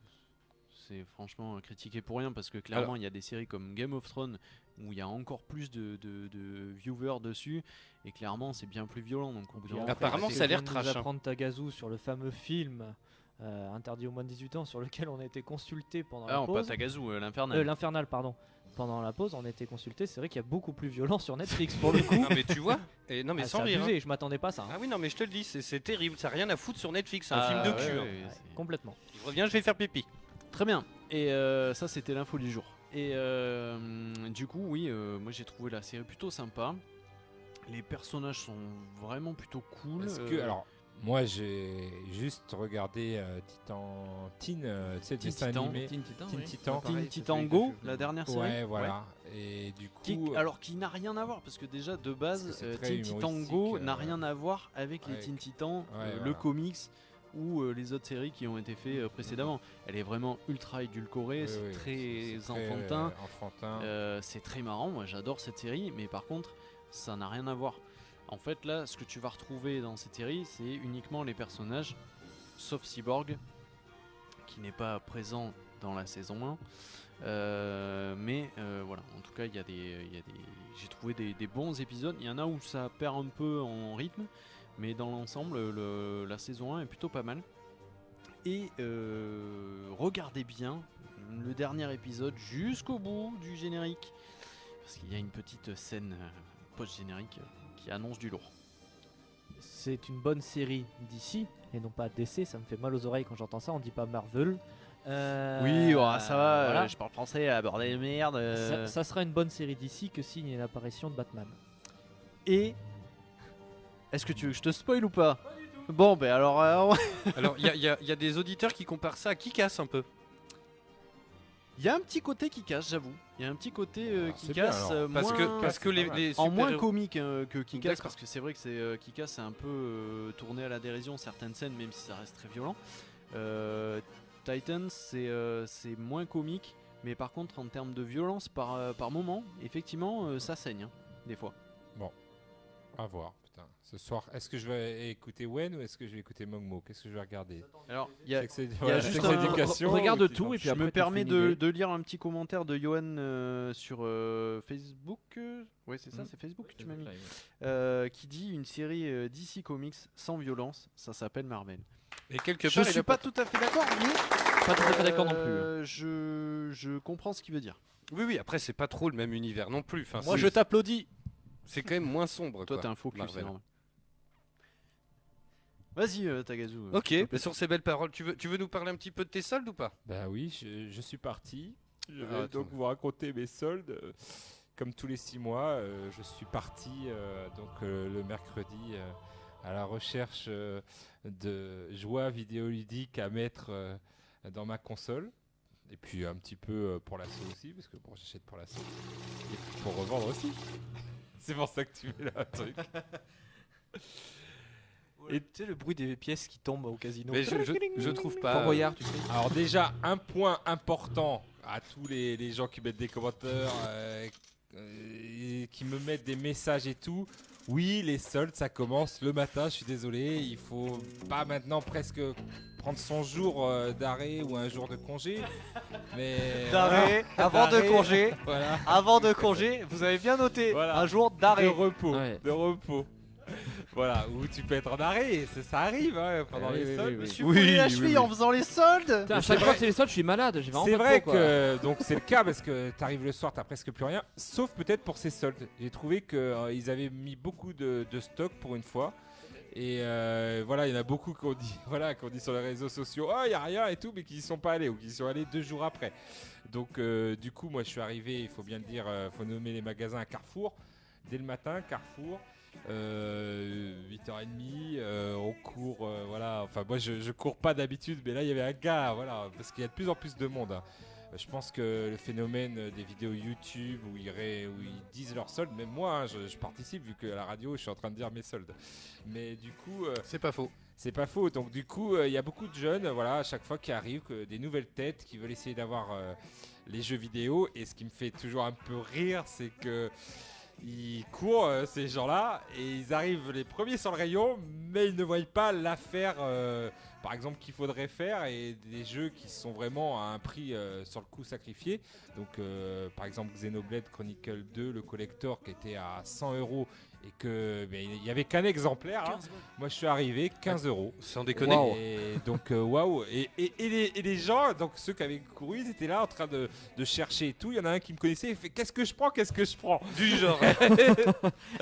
Speaker 8: c'est franchement critiqué pour rien parce que clairement,
Speaker 4: Alors-
Speaker 8: il y a des séries comme Game of Thrones où il y a encore plus de, de- de viewers dessus et clairement, c'est bien plus violent. Donc, au bout d'un moment, faut arrêter.
Speaker 5: Tu viens de nous
Speaker 4: hein.
Speaker 5: apprendre ta gazou sur le fameux film euh, interdit aux moins de 18 ans sur lequel on a été consulté pendant
Speaker 8: Ah,
Speaker 5: la
Speaker 8: non,
Speaker 5: pause.
Speaker 8: pas Tagazu, euh, l'Infernal.
Speaker 5: Euh, L'Infernal, pardon. Pendant la pause, on a été consulté. C'est vrai qu'il y a beaucoup plus violent sur Netflix pour
Speaker 4: (laughs)
Speaker 5: le coup.
Speaker 4: Non, mais tu vois, et non, mais
Speaker 5: Ah,
Speaker 4: sans
Speaker 5: c'est
Speaker 4: rire,
Speaker 5: abusé,
Speaker 4: hein.
Speaker 5: je m'attendais pas à ça. hein.
Speaker 4: Ah oui, non, mais je te le dis, c'est- c'est terrible. Ça a rien à foutre sur Netflix. C'est un
Speaker 8: Ah,
Speaker 4: film de
Speaker 8: ouais,
Speaker 4: cul.
Speaker 8: ouais,
Speaker 4: hein.
Speaker 8: ouais,
Speaker 5: Complètement.
Speaker 4: Je reviens, je vais faire pipi.
Speaker 8: Très bien. Et euh, ça, c'était l'info du jour. Et euh, hum, du coup, oui, euh, moi j'ai trouvé la série plutôt sympa. Les personnages sont vraiment plutôt cool.
Speaker 6: Est-ce que
Speaker 8: euh,
Speaker 6: alors Moi, j'ai juste regardé euh, Titan, Teen, euh, tu sais, le
Speaker 8: Teen
Speaker 6: dessin
Speaker 8: Titan,
Speaker 6: animé.
Speaker 8: Teen Titan, oui.
Speaker 6: Titan.
Speaker 8: Teen Titan Go, la dernière série.
Speaker 6: Ouais, voilà. Et du coup,
Speaker 8: Qui- alors qui n'a rien à voir parce que déjà de base
Speaker 6: c'est
Speaker 8: euh,
Speaker 6: très
Speaker 8: Teen Titan Go
Speaker 6: humoristique, euh,
Speaker 8: n'a rien à voir avec les
Speaker 6: avec-
Speaker 8: Teen Titans,
Speaker 6: Ouais,
Speaker 8: euh, le
Speaker 6: voilà.
Speaker 8: comics ou euh, les autres séries qui ont été faites euh, précédemment. Elle est vraiment ultra édulcorée,
Speaker 6: Oui,
Speaker 8: c'est
Speaker 6: oui,
Speaker 8: très
Speaker 6: c'est très,
Speaker 8: enfantin.
Speaker 6: euh, enfantin.
Speaker 8: Euh, c'est très marrant, moi j'adore cette série, mais par contre ça n'a rien à voir. En fait là, ce que tu vas retrouver dans cette série, c'est uniquement les personnages, sauf Cyborg, qui n'est pas présent dans la saison 1. Euh, mais euh, voilà, en tout cas, il y a des, il y a des, j'ai trouvé des, des bons épisodes. Il y en a où ça perd un peu en rythme, mais dans l'ensemble, le- la saison 1 est plutôt pas mal. Et euh, regardez bien le dernier épisode jusqu'au bout du générique, parce qu'il y a une petite scène euh, post-générique euh, qui annonce du lourd.
Speaker 5: C'est une bonne série d'ici et non pas DC. Ça me fait mal aux oreilles quand j'entends ça. On dit pas Marvel. Euh,
Speaker 8: oui, oh, ça va,
Speaker 5: voilà.
Speaker 8: euh, je parle français, ah, bordel de merde. euh.
Speaker 5: Ça, ça sera une bonne série d'ici que s'il y a une apparition de Batman.
Speaker 8: Et Est-ce que tu veux que je te spoil ou pas Bon, ben alors. euh, (laughs) on-
Speaker 4: Alors, il y, a- il y a- il y a des auditeurs qui comparent ça à qui casse un peu.
Speaker 8: Il y a un petit côté qui casse, j'avoue. Il y a un petit côté euh, qui
Speaker 4: c'est bien,
Speaker 8: casse.
Speaker 4: alors.
Speaker 8: euh,
Speaker 4: Parce que-
Speaker 8: moins-
Speaker 4: parce que les- les
Speaker 8: en moins
Speaker 4: super-héros-
Speaker 8: comique euh, que qui casse,
Speaker 4: D'accord.
Speaker 8: parce que c'est vrai que c'est euh, qui casse, c'est un peu euh, tourné à la dérision certaines scènes, même si ça reste très violent. Euh, Titans, c'est euh, c'est moins comique, mais par contre en termes de violence par euh, par moment, effectivement, euh, ça saigne hein, des fois.
Speaker 6: Bon, à voir. Putain, ce soir, est-ce que je vais écouter Wen ou est-ce que je vais écouter Mongmo Qu'est-ce que je vais regarder
Speaker 8: Alors, il y a,
Speaker 6: C'est que c'est-
Speaker 8: il y a
Speaker 6: voilà,
Speaker 8: juste
Speaker 6: c'est que c'est
Speaker 8: un-
Speaker 6: l'éducation, ou qui-
Speaker 8: Je me permets de, de lire un petit commentaire de Johan euh, sur euh, Facebook. euh, ouais, c'est ça,
Speaker 4: Mhm.
Speaker 8: c'est Facebook que tu m'as
Speaker 4: Facebook
Speaker 8: mis.
Speaker 4: Live,
Speaker 8: Euh, qui dit une série euh, DC Comics sans violence, ça s'appelle Marvel.
Speaker 4: Et quelque
Speaker 8: je
Speaker 4: part, il
Speaker 8: suis
Speaker 4: a
Speaker 8: pas
Speaker 4: pas
Speaker 8: tout à fait d'accord, mais
Speaker 4: Pas tout à fait d'accord non plus, hein.
Speaker 8: Euh, Je je comprends ce qu'il veut dire.
Speaker 4: Oui, oui, après, c'est pas trop le même univers non plus. Enfin,
Speaker 8: Moi,
Speaker 4: c'est-
Speaker 8: je t'applaudis.
Speaker 4: C'est quand même moins sombre.
Speaker 8: Toi,
Speaker 4: quoi,
Speaker 8: t'es un faux cul,
Speaker 4: Marvel.
Speaker 8: c'est normal. Vas-y, euh, Tagazu. euh,
Speaker 4: Ok,
Speaker 8: s'il te
Speaker 4: bah,
Speaker 8: plaît.
Speaker 4: sur ces belles paroles, tu veux, tu veux nous parler un petit peu de tes soldes ou pas
Speaker 6: Bah oui, je, je suis parti. Je vais
Speaker 4: Ah, attends.
Speaker 6: donc vous raconter mes soldes. Comme tous les six mois, euh, je suis parti euh, donc euh, le mercredi euh, à la recherche euh, de joies vidéoludiques à mettre euh, dans ma console. Et puis un petit peu euh, pour l'assaut aussi, parce que bon, j'achète pour l'assaut. Et puis pour revendre aussi. (laughs) C'est pour ça que tu mets là un truc.
Speaker 5: Et tu sais le bruit des pièces qui tombent au casino.
Speaker 6: Mais je, je- je trouve pas. euh, Alors déjà un point important à tous les, les gens qui mettent des commentaires, euh, euh, et qui me mettent des messages et tout. Oui, les soldes ça commence le matin. Je suis désolé, il faut pas maintenant presque prendre son jour euh, d'arrêt ou un jour de congé. Mais
Speaker 5: D'arrêt,
Speaker 6: voilà.
Speaker 5: avant de
Speaker 6: D'arrêt,
Speaker 5: congé,
Speaker 6: voilà.
Speaker 5: avant de congé, vous avez bien noté, un jour d'arrêt.
Speaker 6: De repos, de repos. voilà, ou tu peux être en arrêt, ça, ça arrive hein, pendant
Speaker 7: Eh oui,
Speaker 6: les
Speaker 7: oui,
Speaker 6: soldes.
Speaker 7: oui, oui.
Speaker 6: Je me suis
Speaker 7: Oui,
Speaker 6: brûlé la
Speaker 7: oui,
Speaker 6: cheville
Speaker 7: oui.
Speaker 6: en faisant les soldes.
Speaker 7: Putain, à chaque fois que c'est les soldes, je suis malade. J'ai vraiment
Speaker 6: C'est
Speaker 7: pas de
Speaker 6: vrai
Speaker 7: peau,
Speaker 6: que
Speaker 7: quoi.
Speaker 6: euh, donc c'est le cas parce que t'arrives le soir, t'as presque plus rien, sauf peut-être pour ces soldes. J'ai trouvé que euh, ils avaient mis beaucoup de, de stock pour une fois. Et euh, voilà, il y en a beaucoup qu'on dit, (laughs) voilà, qu'on dit sur les réseaux sociaux, oh, il y a rien et tout, mais qui y sont pas allés ou qui y sont allés deux jours après. Donc euh, du coup, moi, je suis arrivé, il faut bien le dire, euh, faut nommer les magasins à Carrefour dès le matin, Carrefour. euh, 8h30, euh, on court, euh, voilà. Enfin, moi je, je cours pas d'habitude, mais là il y avait un gars, voilà, parce qu'il y a de plus en plus de monde. hein. Euh, Je pense que le phénomène euh, des vidéos YouTube où ils, ré- où ils disent leurs soldes, même moi hein, je, je participe vu que à la radio je suis en train de dire mes soldes. Mais du coup. euh,
Speaker 4: euh, c'est pas faux.
Speaker 6: C'est pas faux. Donc du coup, euh, il y a beaucoup de jeunes, euh, voilà, à chaque fois qui arrivent, que des nouvelles têtes qui veulent essayer d'avoir euh, les jeux vidéo. Et ce qui me fait toujours un peu rire, c'est que ils courent euh, ces gens-là et ils arrivent les premiers sur le rayon, mais ils ne voient pas l'affaire, euh, par exemple, qu'il faudrait faire et des jeux qui sont vraiment à un prix euh, sur le coup sacrifié. Donc, euh, par exemple, Xenoblade Chronicle 2, le collector qui était à 100 euros et que mais il y avait qu'un exemplaire. hein. Moi, je suis arrivé 15 euros.
Speaker 4: Sans déconner. Waouh.
Speaker 6: Et donc, euh, waouh. Et, et- et les, et les gens, donc ceux qui avaient couru, ils étaient là en train de, de chercher et tout. Il y en a un qui me connaissait. Il fait Qu'est-ce que je prends Qu'est-ce que je prends Du genre.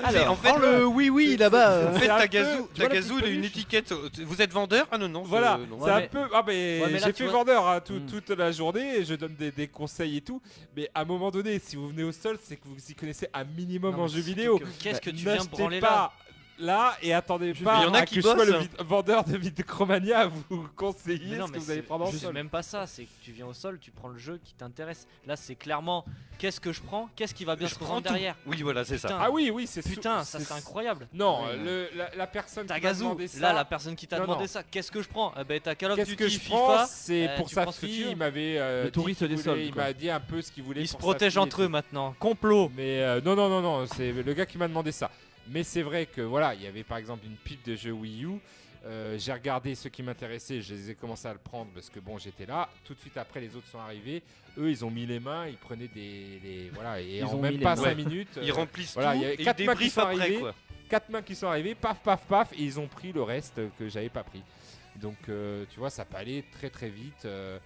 Speaker 4: Alors,
Speaker 5: oh
Speaker 4: prends le
Speaker 8: oui, oui,
Speaker 4: En fait, Tagazu, Tagazu, il a une étiquette. Vous êtes vendeur Ah non, non. je-
Speaker 6: Voilà,
Speaker 4: non.
Speaker 6: c'est un peu. Ah, mais,
Speaker 4: Ouais, mais là,
Speaker 6: j'ai
Speaker 4: tu
Speaker 6: fait
Speaker 4: vois-
Speaker 6: vendeur hein, tout- toute la journée et je donne des, des conseils et tout. Mais à un moment donné, si vous venez au sol, c'est que vous y connaissez un minimum
Speaker 4: Non,
Speaker 6: en
Speaker 4: mais
Speaker 6: jeu
Speaker 4: surtout
Speaker 6: vidéo. Bah,
Speaker 4: que- qu'est-ce que tu viens
Speaker 6: N'achetez
Speaker 4: branler
Speaker 6: pas
Speaker 4: là
Speaker 6: là et attendez
Speaker 5: Je-
Speaker 6: pas
Speaker 5: Il y en a
Speaker 6: à
Speaker 5: qui
Speaker 6: que je sois
Speaker 5: bossent.
Speaker 6: le vid- vendeur de Vidcromania à vous conseiller
Speaker 5: Mais non,
Speaker 6: ce que
Speaker 5: mais
Speaker 6: vous allez
Speaker 5: c'est-
Speaker 6: prendre en
Speaker 5: C'est
Speaker 6: sol.
Speaker 5: même pas ça, c'est que tu viens au sol, tu prends le jeu qui t'intéresse. Là, c'est clairement qu'est-ce que je prends, qu'est-ce qui va bien
Speaker 4: Je
Speaker 5: se
Speaker 4: prends
Speaker 5: prendre
Speaker 4: tout.
Speaker 5: derrière.
Speaker 4: Oui, voilà, c'est ça.
Speaker 5: Putain.
Speaker 4: Ah
Speaker 6: oui, oui, c'est
Speaker 5: Putain,
Speaker 6: sou-
Speaker 5: ça
Speaker 6: c'est-
Speaker 5: c'est incroyable.
Speaker 6: Non, euh, le- la, la personne qui m'a
Speaker 5: Tagazu,
Speaker 6: demandé ça.
Speaker 5: là, la personne qui t'a
Speaker 6: Non,
Speaker 5: demandé
Speaker 6: non.
Speaker 5: ça, qu'est-ce que je prends Eh ben, t'as Call of
Speaker 6: Qu'est-ce
Speaker 5: Duty,
Speaker 6: que je
Speaker 5: FIFA,
Speaker 6: prends C'est
Speaker 5: euh,
Speaker 6: pour
Speaker 5: tu
Speaker 6: sa
Speaker 5: prends ce que tu
Speaker 6: fille,
Speaker 5: veux.
Speaker 6: il m'avait. euh, dit qu'il voulait- Il m'a dit un peu ce qu'il voulait.
Speaker 5: Ils se
Speaker 6: pour sa
Speaker 5: protègent
Speaker 6: fille et
Speaker 5: entre eux
Speaker 6: tout.
Speaker 5: maintenant. Complot.
Speaker 6: Mais euh, non, non, non, non, c'est le gars qui m'a demandé ça. Mais c'est vrai que voilà, il y avait par exemple une pile de jeux Wii U. Euh, j'ai regardé ceux qui m'intéressaient, je les ai commencé à le prendre parce que bon, j'étais là. Tout de suite après, les autres sont arrivés. Eux, ils ont mis les mains, ils prenaient des, des- voilà, et
Speaker 4: Ils
Speaker 6: en
Speaker 4: ont
Speaker 6: même
Speaker 4: mis les
Speaker 6: pas
Speaker 4: mains.
Speaker 6: 5
Speaker 4: Ouais.
Speaker 6: minutes. euh,
Speaker 4: Ils remplissent
Speaker 6: voilà,
Speaker 4: tout
Speaker 6: il y avait
Speaker 4: et ils
Speaker 6: quatre mains qui
Speaker 4: débriefent
Speaker 6: sont
Speaker 4: après,
Speaker 6: arrivées,
Speaker 4: quoi.
Speaker 6: quatre mains qui sont arrivées, paf, paf, paf, et ils ont pris le reste que j'avais pas pris. Donc, euh, tu vois, ça peut aller très très vite. euh,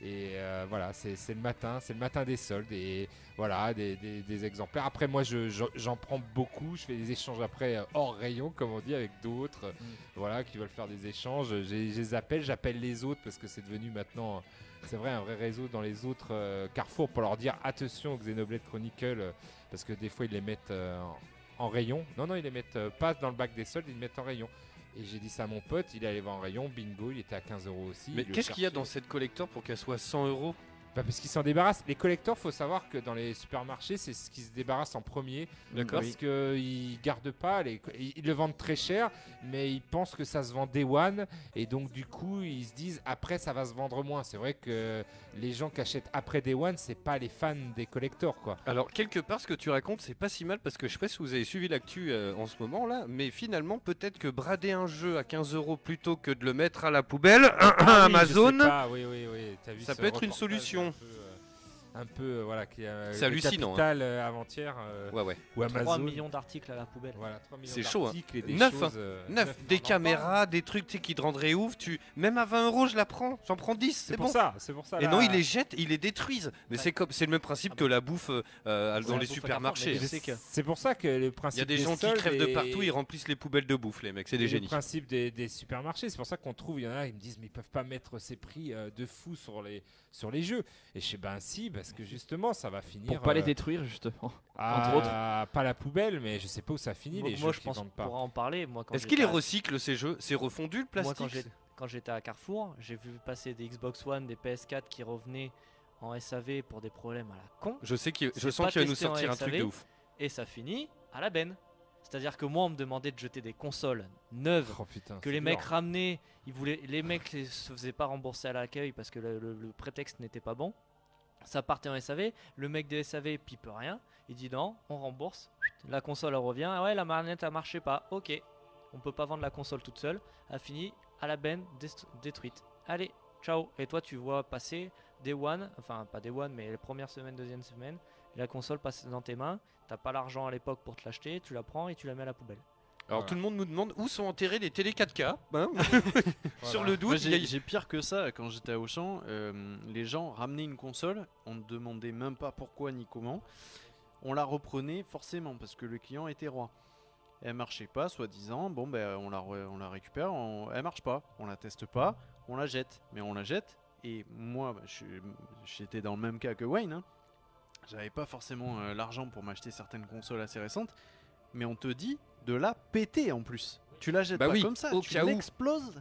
Speaker 6: et euh, voilà, c'est c'est le matin, c'est le matin des soldes et voilà, des, des- des exemplaires. Après, moi, je- je- j'en prends beaucoup. Je fais des échanges après euh, hors rayon, comme on dit, avec d'autres, euh, voilà, qui veulent faire des échanges. Je je les appelle, j'appelle les autres parce que c'est devenu maintenant, c'est vrai, un vrai réseau dans les autres euh, carrefours pour leur dire attention aux Xenoblade Chronicle euh, parce que des fois ils les mettent euh, en, en rayon. Non, non, ils les mettent euh, pas dans le bac des soldes, ils les mettent en rayon. Et j'ai dit ça à mon pote, il est allé voir en rayon, bingo, il était à 15 euros aussi.
Speaker 4: Mais
Speaker 6: il le
Speaker 4: qu'est-ce qu'il y a
Speaker 6: cherchait.
Speaker 4: dans cette collector pour qu'elle soit 100 euros
Speaker 6: Bah, parce qu'ils s'en débarrassent. Les collecteurs, faut savoir que dans les supermarchés, c'est ce qui se débarrassent en premier.
Speaker 4: D'accord.
Speaker 6: Parce qu'ils gardent pas, les... ils ils le vendent très cher, mais ils pensent que ça se vend day one. Et donc, du coup, ils se disent après, ça va se vendre moins. C'est vrai que les gens qui achètent après day one, c'est pas les fans des collecteurs, quoi.
Speaker 4: Alors, quelque part, ce que tu racontes, c'est pas si mal parce que je sais pas si vous avez suivi l'actu euh, en ce moment là, mais finalement, peut-être que brader un jeu à 15 euros plutôt que de le mettre à la poubelle, (clears throat)
Speaker 6: Ah oui, je sais
Speaker 4: Amazon,
Speaker 6: pas, oui, oui, oui, t'as vu
Speaker 4: ça
Speaker 6: ce
Speaker 4: peut être une
Speaker 6: reportage
Speaker 4: solution.
Speaker 6: Un peu, euh, voilà, qui a
Speaker 4: C'est
Speaker 6: le
Speaker 4: hallucinant, hein.
Speaker 6: Capital, euh, avant-hier. euh,
Speaker 4: Ouais, ouais.
Speaker 6: Ou
Speaker 5: 3
Speaker 6: Amazon.
Speaker 5: millions d'articles à la poubelle.
Speaker 6: Voilà, 3 millions
Speaker 4: C'est chaud, hein.
Speaker 6: d'articles et des
Speaker 4: 9,
Speaker 6: choses, euh, neuf, on en
Speaker 4: des
Speaker 6: parle.
Speaker 4: caméras, des trucs tu sais, qui te rendraient ouf. Tu... Même à 20 euros, je la prends. J'en prends 10.
Speaker 6: C'est
Speaker 4: C'est
Speaker 6: pour
Speaker 4: bon.
Speaker 6: ça, c'est pour ça,
Speaker 4: Et
Speaker 6: là.
Speaker 4: non, ils les jettent, ils les détruisent. Mais c'est comme, c'est le même principe que la bouffe euh, euh, dans
Speaker 6: Ah Ouais,
Speaker 4: les
Speaker 6: la bouffe à
Speaker 4: supermarchés.
Speaker 6: Carrefour, mais je sais que- C'est pour ça que le principe.
Speaker 4: Il y a des, gens qui
Speaker 6: soldes
Speaker 4: crèvent de
Speaker 6: est-
Speaker 4: partout, ils remplissent les poubelles de bouffe, les mecs. C'est des
Speaker 6: Et
Speaker 4: génies.
Speaker 6: Le principe des, des supermarchés, c'est pour ça qu'on trouve, il y en a, ils me disent, mais ils peuvent pas mettre ces prix euh, de fou sur les, sur les jeux. Et je sais, ben si, parce que justement, ça va finir. euh,
Speaker 7: Pour pas les détruire, justement,
Speaker 6: à-
Speaker 7: entre
Speaker 6: Pas la poubelle, mais je sais pas où ça finit,
Speaker 5: Moi-
Speaker 6: les
Speaker 5: moi,
Speaker 6: jeux
Speaker 5: je
Speaker 6: qui
Speaker 5: pense
Speaker 6: vendent
Speaker 5: qu'on
Speaker 6: pas.
Speaker 5: pourra en parler. Moi, quand
Speaker 4: Est-ce qu'ils les
Speaker 5: j'étais à-
Speaker 4: recyclent ces jeux C'est refondu le
Speaker 5: Moi, quand
Speaker 4: plastique
Speaker 5: j'ai- quand j'étais à Carrefour, j'ai vu passer des Xbox One, des PS4 qui revenaient en SAV pour des problèmes à la con.
Speaker 4: Je sais qu'il- je
Speaker 5: C'est
Speaker 4: sens
Speaker 5: pas
Speaker 4: qu'il va nous
Speaker 5: testé en
Speaker 4: sortir un truc
Speaker 5: SAV,
Speaker 4: de ouf.
Speaker 5: Et ça finit à la benne. C'est-à-dire que moi, on me demandait de jeter des consoles neuves que
Speaker 6: Oh, c'est
Speaker 5: les
Speaker 6: dur.
Speaker 5: mecs ramenaient. Ils voulaient, les mecs les- se faisaient pas rembourser à l'accueil parce que le, le- le prétexte n'était pas bon. Ça partait en SAV. Le mec de SAV pipe rien. Il dit non, on rembourse. La console elle revient. Ah ouais, la marionnette a marché pas. Ok, on peut pas vendre la console toute seule. A fini à la benne dest- détruite. Allez, ciao. Et toi, tu vois passer des one, enfin pas des one, mais les premières semaines, deuxième semaine, la console passe dans tes mains. T'as pas l'argent à l'époque pour te l'acheter. Tu la prends et tu la mets à la poubelle.
Speaker 4: Alors tout le monde nous demande où sont enterrés les télé 4K. hein (laughs) Sur le
Speaker 8: Moi,
Speaker 4: doute, il y a-
Speaker 8: j'ai j'ai pire que ça. Quand j'étais à Auchan, euh, les gens ramenaient une console, on ne demandait même pas pourquoi ni comment. On la reprenait forcément parce que le client était roi. Elle marchait pas, soi-disant. Bon, ben on la, re- on la récupère, on- elle marche pas, on la teste pas, on la jette. Mais on la jette. Et moi, bah, je suis- j'étais dans le même cas que Wayne. hein. J'avais pas forcément euh, l'argent pour m'acheter certaines consoles assez récentes, mais on te dit de la péter en plus. Tu la jettes
Speaker 4: Bah
Speaker 8: pas
Speaker 4: oui,
Speaker 8: comme ça,
Speaker 4: au
Speaker 8: tu
Speaker 4: cas où.
Speaker 8: l'exploses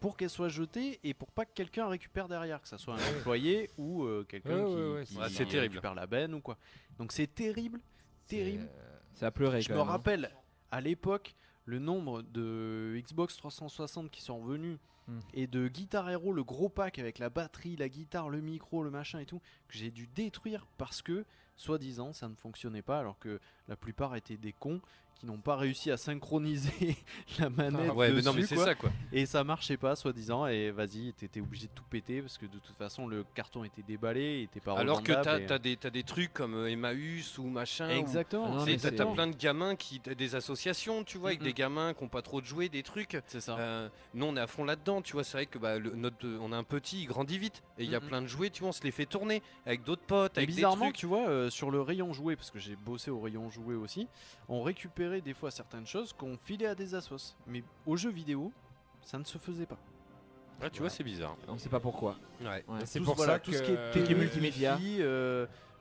Speaker 8: pour qu'elle soit jetée et pour pas que quelqu'un récupère derrière, que ça soit un employé ou euh, quelqu'un
Speaker 4: Ouais,
Speaker 8: qui,
Speaker 4: ouais, ouais,
Speaker 8: qui
Speaker 4: c'est- Ouais, c'est terrible.
Speaker 8: récupère la benne ou quoi. Donc c'est terrible, terrible.
Speaker 7: C'est à pleurer,
Speaker 8: Je
Speaker 7: quand
Speaker 8: me
Speaker 7: même, hein.
Speaker 8: rappelle à l'époque le nombre de Xbox 360 qui sont revenus
Speaker 7: Hmm.
Speaker 8: et de Guitar Hero, le gros pack avec la batterie, la guitare, le micro, le machin et tout, que j'ai dû détruire parce que, soi-disant, ça ne fonctionnait pas, alors que la plupart étaient des cons qui n'ont pas réussi à synchroniser (laughs) la manette.
Speaker 4: Ah ouais, mais non,
Speaker 8: dessus,
Speaker 4: mais c'est ça, quoi.
Speaker 8: Et ça marchait pas, soi-disant, et vas-y, t'étais obligé de tout péter parce que de toute façon, le carton était déballé, il était pas
Speaker 4: Alors que t'as
Speaker 8: revendable et-
Speaker 4: t'as des, t'as des trucs comme euh, Emmaüs ou machin. ou-
Speaker 8: Exactement.
Speaker 4: tu
Speaker 8: Ah,
Speaker 4: sais,
Speaker 8: mais
Speaker 4: T'as
Speaker 8: c'est-
Speaker 4: t'as plein de gamins qui. t'as Des associations, tu vois, avec
Speaker 8: Mhm.
Speaker 4: des gamins qui n'ont pas trop de jouets, des trucs. Euh,
Speaker 8: C'est ça.
Speaker 4: nous, on est à fond là-dedans, tu vois. C'est vrai que bah, le- notre, on a un petit, il grandit vite. Et il y a plein de jouets, tu vois, on se les fait tourner avec d'autres potes,
Speaker 8: Et
Speaker 4: avec des
Speaker 8: bizarrement,
Speaker 4: trucs.
Speaker 8: tu vois, euh, sur le rayon jouet, parce que j'ai bossé au rayon jouet aussi, on récupérait des fois certaines choses qu'on filait à des assos. Mais aux jeux vidéo, ça ne se faisait pas.
Speaker 4: Ah, tu vois, c'est bizarre.
Speaker 7: On sait pas pourquoi.
Speaker 4: Ouais.
Speaker 7: Ouais.
Speaker 8: Tout ce- voilà, tout ce qui est télé,
Speaker 7: multimédia.
Speaker 8: multimédia,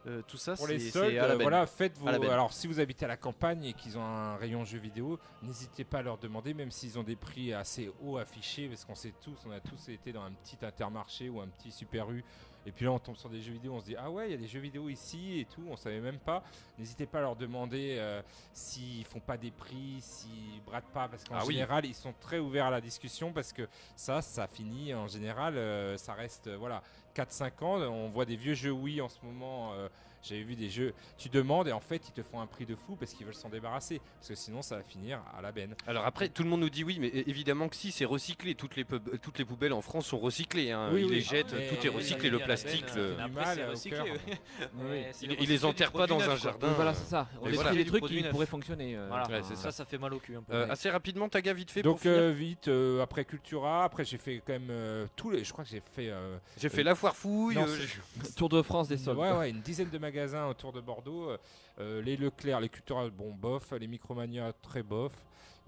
Speaker 8: Euh, tout ça,
Speaker 6: Pour les
Speaker 8: c'est-
Speaker 6: soldes,
Speaker 8: c'est à la
Speaker 6: euh,
Speaker 8: benne.
Speaker 6: voilà, faites vos.
Speaker 8: À la benne.
Speaker 6: Alors, si vous habitez à la campagne et qu'ils ont un rayon jeux vidéo, n'hésitez pas à leur demander, même s'ils ont des prix assez hauts affichés, parce qu'on sait tous, on a tous été dans un petit intermarché ou un petit super U. Et puis là, on tombe sur des jeux vidéo, on se dit ah ouais, il y a des jeux vidéo ici et tout, on savait même pas. N'hésitez pas à leur demander euh, s'ils font pas des prix, s'ils bradent pas, parce qu'en
Speaker 4: Ah oui.
Speaker 6: général, ils sont très ouverts à la discussion parce que ça, ça finit en général, euh, ça reste euh, voilà 4-5 ans. On voit des vieux jeux Wii en ce moment. euh, J'avais vu des jeux, tu demandes et en fait ils te font un prix de fou parce qu'ils veulent s'en débarrasser parce que sinon ça va finir à la benne.
Speaker 4: Alors après, tout le monde nous dit oui, mais é- évidemment que si, c'est recyclé. Toutes les, peub- toutes les poubelles en France sont recyclées. hein.
Speaker 6: Oui,
Speaker 4: Ils
Speaker 6: oui.
Speaker 4: les
Speaker 5: Euh,
Speaker 4: jettent,
Speaker 6: Ah, mais-
Speaker 4: tout est recyclé, le plastique. le-
Speaker 6: hein.
Speaker 5: (laughs)
Speaker 4: Il- il les enterre pas dans un jardin.
Speaker 7: Voilà, c'est ça.
Speaker 4: Et
Speaker 7: On
Speaker 4: voilà.
Speaker 7: des trucs qui pourraient fonctionner. euh,
Speaker 4: Ouais, c'est
Speaker 5: ça, ah, ça fait mal au cul un peu.
Speaker 4: Euh,
Speaker 5: Ouais.
Speaker 4: assez rapidement, Taga, vite fait.
Speaker 6: Donc
Speaker 4: pour finir.
Speaker 6: euh, vite euh, après Cultura, après j'ai fait quand même euh, tous les, je crois que j'ai fait. euh,
Speaker 4: J'ai
Speaker 6: euh,
Speaker 4: fait la foire fouille,
Speaker 6: non,
Speaker 4: euh,
Speaker 6: c'est-
Speaker 7: Tour de France des
Speaker 6: Une-
Speaker 7: soldes.
Speaker 6: Ouais, ouais, une dizaine de magasins autour de Bordeaux. euh, euh, les Leclerc, les Cultura, bon bof, les Micromania très bof.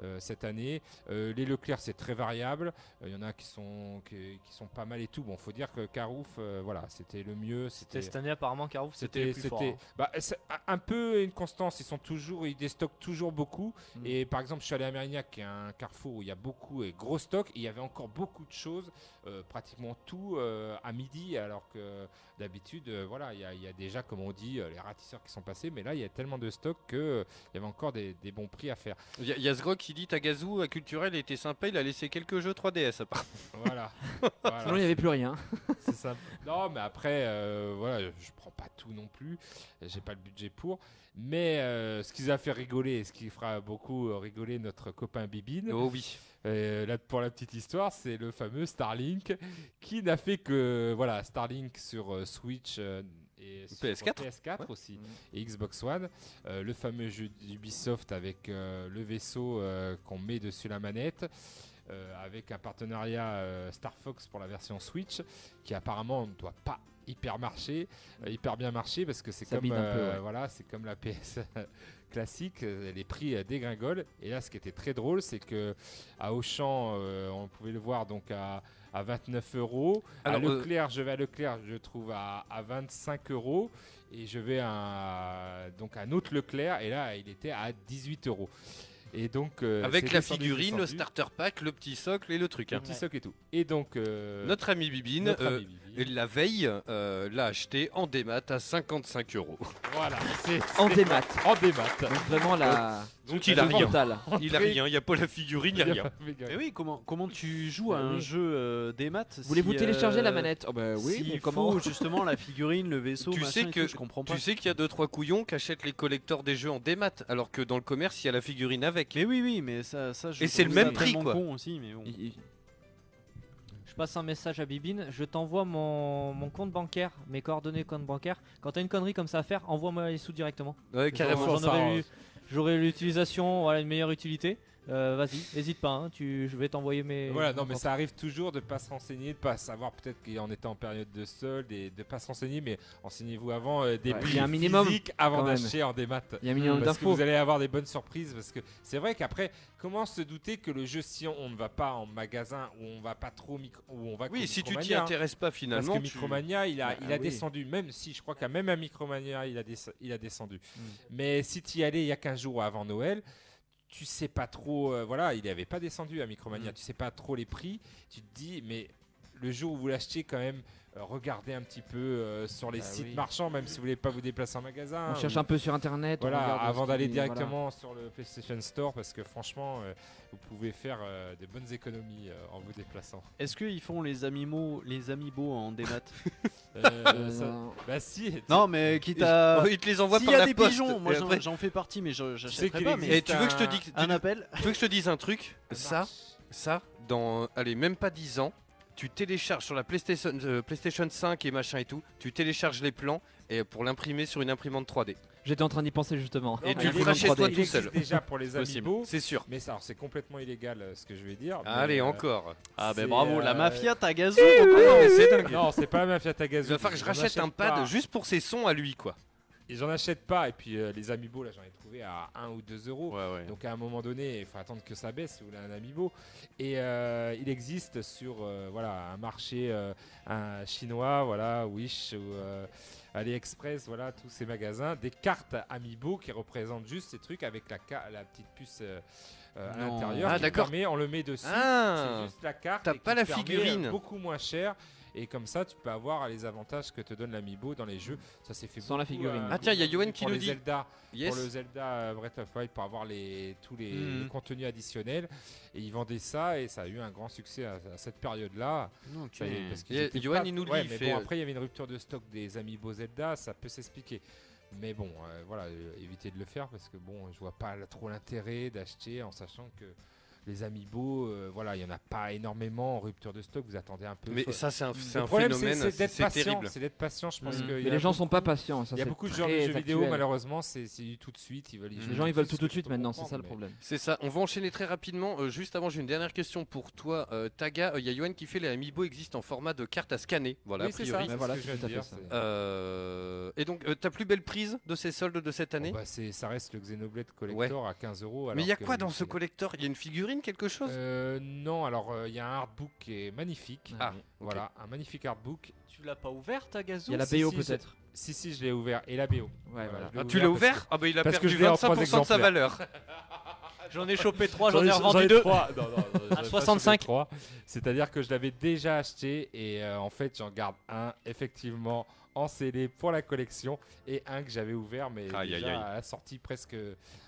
Speaker 6: euh, cette année, Euh, les Leclerc c'est très variable. Euh, Il y en a qui sont qui, qui sont pas mal et tout. Bon, faut dire que Carouf, euh, voilà, c'était le mieux. C'était
Speaker 5: C'était cette année, apparemment, Carouf, c'était le plus fort, hein.
Speaker 6: bah, c'est un- un peu une constance. Ils sont toujours, ils déstockent toujours beaucoup.
Speaker 5: Mm.
Speaker 6: Et par exemple, je suis allé à Mérignac, qui est un carrefour où il y a beaucoup et gros stock. Et il y avait encore beaucoup de choses, euh, pratiquement tout euh, à midi, alors que d'habitude, euh, voilà, il y, a- il y a déjà, comme on dit, euh, les ratisseurs qui sont passés. Mais là, il y a tellement de stock que euh, il y avait encore des, des bons prix à faire.
Speaker 4: Il y, a- il y a Zrock qui dit Tagazu à Culturel était sympa, il a laissé quelques jeux 3DS apparemment.
Speaker 5: (laughs)
Speaker 6: Voilà.
Speaker 7: Sinon, il n'y avait plus rien.
Speaker 6: (laughs) C'est ça. Non, mais après, euh, voilà, je prends pas tout non plus. J'ai pas le budget pour. Mais euh, ce qui a fait rigoler, et ce qui fera beaucoup euh, rigoler notre copain Bibine.
Speaker 4: Oh oui.
Speaker 6: euh, là, pour la petite histoire, c'est le fameux Starlink qui n'a fait que voilà Starlink sur euh, Switch euh, et sur
Speaker 4: PS4.
Speaker 6: PS4 aussi
Speaker 7: Mm.
Speaker 6: et Xbox One. Euh, le fameux jeu d'Ubisoft avec euh, le vaisseau euh, qu'on met dessus la manette. euh, avec un partenariat euh, Star Fox pour la version Switch, qui apparemment ne doit pas hyper marcher, euh, hyper bien marcher parce que c'est
Speaker 7: Ça
Speaker 6: comme
Speaker 7: bide un peu,
Speaker 6: euh,
Speaker 7: ouais.
Speaker 6: voilà, c'est comme la PS (laughs) classique, euh, les prix euh, dégringolent. Et là, ce qui était très drôle, c'est que à Auchan, euh, on pouvait le voir donc à, à 29 euros. à
Speaker 4: Alors, euh,
Speaker 6: Leclerc, je vais à Leclerc, je trouve à, à 25 euros. Et je vais à donc à un autre Leclerc, et là, il était à 18 euros. Et donc euh,
Speaker 4: Avec
Speaker 6: c'est
Speaker 4: la
Speaker 6: descendu,
Speaker 4: figurine, le
Speaker 6: descendu.
Speaker 4: starter pack, le petit socle et le truc.
Speaker 6: Le
Speaker 4: hein.
Speaker 6: petit socle et tout. Et donc. euh,
Speaker 4: Notre ami Bibine,
Speaker 6: notre
Speaker 4: euh,
Speaker 6: ami
Speaker 4: la veille, euh, l'a acheté en démat à 55 euros.
Speaker 6: Voilà, c'est
Speaker 7: En
Speaker 6: c'est-
Speaker 7: démat.
Speaker 6: En démat.
Speaker 7: Donc vraiment la-
Speaker 4: Donc
Speaker 7: la
Speaker 4: il a rien.
Speaker 7: mentale.
Speaker 4: Il a rien, il n'y a pas la figurine, il n'y a rien. Eh
Speaker 8: Mais oui, comment, comment tu joues à
Speaker 7: Bah
Speaker 8: un
Speaker 7: oui.
Speaker 8: jeu euh, des maths euh,
Speaker 7: Voulez-vous télécharger
Speaker 6: euh,
Speaker 7: la manette Oh
Speaker 4: Euh,
Speaker 7: bah oui,
Speaker 8: s'il
Speaker 7: mais comment
Speaker 4: (laughs)
Speaker 8: faut justement la figurine, le vaisseau,
Speaker 4: Tu
Speaker 8: machin
Speaker 4: sais
Speaker 8: et
Speaker 4: que
Speaker 8: tout, je comprends pas.
Speaker 4: tu sais qu'il y a deux trois couillons qui achètent les collecteurs des jeux en démat, alors que dans le commerce il y a la figurine avec.
Speaker 8: Mais oui oui, mais ça, je
Speaker 4: Et c'est le
Speaker 8: trouve ça
Speaker 4: même prix
Speaker 8: tellement
Speaker 4: quoi.
Speaker 8: con aussi, mais bon.
Speaker 5: Je passe un message à Bibine, je t'envoie mon, mon compte bancaire, mes coordonnées compte bancaire. Quand t'as une connerie comme ça à faire, envoie-moi les sous directement.
Speaker 4: Ouais, carrément.
Speaker 5: J'en- j'en
Speaker 4: Ça,
Speaker 5: aurais
Speaker 4: ça,
Speaker 5: eu- J'aurais l'utilisation, voilà, une meilleure utilité. Euh, Vas-y, hésite pas, hein, tu, je vais t'envoyer mes.
Speaker 6: Voilà, non,
Speaker 5: mes
Speaker 6: mais ça arrive toujours de pas se renseigner, de pas savoir peut-être qu'on était en période de solde et de pas se renseigner, mais renseignez-vous avant euh, des
Speaker 7: Ouais,
Speaker 6: prix
Speaker 7: il y a un minimum,
Speaker 6: physiques avant
Speaker 7: quand même.
Speaker 6: d'acheter en démat.
Speaker 7: Il y a un minimum
Speaker 6: Parce que
Speaker 7: d'infos.
Speaker 6: vous allez avoir des bonnes surprises parce que c'est vrai qu'après, comment se douter que le jeu si on ne va pas en magasin ou on va pas trop micro, ou on va
Speaker 4: Oui,
Speaker 6: qu'au
Speaker 4: si tu t'y
Speaker 6: Micromania, hein.
Speaker 4: intéresses pas, finalement,
Speaker 6: Parce que
Speaker 4: tu- (laughs)
Speaker 6: Micromania, il a,
Speaker 4: Bah,
Speaker 6: il a
Speaker 7: ah
Speaker 4: oui.
Speaker 6: descendu, même si je crois qu'à même à Micromania, il a, des- il a descendu.
Speaker 7: Mm.
Speaker 6: Mais si tu y allais il y a 15 jours avant Noël, tu sais pas trop. euh, voilà, il n'avait pas descendu à
Speaker 7: Mm.
Speaker 6: Micromania, tu sais pas trop les prix. Tu te dis, mais le jour où vous l'achetez, quand même, euh, regardez un petit peu euh, sur les
Speaker 7: Bah
Speaker 6: sites
Speaker 7: oui.
Speaker 6: marchands, même si vous voulez pas vous déplacer en magasin.
Speaker 7: On cherche
Speaker 6: ou-
Speaker 7: un peu sur internet, on
Speaker 6: Voilà,
Speaker 7: regarde
Speaker 6: avant
Speaker 7: ce
Speaker 6: d'aller
Speaker 7: qui- voilà.
Speaker 6: directement sur le PlayStation Store, parce que franchement, euh, vous pouvez faire euh, des bonnes économies euh, en vous
Speaker 7: (laughs)
Speaker 6: déplaçant.
Speaker 8: Est-ce qu'ils font les animaux, les amiibo en
Speaker 4: (laughs)
Speaker 8: démat
Speaker 6: Euh, ça- bah si.
Speaker 8: Non mais quitte
Speaker 4: Ils- (laughs)
Speaker 8: à.
Speaker 4: Oh, ils te les envoient
Speaker 8: S'il
Speaker 4: par
Speaker 8: y a
Speaker 4: la
Speaker 8: des
Speaker 4: poste,
Speaker 8: pigeons, moi
Speaker 4: et
Speaker 8: j'en-
Speaker 4: après-
Speaker 8: j'en fais partie, mais je
Speaker 4: Tu sais
Speaker 8: j'achèterai
Speaker 4: qu'il
Speaker 8: pas. Mais
Speaker 4: existe Et tu veux que je te dise
Speaker 8: un
Speaker 4: tu-
Speaker 8: appel
Speaker 4: Tu veux que je te dise un truc Ça, ça, dans euh, allez même pas 10 ans, tu télécharges sur la PlayStation, euh, PlayStation 5 et machin et tout, tu télécharges les plans et pour l'imprimer sur une imprimante 3D.
Speaker 7: J'étais en train d'y penser justement. Ah,
Speaker 4: Et tu le
Speaker 7: Imprimante
Speaker 4: feras Ah, chez toi
Speaker 7: 3D.
Speaker 4: tout seul.
Speaker 6: déjà pour les
Speaker 4: Possible.
Speaker 6: amiibo.
Speaker 4: C'est sûr.
Speaker 6: Mais ça, alors, c'est complètement illégal euh, ce que je vais dire.
Speaker 4: Allez,
Speaker 6: mais, euh,
Speaker 4: encore. Ah, ben
Speaker 6: c'est, euh,
Speaker 4: bravo, la
Speaker 5: euh,
Speaker 4: mafia
Speaker 5: (laughs)
Speaker 8: Tagazu,
Speaker 4: Eh oui,
Speaker 6: Ah non,
Speaker 4: oui,
Speaker 6: mais c'est
Speaker 4: oui.
Speaker 6: dingue. Non, c'est pas la mafia Tagazu.
Speaker 4: Il va falloir que je
Speaker 6: J'en
Speaker 4: rachète un
Speaker 6: achète
Speaker 4: pad
Speaker 6: pas.
Speaker 4: juste pour ses sons à lui quoi.
Speaker 6: et j'en achète pas. Et puis euh, les amiibo, là, j'en ai trouvé à 1 ou 2 euros. Donc à un moment donné, il faut attendre que ça baisse si vous voulez un amiibo. Et euh, il existe sur euh, voilà, un marché euh, un chinois, voilà, Wish ou euh, AliExpress, voilà, tous ces magasins, des cartes amiibo qui représentent juste ces trucs avec la, ca- la petite puce. euh, euh, à
Speaker 4: Non.
Speaker 6: l'intérieur,
Speaker 4: Ah,
Speaker 6: qui
Speaker 4: d'accord.
Speaker 6: permet- on le met dessus,
Speaker 4: Ah.
Speaker 6: c'est juste la carte.
Speaker 4: T'as
Speaker 6: et
Speaker 4: pas
Speaker 6: qui
Speaker 4: la
Speaker 6: permet, euh,
Speaker 4: figurine.
Speaker 6: beaucoup moins cher. Et comme ça, tu peux avoir les avantages que te donne l'amiibo dans les jeux. Ça s'est fait
Speaker 7: Sans la
Speaker 6: beaucoup,
Speaker 7: figurine.
Speaker 6: euh,
Speaker 7: Ah tiens, il y a
Speaker 6: pour
Speaker 7: Yoann qui
Speaker 6: les
Speaker 7: le dit.
Speaker 6: Zelda,
Speaker 7: Yes.
Speaker 6: Pour le Zelda euh, Breath of Fire, pour avoir les, tous les,
Speaker 4: Mhm.
Speaker 6: les contenus additionnels. Et ils vendaient ça et ça a eu un grand succès à, à cette période-là.
Speaker 4: Ok.
Speaker 6: Ça y est, parce qu'ils
Speaker 4: Mhm. Et
Speaker 6: étaient
Speaker 4: Yoann,
Speaker 6: pas-
Speaker 4: il nous le
Speaker 6: ouais,
Speaker 4: dit, il
Speaker 6: mais
Speaker 4: fait,
Speaker 6: bon,
Speaker 4: euh,
Speaker 6: après, il y avait une rupture de stock des amiibo Zelda, ça peut s'expliquer. Mais bon, euh, voilà, euh, évitez de le faire parce que bon, je vois pas la- trop l'intérêt d'acheter en sachant que les amiibo, euh, voilà, il y en a pas énormément en rupture de stock. Vous attendez un peu.
Speaker 4: Mais
Speaker 6: Soit-
Speaker 4: ça, c'est un- c'est
Speaker 6: Le
Speaker 4: un
Speaker 6: problème,
Speaker 4: phénomène,
Speaker 6: c'est- c'est d'être
Speaker 4: c'est
Speaker 6: patient,
Speaker 4: terrible.
Speaker 6: C'est d'être patient. Je pense
Speaker 4: Mm.
Speaker 6: que
Speaker 4: Mais
Speaker 6: il y
Speaker 7: les
Speaker 6: a
Speaker 7: gens
Speaker 6: beaucoup-
Speaker 7: sont pas patients, ça,
Speaker 6: Il y a
Speaker 7: c'est
Speaker 6: beaucoup de
Speaker 7: très
Speaker 6: gens de jeux vidéo,
Speaker 7: actuel.
Speaker 6: malheureusement, c'est c'est du tout de suite. Ils veulent.
Speaker 7: Les gens, ils veulent tout de suite maintenant,
Speaker 6: comprendre,
Speaker 7: c'est ça le
Speaker 6: mais-
Speaker 7: problème.
Speaker 4: C'est ça. On va enchaîner très rapidement. Euh, juste avant, j'ai une dernière question pour toi, euh, Taga. Euh, Il y a Yoann qui fait les Amiibo existent en format de carte à scanner. Voilà,
Speaker 6: Oui,
Speaker 4: a
Speaker 6: c'est
Speaker 4: priori.
Speaker 6: ça, c'est Voilà, ce que je viens de tout à dire, fait ça. c'est-
Speaker 4: Euh, Et donc, euh, ta plus belle prise de ces soldes de cette année
Speaker 6: bah, c'est, Ça reste le Xenoblade Collector à 15 euros.
Speaker 4: Mais
Speaker 6: alors
Speaker 4: il y a
Speaker 6: que
Speaker 4: quoi
Speaker 6: le-
Speaker 4: dans ce collector Il y a une figurine, quelque chose
Speaker 6: Euh, Non, alors euh, il y a un artbook qui est magnifique.
Speaker 4: Ah,
Speaker 6: voilà, un magnifique artbook.
Speaker 13: Tu l'as pas ouvert, ta gazou
Speaker 6: Si, si, je- Si, si, je l'ai ouvert. Et la BO. Voilà,
Speaker 13: voilà.
Speaker 6: je l'ai
Speaker 13: Ah, tu l'as
Speaker 6: parce
Speaker 13: ouvert
Speaker 6: que-
Speaker 13: Ah, bah, il a
Speaker 6: parce que
Speaker 13: perdu
Speaker 6: je l'ai en trois
Speaker 13: 25% de sa
Speaker 6: exemplaires.
Speaker 13: valeur.
Speaker 6: (laughs)
Speaker 13: J'en ai chopé trois, j'en ai
Speaker 6: ai-
Speaker 13: revendu
Speaker 6: ai
Speaker 13: deux.
Speaker 6: trois. Non, non, non,
Speaker 13: Un
Speaker 6: j'en ai Euh, pas
Speaker 13: 65.
Speaker 6: chopé trois. C'est-à-dire que je l'avais déjà acheté et euh, en fait, j'en garde un, effectivement, en CD pour la collection et un que j'avais ouvert, mais
Speaker 4: Aïe,
Speaker 6: déjà
Speaker 4: aïe, aïe.
Speaker 6: à la sortie presque.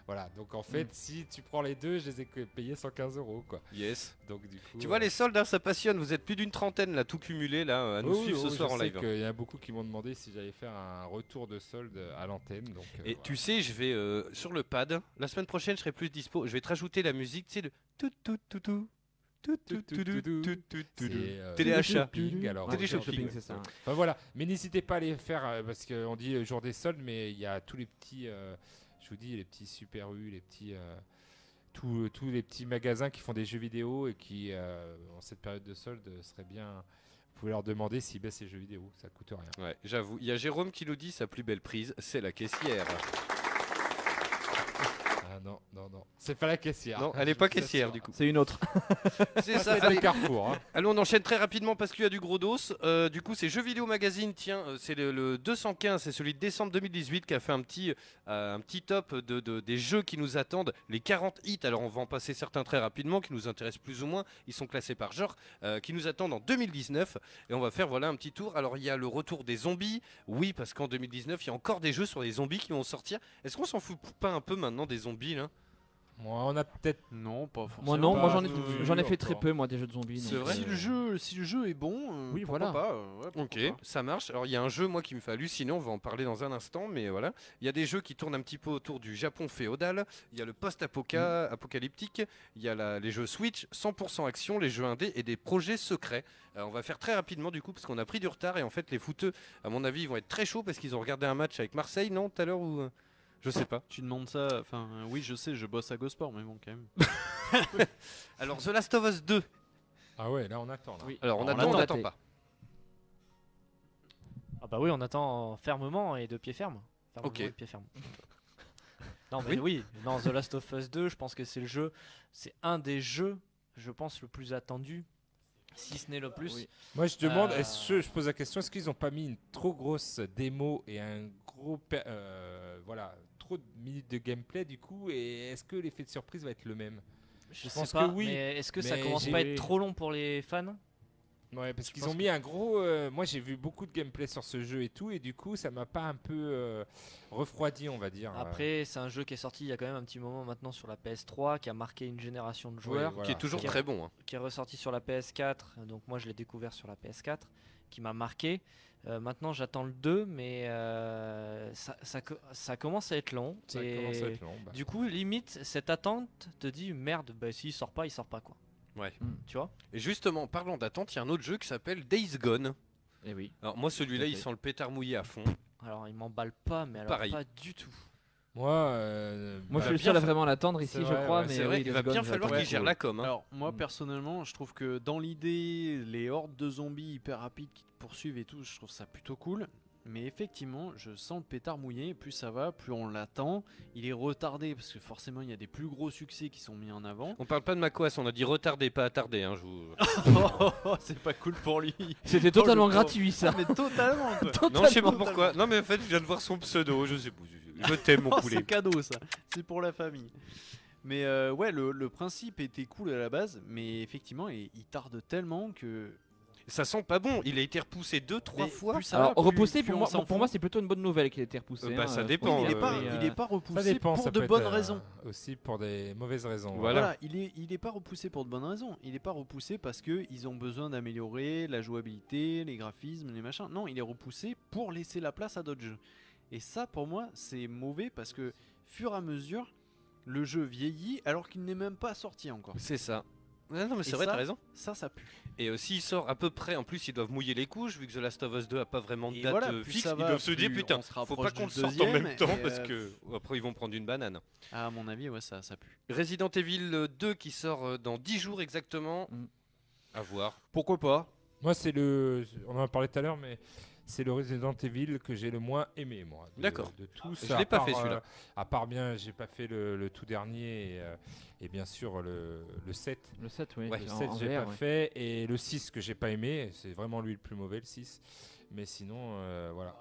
Speaker 6: Voilà, donc en fait,
Speaker 4: Mm.
Speaker 6: si tu prends les deux, je les ai que- payés 115 euros, quoi.
Speaker 4: Yes.
Speaker 6: Donc du coup.
Speaker 4: Tu vois,
Speaker 6: euh,
Speaker 4: les soldes, hein, ça passionne. Vous êtes plus d'une trentaine, là, tout cumulé, là, euh, à nous
Speaker 6: oui,
Speaker 4: suivre
Speaker 6: oui,
Speaker 4: ce
Speaker 6: oui,
Speaker 4: soir
Speaker 6: je
Speaker 4: en
Speaker 6: sais
Speaker 4: live.
Speaker 6: qu'il y a beaucoup qui m'ont demandé si j'allais faire un retour de solde à l'antenne. Donc, euh,
Speaker 4: Et tu sais, je vais euh, sur le pad. La semaine prochaine, je serai plus dispo. Je vais te rajouter la musique, tu sais, le tout tout tout tout. Tout, tout, tout, tout, tout, tout, tout, tout.
Speaker 6: euh,
Speaker 4: Téléachat.
Speaker 6: shopping, alors,
Speaker 4: Télé
Speaker 6: shopping,
Speaker 4: shopping,
Speaker 6: ouais.
Speaker 4: c'est ça.
Speaker 6: Enfin, voilà, mais n'hésitez pas à les faire euh, parce qu'on dit euh, jour des soldes, mais il y a tous les petits, euh, je vous dis, les petits Super U, les petits. euh, tous, euh, tous les petits magasins qui font des jeux vidéo et qui, euh, en cette période de solde, serait bien. Vous pouvez leur demander s'ils baissent les jeux vidéo, ça coûte rien.
Speaker 4: Ouais, j'avoue. Il y a Jérôme qui nous dit sa plus belle prise, c'est la caissière.
Speaker 6: Ah non, non, non. C'est pas la caissière.
Speaker 4: Non, elle est
Speaker 6: Je
Speaker 4: pas
Speaker 6: vous assure.
Speaker 4: caissière, du coup.
Speaker 6: C'est une autre.
Speaker 4: C'est ça. Ah,
Speaker 6: C'est le Carrefour, hein.
Speaker 4: Allez, on enchaîne très rapidement parce qu'il y a du gros dos. Euh, du coup, c'est Jeux Vidéo Magazine. Tiens, euh, c'est le, le 215, c'est celui de décembre 2018 qui a fait un petit, euh, un petit top de, de- des jeux qui nous attendent. Les 40 hits, alors on va en passer certains très rapidement qui nous intéressent plus ou moins. Ils sont classés par genre, euh, qui nous attendent en 2019. Et on va faire voilà un petit tour. Alors, il y a le retour des zombies. Oui, parce qu'en 2019, il y a encore des jeux sur les zombies qui vont sortir. Est-ce qu'on s'en fout pas un peu maintenant des zombies là
Speaker 6: Moi, on a peut-être.
Speaker 8: Non, pas
Speaker 7: Moi non, moi j'en ai, j'en ai fait très peu moi des jeux de zombies.
Speaker 4: C'est
Speaker 7: donc,
Speaker 4: vrai
Speaker 7: euh,
Speaker 8: Si le jeu, si le jeu est bon, euh,
Speaker 7: Oui,
Speaker 8: pourquoi
Speaker 7: voilà.
Speaker 8: pas euh, ouais, pourquoi
Speaker 4: Ok,
Speaker 8: pas.
Speaker 4: ça marche. Alors il y a un jeu moi qui me fait halluciner, on va en parler dans un instant, mais voilà. Il y a des jeux qui tournent un petit peu autour du Japon féodal, il y a le post-apocalyptique, apocalyptique il y a la- les jeux Switch, 100% action, les jeux indés et des projets secrets. Euh, on va faire très rapidement du coup parce qu'on a pris du retard et en fait les footeux, à mon avis, ils vont être très chauds parce qu'ils ont regardé un match avec Marseille, non, tout à l'heure ou... euh, Je sais pas.
Speaker 8: Tu demandes ça, enfin euh, oui je sais, je bosse à GoSport mais bon quand même.
Speaker 4: Alors The Last of Us 2.
Speaker 6: Ah ouais, là on attend. Là.
Speaker 4: Alors on
Speaker 5: On
Speaker 4: attend, on
Speaker 5: l'attend.
Speaker 4: n'attend pas.
Speaker 5: Ah bah oui, on attend fermement et de pied ferme. Fermement
Speaker 4: Ok.
Speaker 5: et de pied ferme. non mais oui. non The Last of Us 2, je pense que c'est le jeu, c'est un des jeux, je pense le plus attendu, si ce n'est le plus.
Speaker 6: Moi, je demande,
Speaker 5: Euh,
Speaker 6: est-ce que- je pose la question, est-ce qu'ils n'ont pas mis une trop grosse démo et un gros, pe- euh, voilà, trop de minutes de gameplay du coup, et est-ce que l'effet de surprise va être le même
Speaker 5: Je, sais pas, mais est-ce que ça
Speaker 6: mais
Speaker 5: commence
Speaker 6: j'ai-
Speaker 5: pas à être trop long pour les fans
Speaker 6: Ouais, parce qu'ils
Speaker 5: pense
Speaker 6: ont mis un gros. euh, moi, j'ai vu beaucoup de gameplay sur ce jeu et tout, et du coup, ça m'a pas un peu euh, refroidi, on va dire. euh.
Speaker 5: Après, c'est un jeu qui est sorti il y a quand même un petit moment maintenant sur la PS3, qui a marqué une génération de
Speaker 4: Oui,
Speaker 5: joueurs.
Speaker 4: voilà. Qui est toujours
Speaker 5: a-
Speaker 4: très bon, hein.
Speaker 5: Qui est ressorti sur la PS4, donc moi je l'ai découvert sur la PS4, qui m'a marqué. Euh, maintenant j'attends le 2, mais euh, ça, ça co- ça commence à être long.
Speaker 6: Ça
Speaker 5: et
Speaker 6: commence à être long, bah.
Speaker 5: Du coup, limite, cette attente te dit merde, bah s'il sort pas, il sort pas quoi.
Speaker 4: Ouais.
Speaker 5: Tu vois
Speaker 4: Et justement, parlant d'attente, il y a un autre jeu qui s'appelle Days Gone.
Speaker 7: Et oui.
Speaker 4: Alors moi celui-là,
Speaker 5: Tout à
Speaker 4: il
Speaker 5: fait.
Speaker 4: sent le pétard mouillé à fond.
Speaker 5: Alors il m'emballe pas, mais alors
Speaker 4: Pareil.
Speaker 5: pas du tout.
Speaker 6: Moi, euh,
Speaker 7: Moi,
Speaker 6: bah,
Speaker 7: je suis le
Speaker 6: bien
Speaker 7: seul à
Speaker 6: fa-
Speaker 7: vraiment l'attendre ici,
Speaker 6: C'est
Speaker 7: je
Speaker 6: vrai,
Speaker 7: crois,
Speaker 6: ouais,
Speaker 7: mais
Speaker 6: c'est vrai
Speaker 7: oui,
Speaker 6: qu'il
Speaker 7: Days
Speaker 6: va
Speaker 7: Gone,
Speaker 6: bien
Speaker 7: je
Speaker 6: falloir
Speaker 7: l'attends.
Speaker 6: qu'il gère la com, hein.
Speaker 8: Alors
Speaker 4: Mm.
Speaker 8: moi personnellement je trouve que dans l'idée les hordes de zombies hyper rapides qui te poursuivent et tout je trouve ça plutôt cool. Mais effectivement, je sens le pétard mouillé. Plus ça va, plus on l'attend. Il est retardé parce que forcément, il y a des plus gros succès qui sont mis en
Speaker 4: (laughs)
Speaker 8: avant. (laughs)
Speaker 4: On parle pas de hein, Macoas, on a dit retardé, pas attardé. Hein, je vous...
Speaker 8: c'est pas cool pour
Speaker 4: (laughs)
Speaker 8: lui.
Speaker 4: C'était
Speaker 7: totalement gratuit,
Speaker 5: Ah,
Speaker 7: ça.
Speaker 8: Mais (laughs) totalement. quoi.
Speaker 4: Non, je sais pas pourquoi. Non, mais en fait, je viens de voir son pseudo. Je sais pas. je- Je t'aime, mon
Speaker 8: (laughs) Oh,
Speaker 4: poulet.
Speaker 8: C'est cadeau ça, c'est pour la famille. Mais euh, ouais, le, le principe était cool à la base, mais effectivement, il, il tarde tellement que.
Speaker 4: Ça sent pas bon, il a été repoussé deux, trois fois.
Speaker 7: Alors, repousser, pour moi, pour moi, c'est plutôt une bonne nouvelle qu'il ait été repoussé.
Speaker 4: Euh, bah,
Speaker 7: hein,
Speaker 4: ça
Speaker 7: euh,
Speaker 4: dépend,
Speaker 7: oui,
Speaker 4: euh,
Speaker 7: mais,
Speaker 8: il
Speaker 7: euh,
Speaker 8: est pas repoussé
Speaker 6: Ça dépend,
Speaker 8: bah, pour
Speaker 6: ça
Speaker 8: de
Speaker 6: peut être,
Speaker 8: bonnes
Speaker 6: euh,
Speaker 8: raisons.
Speaker 6: Aussi pour des mauvaises raisons.
Speaker 8: Voilà, il, est, il est pas repoussé pour de bonnes raisons. Il est pas repoussé parce que ils ont besoin d'améliorer la jouabilité, les graphismes, les machins. Non, il est repoussé pour laisser la place à d'autres jeux. Et ça, pour moi, c'est mauvais parce que, fur et à mesure, le jeu vieillit alors qu'il n'est même pas sorti encore.
Speaker 4: C'est ça. Non, non, mais c'est
Speaker 8: Et
Speaker 4: vrai,
Speaker 8: ça,
Speaker 4: t'as raison.
Speaker 8: Ça, ça pue.
Speaker 4: Et aussi, il sort à peu près. En plus, ils doivent mouiller les couches, vu que The Last of Us 2 a pas vraiment de
Speaker 8: Et
Speaker 4: date
Speaker 8: voilà,
Speaker 4: euh,
Speaker 8: plus
Speaker 4: fixe.
Speaker 8: ça
Speaker 4: ils
Speaker 8: va,
Speaker 4: doivent se dire,
Speaker 8: plus
Speaker 4: putain,
Speaker 8: on se
Speaker 4: faut pas
Speaker 8: rapproche
Speaker 4: qu'on le
Speaker 8: du
Speaker 4: sorte en
Speaker 8: deuxième,
Speaker 4: même temps,
Speaker 8: et,
Speaker 4: parce
Speaker 8: euh,
Speaker 4: que oh, après, ils vont prendre une banane.
Speaker 8: Ah, À mon avis, ouais, ça, ça pue.
Speaker 4: Resident Evil euh, 2 qui sort euh, dans 10 jours exactement.
Speaker 8: Mm.
Speaker 4: À voir.
Speaker 8: Pourquoi pas
Speaker 6: Moi, c'est le. On en a parlé tout à l'heure, mais c'est le Resident Evil que j'ai le moins aimé, moi. de-
Speaker 4: D'accord. Ah,
Speaker 6: De tous.
Speaker 4: Je
Speaker 6: à
Speaker 4: l'ai pas
Speaker 6: part,
Speaker 4: fait, celui-là.
Speaker 6: euh, à part bien, j'ai pas fait le, le tout dernier et, euh, et bien sûr le, le 7.
Speaker 7: Le 7, oui.
Speaker 6: le
Speaker 7: en-
Speaker 6: 7,
Speaker 7: en
Speaker 6: j'ai
Speaker 7: VR,
Speaker 6: pas
Speaker 7: ouais.
Speaker 6: fait. Et le 6 que j'ai pas aimé, c'est vraiment lui le plus mauvais, le 6. Mais sinon, euh, voilà.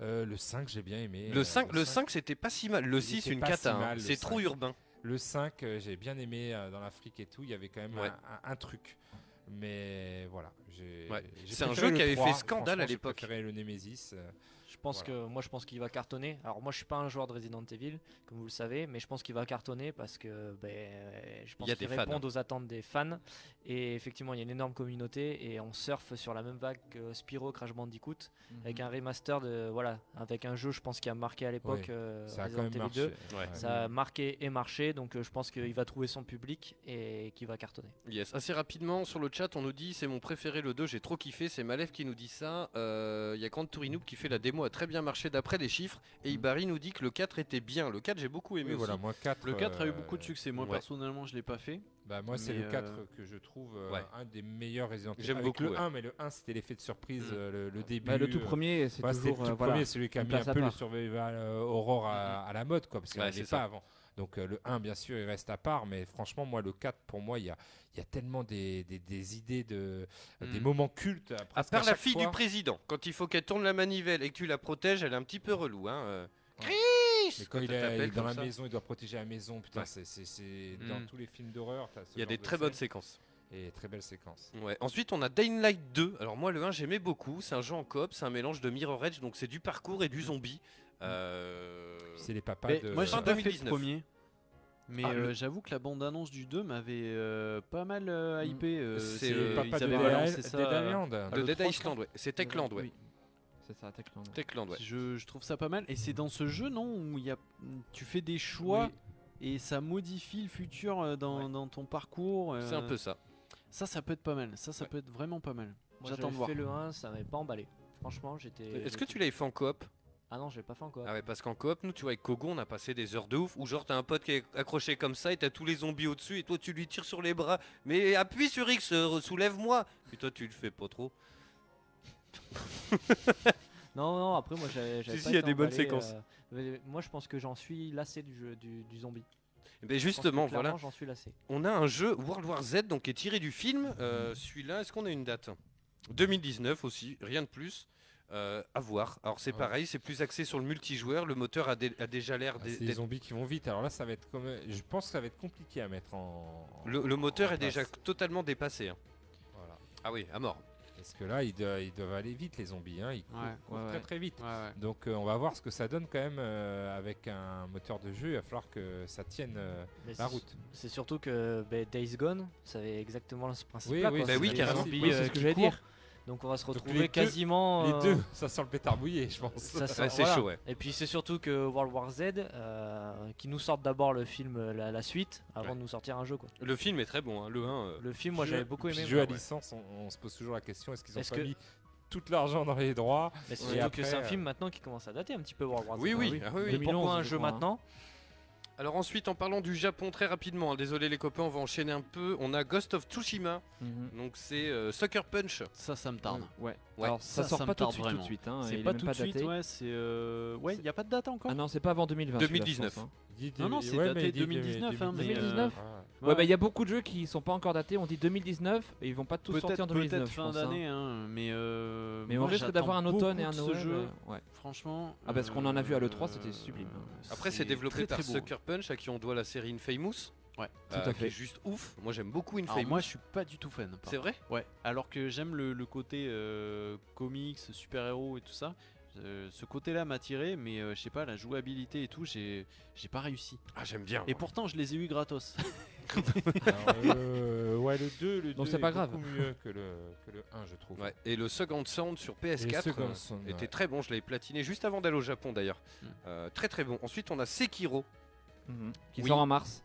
Speaker 6: Euh, le 5, j'ai bien aimé.
Speaker 4: Le
Speaker 6: Euh,
Speaker 4: 5, le 5 c'était pas si mal. Le
Speaker 6: il
Speaker 4: 6,
Speaker 6: était
Speaker 4: une
Speaker 6: pas
Speaker 4: cata.
Speaker 6: si
Speaker 4: hein.
Speaker 6: mal, le
Speaker 4: C'est
Speaker 6: 5.
Speaker 4: trop urbain.
Speaker 6: Le 5, euh, j'ai bien aimé euh, dans l'Afrique et tout. Il y avait quand même un, un- un truc. Mais voilà. j'ai-
Speaker 4: Ouais.
Speaker 6: j'ai
Speaker 4: C'est un
Speaker 6: préféré
Speaker 4: jeu
Speaker 6: le
Speaker 4: qui avait fait
Speaker 6: 3.
Speaker 4: scandale à
Speaker 6: Franchement, j'ai
Speaker 4: l'époque.
Speaker 6: préféré le Nemesis. euh,
Speaker 5: Je pense que moi je pense qu'il va cartonner. Alors moi je suis pas un joueur de Resident Evil, comme vous le savez, mais je pense qu'il va cartonner parce que ben, euh, je pense
Speaker 4: Il y a
Speaker 5: qu'il
Speaker 4: des fans,
Speaker 5: répond
Speaker 4: hein.
Speaker 5: aux attentes des fans. Et effectivement il y a une énorme communauté et on surfe sur la même vague que Spyro Crash Bandicoot
Speaker 7: Mhm.
Speaker 5: avec un remaster de voilà avec un jeu je pense qui a marqué à l'époque
Speaker 6: Ouais,
Speaker 5: euh,
Speaker 6: ça a quand
Speaker 5: Resident
Speaker 6: même
Speaker 5: Evil 2.
Speaker 6: marché, ouais.
Speaker 5: Ça a marqué et marché donc euh, je pense qu'il va trouver son public et qu'il va cartonner.
Speaker 4: Yes, assez rapidement sur le chat, on nous dit c'est mon préféré le 2, j'ai trop kiffé, c'est Malef qui nous dit ça. Euh, Il y a Grand Tourinoub qui fait la démo a très bien marché d'après les chiffres et Ibarri nous dit que le 4 était bien. Le 4 j'ai beaucoup aimé
Speaker 6: Oui,
Speaker 4: aussi.
Speaker 6: voilà, moi, 4,
Speaker 4: le 4 a eu
Speaker 6: euh,
Speaker 4: beaucoup de succès,
Speaker 8: moi,
Speaker 4: moi perso.
Speaker 8: personnellement, je l'ai pas fait.
Speaker 6: Bah, moi, c'est
Speaker 8: Mais,
Speaker 6: le 4
Speaker 8: euh,
Speaker 6: que je trouve euh,
Speaker 8: ouais.
Speaker 6: un des meilleurs Resident Evil.
Speaker 4: J'aime
Speaker 6: Avec
Speaker 4: beaucoup,
Speaker 6: le
Speaker 4: ouais. Mm.
Speaker 6: 1, mais le 1, c'était l'effet de surprise, euh, le, le début.
Speaker 7: Bah, le tout
Speaker 6: euh,
Speaker 7: premier, c'est
Speaker 6: ouais, c'était
Speaker 7: toujours,
Speaker 6: le
Speaker 7: euh,
Speaker 6: tout
Speaker 7: voilà,
Speaker 6: premier, celui qui a
Speaker 7: une
Speaker 6: mis un
Speaker 7: place à
Speaker 6: peu le
Speaker 7: part. Mm-hmm.
Speaker 6: survival euh, horror à, à la mode, quoi, parce qu'on
Speaker 4: Ouais,
Speaker 6: n'avait
Speaker 4: c'est
Speaker 6: pas
Speaker 4: ça.
Speaker 6: avant. Donc euh, le 1, bien sûr, il reste à part, mais franchement, moi, le 4, pour moi, il y a, il y a tellement des, des- des idées, de, euh, des
Speaker 4: Mm.
Speaker 6: moments cultes. presque
Speaker 4: À part la
Speaker 6: chaque
Speaker 4: fille
Speaker 6: fois.
Speaker 4: du président, quand il faut qu'elle tourne la manivelle et que tu la protèges, elle est un petit peu relou. Hein. euh. Chris
Speaker 6: Mais quand
Speaker 4: elle
Speaker 6: il est il est
Speaker 4: t'appelle
Speaker 6: dans
Speaker 4: comme
Speaker 6: la
Speaker 4: ça.
Speaker 6: maison, il doit protéger la maison. Putain,
Speaker 4: Ouais.
Speaker 6: c'est- c'est c'est dans
Speaker 4: Mm.
Speaker 6: tous les films d'horreur. t'as ce
Speaker 4: Il y a
Speaker 6: genre
Speaker 4: des
Speaker 6: de
Speaker 4: très bonnes Mm.
Speaker 6: scène.
Speaker 4: séquences.
Speaker 6: Et très belles séquences.
Speaker 4: Ouais. Ensuite, on a Dying Light 2. Alors moi, le 1, j'aimais beaucoup. C'est un jeu en coop, c'est un mélange de Mirror Edge, donc c'est du parcours et du zombie. Euh,
Speaker 6: C'est les papas
Speaker 8: Mais
Speaker 6: de. euh,
Speaker 8: moi, j'ai
Speaker 4: fin
Speaker 8: pas fait le
Speaker 4: 2019.
Speaker 8: premier. Mais
Speaker 4: Ah, le-
Speaker 8: euh, j'avoue que la bande-annonce du 2 m'avait euh, pas mal euh,
Speaker 6: Mm.
Speaker 8: hypé. euh,
Speaker 4: C'est,
Speaker 8: c'est-
Speaker 4: euh,
Speaker 8: ils
Speaker 4: Papa
Speaker 8: avaient
Speaker 4: de
Speaker 8: balancé
Speaker 4: Dead
Speaker 8: ça,
Speaker 4: Island.
Speaker 8: euh,
Speaker 6: Ah,
Speaker 4: De
Speaker 8: le
Speaker 4: Dead
Speaker 8: 3, je
Speaker 4: Island,
Speaker 8: crois.
Speaker 4: ouais. C'est Techland, ouais.
Speaker 7: Oui. C'est ça, Techland. ouais.
Speaker 4: Techland, ouais.
Speaker 8: Je, je trouve ça pas mal. Et c'est dans ce jeu, non Où il y a, tu fais des choix et ça modifie le futur euh, dans, dans ton parcours.
Speaker 4: C'est un
Speaker 8: euh,
Speaker 4: peu ça.
Speaker 8: Ça, ça peut être pas mal. Ça, ça peut être vraiment pas mal.
Speaker 5: Moi
Speaker 8: J'attends de voir.
Speaker 5: fait le 1, ça m'avait pas emballé. Franchement, j'étais
Speaker 4: Est-ce que tu l'avais fait en coop
Speaker 5: Ah non, j'ai pas fait encore.
Speaker 4: Ah ouais, parce qu'en coop, nous, tu vois, avec Kogo, on a passé des heures de ouf où, genre, t'as un pote qui est accroché comme ça et t'as tous les zombies au-dessus et toi, tu lui tires sur les bras. Mais appuie sur X, euh, soulève-moi Puis toi, tu le fais pas trop.
Speaker 5: Non, non, après, moi j'avais. j'avais
Speaker 4: Si,
Speaker 5: pas
Speaker 4: si, il y a
Speaker 5: été
Speaker 4: des bonnes
Speaker 5: emballé,
Speaker 4: séquences.
Speaker 5: euh, mais moi je pense que j'en suis lassé du jeu du, du zombie.
Speaker 4: Eh
Speaker 5: Je
Speaker 4: Ben
Speaker 5: pense
Speaker 4: justement,
Speaker 5: que clairement,
Speaker 4: voilà.
Speaker 5: J'en suis lassé.
Speaker 4: On a un jeu World War Z donc qui est tiré du film. Euh, Celui-là, est-ce qu'on a une date 2019 aussi, rien de plus. Euh, à voir. Alors c'est pareil, c'est plus axé sur le multijoueur. Le moteur a, dé- a déjà l'air
Speaker 6: Ah,
Speaker 4: d'être-
Speaker 6: c'est des
Speaker 4: d'être-
Speaker 6: zombies qui vont vite. Alors là, ça va être comme. Je pense que ça va être compliqué à mettre en.
Speaker 4: Le, le moteur
Speaker 6: en
Speaker 4: est déjà
Speaker 6: place.
Speaker 4: totalement dépassé. hein. Ah oui, à mort.
Speaker 6: Parce que là, ils, do- ils doivent aller vite, les zombies. hein. Ils courent,
Speaker 8: Ouais,
Speaker 6: courent
Speaker 8: ouais,
Speaker 6: très
Speaker 8: ouais.
Speaker 6: très vite.
Speaker 8: Ouais, ouais.
Speaker 6: Donc euh, on va voir ce que ça donne quand même euh, avec un moteur de jeu. Il va falloir que ça tienne euh,
Speaker 5: Mais
Speaker 6: la
Speaker 5: c'est-
Speaker 6: route.
Speaker 5: C'est surtout que ben, Days Gone, ça avait exactement ce principe-là.
Speaker 6: oui,
Speaker 5: quoi.
Speaker 6: bah
Speaker 5: C'est
Speaker 6: oui,
Speaker 5: des
Speaker 6: carrément.
Speaker 5: zombies,
Speaker 6: Oui, c'est
Speaker 5: euh,
Speaker 6: ce que
Speaker 5: qui
Speaker 6: j'allais dire.
Speaker 5: courent. Donc on va se
Speaker 6: Donc, les
Speaker 5: retrouver
Speaker 6: deux-
Speaker 5: quasiment.
Speaker 6: Les
Speaker 5: euh,
Speaker 6: deux, (laughs) ça sent le pétard mouillé, je pense.
Speaker 5: Ça sort, voilà. Et puis c'est surtout que World War Z, euh, qui nous sortent d'abord le film, euh, la, la suite, avant
Speaker 4: Ouais.
Speaker 5: de nous sortir un jeu quoi.
Speaker 4: Le film est très bon, hein, le 1. euh,
Speaker 5: Le film, moi
Speaker 6: Jeu-
Speaker 5: j'avais beaucoup aimé.
Speaker 6: puis Jeu à
Speaker 5: moi.
Speaker 6: licence, on, on se pose toujours la question est-ce qu'ils ont
Speaker 5: Est-ce
Speaker 6: pas
Speaker 5: que-
Speaker 6: mis tout l'argent dans les droits
Speaker 5: Mais
Speaker 6: Et
Speaker 5: surtout que
Speaker 6: après,
Speaker 5: c'est un
Speaker 6: euh,
Speaker 5: film maintenant qui commence à dater un petit peu World War Z.
Speaker 4: Oui, oui,
Speaker 5: Hein.
Speaker 4: ah oui, oui.
Speaker 5: Mais pourquoi
Speaker 7: 2011,
Speaker 5: un
Speaker 7: je
Speaker 5: jeu
Speaker 7: crois, hein.
Speaker 5: maintenant
Speaker 4: Alors ensuite, en parlant du Japon très rapidement, hein, désolé les copains, on va enchaîner un peu. On a Ghost of Tsushima,
Speaker 7: Mhm.
Speaker 4: donc c'est euh, Sucker Punch.
Speaker 8: Ça, ça me tarde.
Speaker 7: Ouais. Alors, ça sort pas tout de suite, tout de suite. hein,
Speaker 8: C'est
Speaker 7: il est
Speaker 8: pas
Speaker 7: même
Speaker 8: tout de
Speaker 7: pas
Speaker 8: suite,
Speaker 7: daté.
Speaker 8: ouais. C'est euh, ouais, il y a pas de date encore.
Speaker 7: Ah non, c'est pas avant 2020. celui-là, je
Speaker 4: 2019.
Speaker 7: pense, hein.
Speaker 4: Il
Speaker 6: Ah,
Speaker 4: dit
Speaker 8: Non, non, c'est
Speaker 4: ouais, mais
Speaker 8: daté
Speaker 4: il dit
Speaker 8: 2019. hein, mais, euh,
Speaker 7: 2019 Ouais, bah il y a beaucoup de jeux qui sont pas encore datés. On dit 2019 et ils vont pas tous
Speaker 8: Peut-être-
Speaker 7: sortir en 2019.
Speaker 8: Peut-être
Speaker 7: je
Speaker 8: fin
Speaker 7: pense, hein.
Speaker 8: d'année, hein, mais. euh,
Speaker 7: Mais on
Speaker 8: moi,
Speaker 7: risque d'avoir un
Speaker 8: j'attends
Speaker 7: automne et
Speaker 8: beaucoup
Speaker 7: un
Speaker 8: de ce
Speaker 7: Noël,
Speaker 8: jeu.
Speaker 7: euh, ouais.
Speaker 8: Franchement. euh,
Speaker 7: Ah, parce qu'on en a vu à l'E3, c'était sublime.
Speaker 4: Après, c'est développé
Speaker 8: très,
Speaker 4: par
Speaker 8: très beau.
Speaker 4: Sucker Punch, à qui on doit la série Infamous.
Speaker 8: Ouais,
Speaker 4: Euh,
Speaker 8: tout à
Speaker 4: qui
Speaker 8: fait.
Speaker 4: est juste ouf. Moi, j'aime beaucoup Infamous.
Speaker 8: Alors moi, je suis pas du tout fan. par
Speaker 4: C'est
Speaker 8: contre.
Speaker 4: vrai
Speaker 8: Ouais. Alors que j'aime le, le côté euh, comics, super-héros et tout ça. euh, ce côté-là m'a tiré, mais euh, je sais pas, la jouabilité et tout, j'ai j'ai pas réussi.
Speaker 4: Ah, j'aime bien.
Speaker 8: Et pourtant, je les ai eu gratos.
Speaker 6: Ah, Euh, ouais, le 2, le 2 est beaucoup mieux que le, que le 1, je trouve.
Speaker 4: Ouais, Et le Second Sound sur PS4
Speaker 6: Le Second
Speaker 4: euh,
Speaker 6: Sound,
Speaker 4: était
Speaker 6: ouais.
Speaker 4: très bon. Je l'avais platiné juste avant d'aller au Japon d'ailleurs.
Speaker 8: Mm.
Speaker 4: Euh, très très bon. Ensuite, on a Sekiro.
Speaker 7: Mhm. Qui
Speaker 4: Oui.
Speaker 7: sort en mars.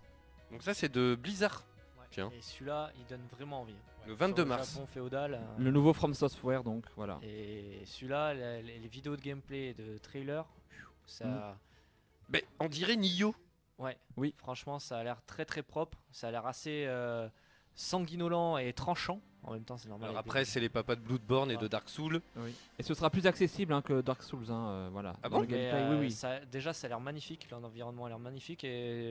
Speaker 4: Donc ça, c'est de Blizzard. Tiens.
Speaker 5: Et celui-là, il donne vraiment envie.
Speaker 4: Le 22
Speaker 5: Sur
Speaker 4: mars.
Speaker 5: Japon féodal. euh,
Speaker 7: Le nouveau From Software, donc voilà.
Speaker 5: Et celui-là, la- les, les vidéos de gameplay et de trailer, ça.
Speaker 7: Mm.
Speaker 4: Mais on dirait Nio.
Speaker 5: Ouais. Oui. Franchement, ça a l'air très très propre. Ça a l'air assez euh, sanguinolent et tranchant. En même temps, c'est normal.
Speaker 4: Alors
Speaker 5: avec des-
Speaker 4: après, c'est les papas de Bloodborne
Speaker 8: Ah.
Speaker 4: et de Dark Souls.
Speaker 7: Et ce sera plus accessible hein, que Dark Souls. Hein, euh, voilà. Dans le
Speaker 5: Mais,
Speaker 7: gameplay,
Speaker 5: euh,
Speaker 7: oui, oui.
Speaker 5: ça- déjà, ça a l'air magnifique. là, L'environnement a l'air magnifique. Et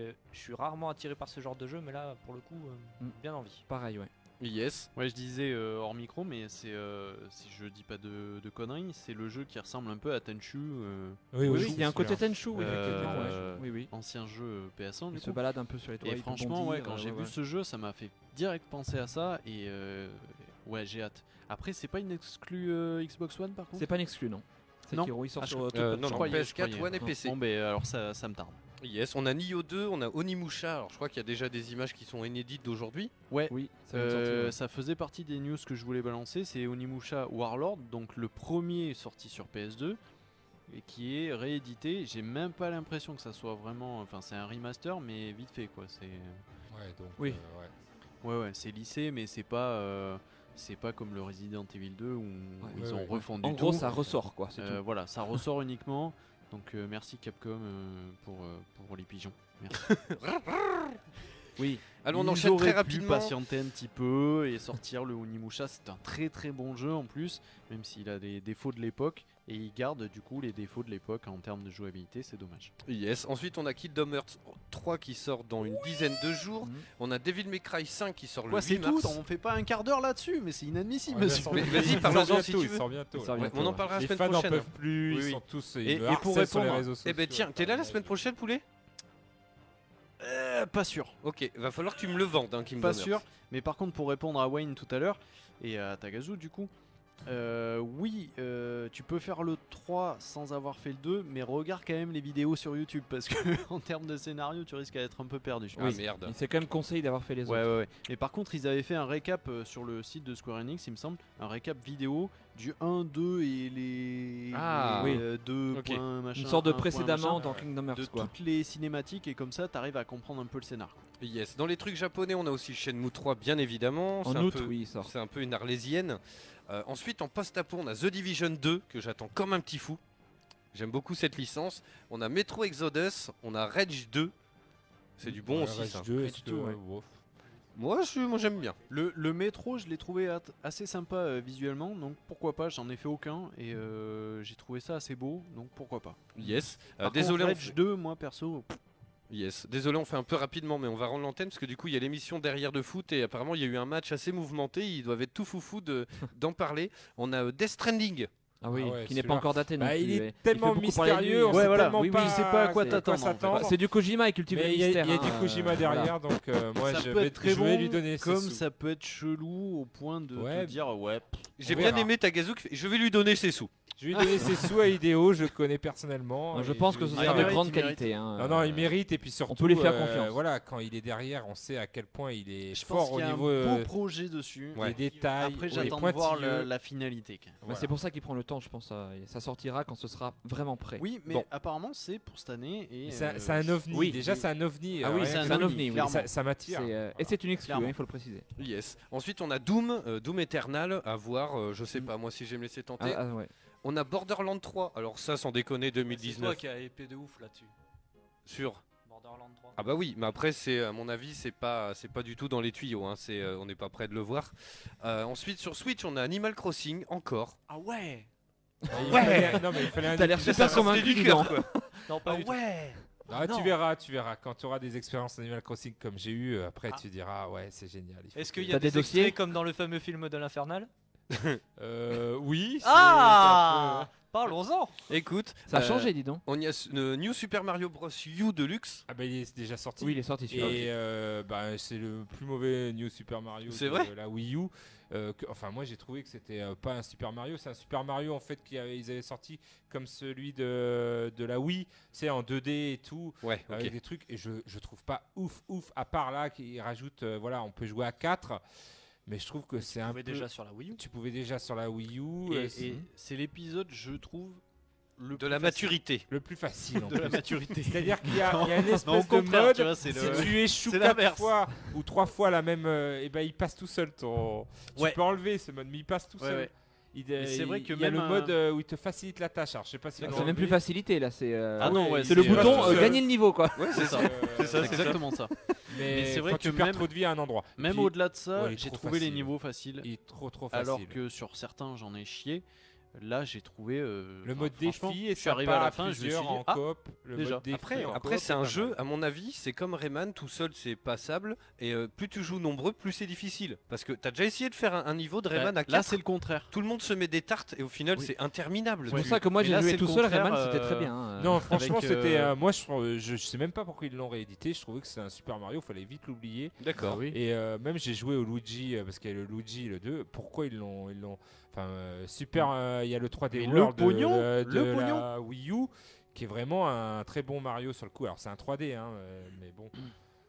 Speaker 5: euh, je suis rarement attiré par ce genre de jeu, mais là, pour le coup, euh,
Speaker 7: Mm.
Speaker 5: bien envie.
Speaker 7: Pareil, ouais.
Speaker 4: (laughs) Yes.
Speaker 8: Ouais, je disais euh, hors micro, mais c'est euh, si je dis pas de, de conneries, c'est le jeu qui ressemble un peu à Tenchu. euh,
Speaker 7: Oui, oui,
Speaker 8: Tenchu,
Speaker 7: il y a
Speaker 8: celui-là.
Speaker 7: un côté Tenchu, oui, effectivement, ouais. Oui, oui.
Speaker 8: Ancien jeu euh, PS1.
Speaker 7: Il
Speaker 8: du
Speaker 7: se
Speaker 8: coup.
Speaker 7: balade un peu sur les toits,
Speaker 8: Et
Speaker 7: il peut
Speaker 8: franchement, ouais,
Speaker 7: bondir,
Speaker 8: quand
Speaker 7: euh,
Speaker 8: j'ai
Speaker 7: ouais,
Speaker 8: vu
Speaker 7: ouais.
Speaker 8: ce jeu, ça m'a fait direct penser à ça. Et euh, ouais, j'ai hâte. Après, c'est pas une exclue euh, Xbox One par contre
Speaker 7: C'est pas une exclu, non.
Speaker 8: Non,
Speaker 7: Sekiro, il sort
Speaker 8: Ah, je-
Speaker 7: sur euh, toute
Speaker 4: Euh,
Speaker 7: plateforme.
Speaker 4: non, non,
Speaker 8: croyais, je
Speaker 4: PS4,
Speaker 8: croyais.
Speaker 4: One et
Speaker 8: Non.
Speaker 4: PC.
Speaker 8: Bon, ben alors ça, ça me tarde.
Speaker 4: Yes, on a Nioh 2, on a Onimusha. Alors je crois qu'il y a déjà des images qui sont inédites d'aujourd'hui.
Speaker 8: Ouais,
Speaker 4: ça vient de sortir,
Speaker 8: euh,
Speaker 4: ouais.
Speaker 8: ça faisait partie des news que je voulais balancer. C'est Onimusha Warlord, donc le premier sorti sur PS2 et qui est réédité. J'ai même pas l'impression que ça soit vraiment. Enfin, c'est un remaster, mais vite fait quoi. C'est.
Speaker 6: Ouais, donc,
Speaker 8: Oui.
Speaker 6: euh, ouais.
Speaker 8: Ouais, ouais, c'est lissé, mais c'est pas. euh, C'est pas comme le Resident Evil 2 où ils
Speaker 7: ouais,
Speaker 8: ont
Speaker 7: ouais.
Speaker 8: refondu
Speaker 7: En gros,
Speaker 8: tout.
Speaker 7: ça ressort, quoi, c'est
Speaker 8: Euh,
Speaker 7: tout.
Speaker 8: Voilà, (laughs) ça ressort uniquement. Donc euh, merci Capcom euh, pour, euh, pour les pigeons. (laughs) Merci.
Speaker 7: oui.
Speaker 4: Allons, on
Speaker 8: Ils
Speaker 4: enchaîne
Speaker 8: auraient
Speaker 4: très
Speaker 8: pu
Speaker 4: rapidement.
Speaker 8: patienter un petit peu et sortir le Onimusha. C'est un très très bon jeu en plus, même s'il a des défauts de l'époque. Et il garde du coup les défauts de l'époque en termes de jouabilité, c'est dommage.
Speaker 4: Yes. Ensuite, on a Kingdom Hearts 3 qui sort dans une dizaine de jours. On a Devil May Cry 5 qui sort
Speaker 8: Mmh. Quoi,
Speaker 4: le
Speaker 8: c'est
Speaker 4: 8
Speaker 8: tout
Speaker 4: mars.
Speaker 8: On fait pas un quart d'heure là-dessus, mais c'est inadmissible,
Speaker 4: Ouais,
Speaker 8: monsieur.
Speaker 4: mais Vas-y, parlons-en si tu veux.
Speaker 6: Il sort
Speaker 4: Ouais,
Speaker 6: bientôt,
Speaker 4: on en
Speaker 6: ouais.
Speaker 4: parlera la
Speaker 6: Les
Speaker 4: semaine
Speaker 6: fans en
Speaker 4: prochaine.
Speaker 6: peuvent plus, ils sont tous- ils
Speaker 4: et,
Speaker 6: le
Speaker 4: et
Speaker 6: harcèlent
Speaker 4: pour
Speaker 6: sur les
Speaker 4: répondre,
Speaker 6: réseaux
Speaker 4: eh ben
Speaker 6: sociaux,
Speaker 4: tiens, t'es là la semaine prochaine, poulet
Speaker 8: (laughs) Pas sûr.
Speaker 4: Ok, va falloir que tu me le vendes, hein, Kingdom
Speaker 8: Pas
Speaker 4: Hearts.
Speaker 8: sûr, mais par contre, pour répondre à Wayne tout à l'heure et à Tagazu, du coup, euh, oui, euh, tu peux faire le 3 sans avoir fait le 2, mais regarde quand même les vidéos sur YouTube parce que (laughs) en termes de scénario, tu risques d'être un peu perdu. je
Speaker 4: Ah,
Speaker 7: Oui.
Speaker 8: pense.
Speaker 7: Il s'est quand même conseillé d'avoir fait les
Speaker 8: Ouais,
Speaker 7: autres.
Speaker 8: ouais, ouais. Et par contre, ils avaient fait un récap euh, sur le site de Square Enix, il me semble, un récap vidéo du 1, 2 et les,
Speaker 7: Ah,
Speaker 8: les,
Speaker 7: oui.
Speaker 8: euh, 2
Speaker 7: Ok.
Speaker 8: points,
Speaker 7: Une
Speaker 8: machin,
Speaker 7: sorte de
Speaker 8: un point,
Speaker 7: précédemment
Speaker 8: machin,
Speaker 7: dans Kingdom Hearts,
Speaker 8: De
Speaker 7: quoi.
Speaker 8: toutes les cinématiques, et comme ça, t'arrives à comprendre un peu le scénar.
Speaker 4: Yes. Dans les trucs japonais, on a aussi Shenmue 3, bien évidemment.
Speaker 8: En
Speaker 4: C'est un
Speaker 8: août,
Speaker 4: peu-
Speaker 8: oui, il sort.
Speaker 4: C'est un peu une arlésienne. Euh, ensuite, en post-apo, on a The Division 2, que j'attends comme un petit fou. J'aime beaucoup cette licence. On a Metro Exodus, on a Rage 2. C'est du bon
Speaker 6: Ouais,
Speaker 4: aussi,
Speaker 6: Rage
Speaker 4: ça.
Speaker 6: 2, Pas est-ce du que- tout, ouais. Wouf.
Speaker 4: Moi, je- moi, j'aime bien.
Speaker 8: Le, le métro, je l'ai trouvé at- assez sympa euh, visuellement, donc pourquoi pas, j'en ai fait aucun, et euh, j'ai trouvé ça assez beau, donc pourquoi pas.
Speaker 4: Yes. Euh,
Speaker 8: Par contre,
Speaker 4: désolé, on
Speaker 8: Rage
Speaker 4: fait-
Speaker 8: 2, moi perso, pff,
Speaker 4: Yes. Désolé, on fait un peu rapidement, mais on va rendre l'antenne parce que du coup, il y a l'émission derrière de foot et apparemment, il y a eu un match assez mouvementé. Ils doivent être tout foufou de- d'en parler. On a euh, Death Stranding.
Speaker 7: Ah oui, qui n'est pas encore daté non
Speaker 4: Bah,
Speaker 7: plus,
Speaker 4: il est
Speaker 7: ouais.
Speaker 4: tellement
Speaker 7: Il fait beaucoup parler de lui,
Speaker 4: mystérieux, on
Speaker 7: ouais,
Speaker 4: sait
Speaker 7: voilà.
Speaker 4: tellement
Speaker 7: Oui, oui,
Speaker 4: pas
Speaker 7: je sais pas à quoi
Speaker 4: c'est-
Speaker 7: t'attendre,
Speaker 4: quoi
Speaker 7: en fait.
Speaker 4: s'attendre.
Speaker 7: Bah, C'est du Kojima et cultive
Speaker 6: Mais
Speaker 7: le
Speaker 6: il y a-
Speaker 7: mystère.
Speaker 6: il y a
Speaker 7: hein,
Speaker 6: du Kojima
Speaker 7: euh,
Speaker 6: derrière,
Speaker 7: voilà.
Speaker 6: donc, euh, moi,
Speaker 8: ça
Speaker 6: je
Speaker 8: peut
Speaker 6: vais-
Speaker 8: être très
Speaker 6: je vais
Speaker 8: bon,
Speaker 6: lui donner ses
Speaker 8: comme
Speaker 6: sous.
Speaker 8: ça peut être chelou au point de
Speaker 6: Ouais.
Speaker 8: te dire ouais. Ah. pff,
Speaker 4: J'ai
Speaker 8: on
Speaker 4: bien
Speaker 8: verra.
Speaker 4: aimé Tagazu. qui fait, Je vais lui donner ses sous.
Speaker 6: Je vais lui donner ses sous à Idéo, je le connais personnellement.
Speaker 7: Ah, je
Speaker 6: et
Speaker 7: pense que
Speaker 6: lui
Speaker 7: ce
Speaker 6: dis-
Speaker 7: sera de Ah, il grande mérite, il qualité, mérite. hein.
Speaker 6: Non, non, il mérite et puis surtout.
Speaker 7: peut lui faire
Speaker 6: euh,
Speaker 7: confiance.
Speaker 6: Voilà, quand il est derrière, on sait à quel point il est
Speaker 8: Je pense
Speaker 6: fort
Speaker 8: qu'il y
Speaker 6: au
Speaker 8: a un
Speaker 6: niveau.
Speaker 8: beau
Speaker 6: euh,
Speaker 8: projet dessus.
Speaker 6: Les détails.
Speaker 8: Après,
Speaker 6: les
Speaker 8: j'attends de voir
Speaker 6: pointilleux.
Speaker 8: le- la finalité.
Speaker 7: Bah,
Speaker 8: Voilà.
Speaker 7: C'est pour ça qu'il prend le temps, je pense. euh, et Ça sortira quand ce sera vraiment prêt.
Speaker 8: Oui, mais
Speaker 7: Bon.
Speaker 8: apparemment c'est pour cette année.
Speaker 7: Mais
Speaker 8: Et
Speaker 7: c'est un-
Speaker 8: euh,
Speaker 7: c'est un ovni,
Speaker 8: oui.
Speaker 7: déjà, c'est un ovni,
Speaker 8: Ah
Speaker 7: euh,
Speaker 8: oui,
Speaker 7: rien
Speaker 8: c'est
Speaker 7: que
Speaker 8: un,
Speaker 7: ça.
Speaker 8: ovni.
Speaker 7: oui,
Speaker 8: clairement.
Speaker 7: ça- ça m'attire. C'est, euh, et c'est une exclue, hein, il faut le préciser.
Speaker 4: Yes. Ensuite, on a Doom, euh, Doom Eternal, à voir. euh, je sais pas, moi, si je vais me laisser tenter.
Speaker 7: Ah, ah, ouais.
Speaker 4: On a Borderlands 3. Alors, ça, sans déconner,
Speaker 13: C'est toi
Speaker 4: 2019.
Speaker 13: qui a épée de ouf là-dessus.
Speaker 4: Sur.
Speaker 13: Hollande 3.
Speaker 4: Ah bah oui, mais après c'est à mon avis c'est pas c'est pas du tout dans les tuyaux, hein, c'est euh, on n'est pas près de le voir. Euh, ensuite sur Switch on a Animal Crossing encore.
Speaker 13: Ah ouais
Speaker 6: Il fallait- non, mais il fallait un-
Speaker 4: T'as l'air
Speaker 6: Ah, Ça
Speaker 4: super
Speaker 6: sortait
Speaker 4: convaincu,
Speaker 6: du cœur,
Speaker 4: non
Speaker 6: quoi.
Speaker 13: Non, pas du tout.
Speaker 6: Ah,
Speaker 13: Non.
Speaker 6: tu verras, tu verras. Quand tu auras des expériences Animal Crossing comme j'ai eu, euh, après tu diras ouais, c'est génial. il faut
Speaker 5: Est-ce
Speaker 6: que-
Speaker 5: qu'il y a des, dossiers comme dans le fameux film de l'Infernal
Speaker 6: Euh, oui. c'est-
Speaker 5: Ah Parlons-en
Speaker 4: (laughs) Écoute,
Speaker 7: Ça a changé, dis donc.
Speaker 4: On y a s- le New Super Mario Bros. U Deluxe.
Speaker 6: Ah bah il est déjà sorti.
Speaker 7: Oui, il est sorti, celui-là,
Speaker 6: Et
Speaker 7: ok.
Speaker 6: euh, bah, c'est le plus mauvais New Super Mario
Speaker 4: C'est
Speaker 6: de
Speaker 4: vrai
Speaker 6: la Wii U. Euh, que- enfin, moi j'ai trouvé que c'était euh, pas un Super Mario, c'est un Super Mario en fait qu'ils avaient, ils avaient sorti comme celui de, de la Wii, c'est en 2D et tout,
Speaker 4: Ouais, ok.
Speaker 6: avec Ah des trucs. Et je, je trouve pas ouf, ouf, à part là qui rajoute, euh, voilà, on peut jouer à 4. Mais je trouve que c'est un
Speaker 5: pouvais
Speaker 6: peu-
Speaker 5: déjà sur la Wii U.
Speaker 6: Tu pouvais déjà sur la Wii U.
Speaker 8: Et-
Speaker 6: euh,
Speaker 8: et
Speaker 6: c'est-
Speaker 8: c'est l'épisode, je trouve, le
Speaker 4: De la maturité.
Speaker 6: Le
Speaker 8: (laughs)
Speaker 6: plus facile. en
Speaker 8: De la
Speaker 6: plus.
Speaker 8: maturité.
Speaker 6: C'est-à-dire qu'il y, a il y a une
Speaker 8: Non,
Speaker 6: espèce
Speaker 8: au
Speaker 6: de
Speaker 8: contraire,
Speaker 6: mode.
Speaker 8: tu vois, c'est
Speaker 6: si
Speaker 8: le-
Speaker 6: tu échoues
Speaker 8: c'est
Speaker 6: quatre
Speaker 8: l'inverse.
Speaker 6: fois ou trois fois la même, et ben il passe tout seul ton.
Speaker 8: Ouais.
Speaker 6: Tu peux enlever ce mode, mais il passe tout
Speaker 8: Ouais,
Speaker 6: seul.
Speaker 8: ouais.
Speaker 6: Il,
Speaker 8: Mais c'est
Speaker 6: il-
Speaker 8: vrai que
Speaker 6: il y a
Speaker 8: même
Speaker 6: le
Speaker 8: un-
Speaker 6: mode euh, où il te facilite la tâche. Alors je sais pas si.
Speaker 7: Ah,
Speaker 6: tu
Speaker 7: c'est
Speaker 6: l'as
Speaker 7: même plus
Speaker 6: enlevé.
Speaker 7: facilité là, c'est euh,
Speaker 6: Ah non, ouais,
Speaker 7: c'est le
Speaker 6: c'est-
Speaker 7: bouton
Speaker 6: euh,
Speaker 7: euh,
Speaker 6: c'est-
Speaker 7: gagner le niveau quoi.
Speaker 4: Ouais, c'est ça.
Speaker 8: C'est ça, c'est exactement
Speaker 6: (laughs)
Speaker 8: ça.
Speaker 6: Mais,
Speaker 8: Mais c'est vrai
Speaker 6: euh, quand
Speaker 8: que
Speaker 6: tu perds
Speaker 8: même-
Speaker 6: trop de vie à un endroit.
Speaker 8: Même
Speaker 6: Puis-
Speaker 8: au-delà de ça,
Speaker 6: Ouais, il est
Speaker 8: j'ai
Speaker 6: trop
Speaker 8: trouvé les
Speaker 6: facile.
Speaker 8: niveaux faciles.
Speaker 6: Il est trop trop facile.
Speaker 8: Alors que sur certains, j'en ai chié. Là, j'ai trouvé. euh,
Speaker 6: Le
Speaker 8: enfin,
Speaker 6: mode
Speaker 8: franchement,
Speaker 6: défi est
Speaker 8: je suis arrivé
Speaker 6: sympa
Speaker 8: à la
Speaker 6: à
Speaker 8: fin, je me suis
Speaker 6: plusieurs,
Speaker 8: dit,
Speaker 6: en
Speaker 8: ah,
Speaker 6: coop, le
Speaker 8: déjà.
Speaker 6: mode défi
Speaker 8: Après,
Speaker 6: en
Speaker 8: après
Speaker 4: Après
Speaker 6: coop.
Speaker 4: c'est un
Speaker 6: pas
Speaker 4: jeu, à mon avis, c'est comme Rayman, tout seul c'est passable et euh, plus tu joues nombreux, plus c'est difficile. Parce que t'as déjà essayé de faire un, un niveau de
Speaker 8: Ouais,
Speaker 7: Bah,
Speaker 4: Rayman à
Speaker 8: ah, bah, là,
Speaker 4: 4
Speaker 8: c'est le contraire.
Speaker 4: Tout le monde se met des tartes et au final c'est interminable.
Speaker 7: C'est pour
Speaker 4: Tu-
Speaker 7: ça que moi,
Speaker 4: Mais
Speaker 7: j'ai
Speaker 4: là,
Speaker 7: joué
Speaker 4: c'est le
Speaker 7: tout seul,
Speaker 4: contraire,
Speaker 7: Rayman, c'était
Speaker 4: euh,
Speaker 7: très bien, hein.
Speaker 6: Non,
Speaker 7: Avec,
Speaker 6: franchement,
Speaker 7: euh,
Speaker 6: c'était. euh, moi, je, trouve- je, je sais même pas pourquoi ils l'ont réédité. Je trouvais que c'est un Super Mario, fallait vite l'oublier.
Speaker 4: D'accord. Ah oui.
Speaker 6: Et euh, même, j'ai joué au Luigi, euh, parce qu'il y a le Luigi le 2. Pourquoi ils l'ont. ils l'ont- Enfin, euh, Super, euh, il y a le 3D
Speaker 8: Mais le
Speaker 6: World. euh,
Speaker 8: pognon,
Speaker 6: de
Speaker 8: le
Speaker 6: la Wii U, qui est vraiment un très bon Mario sur le coup. Alors, c'est un 3D, hein, euh, mais bon.
Speaker 8: Mm.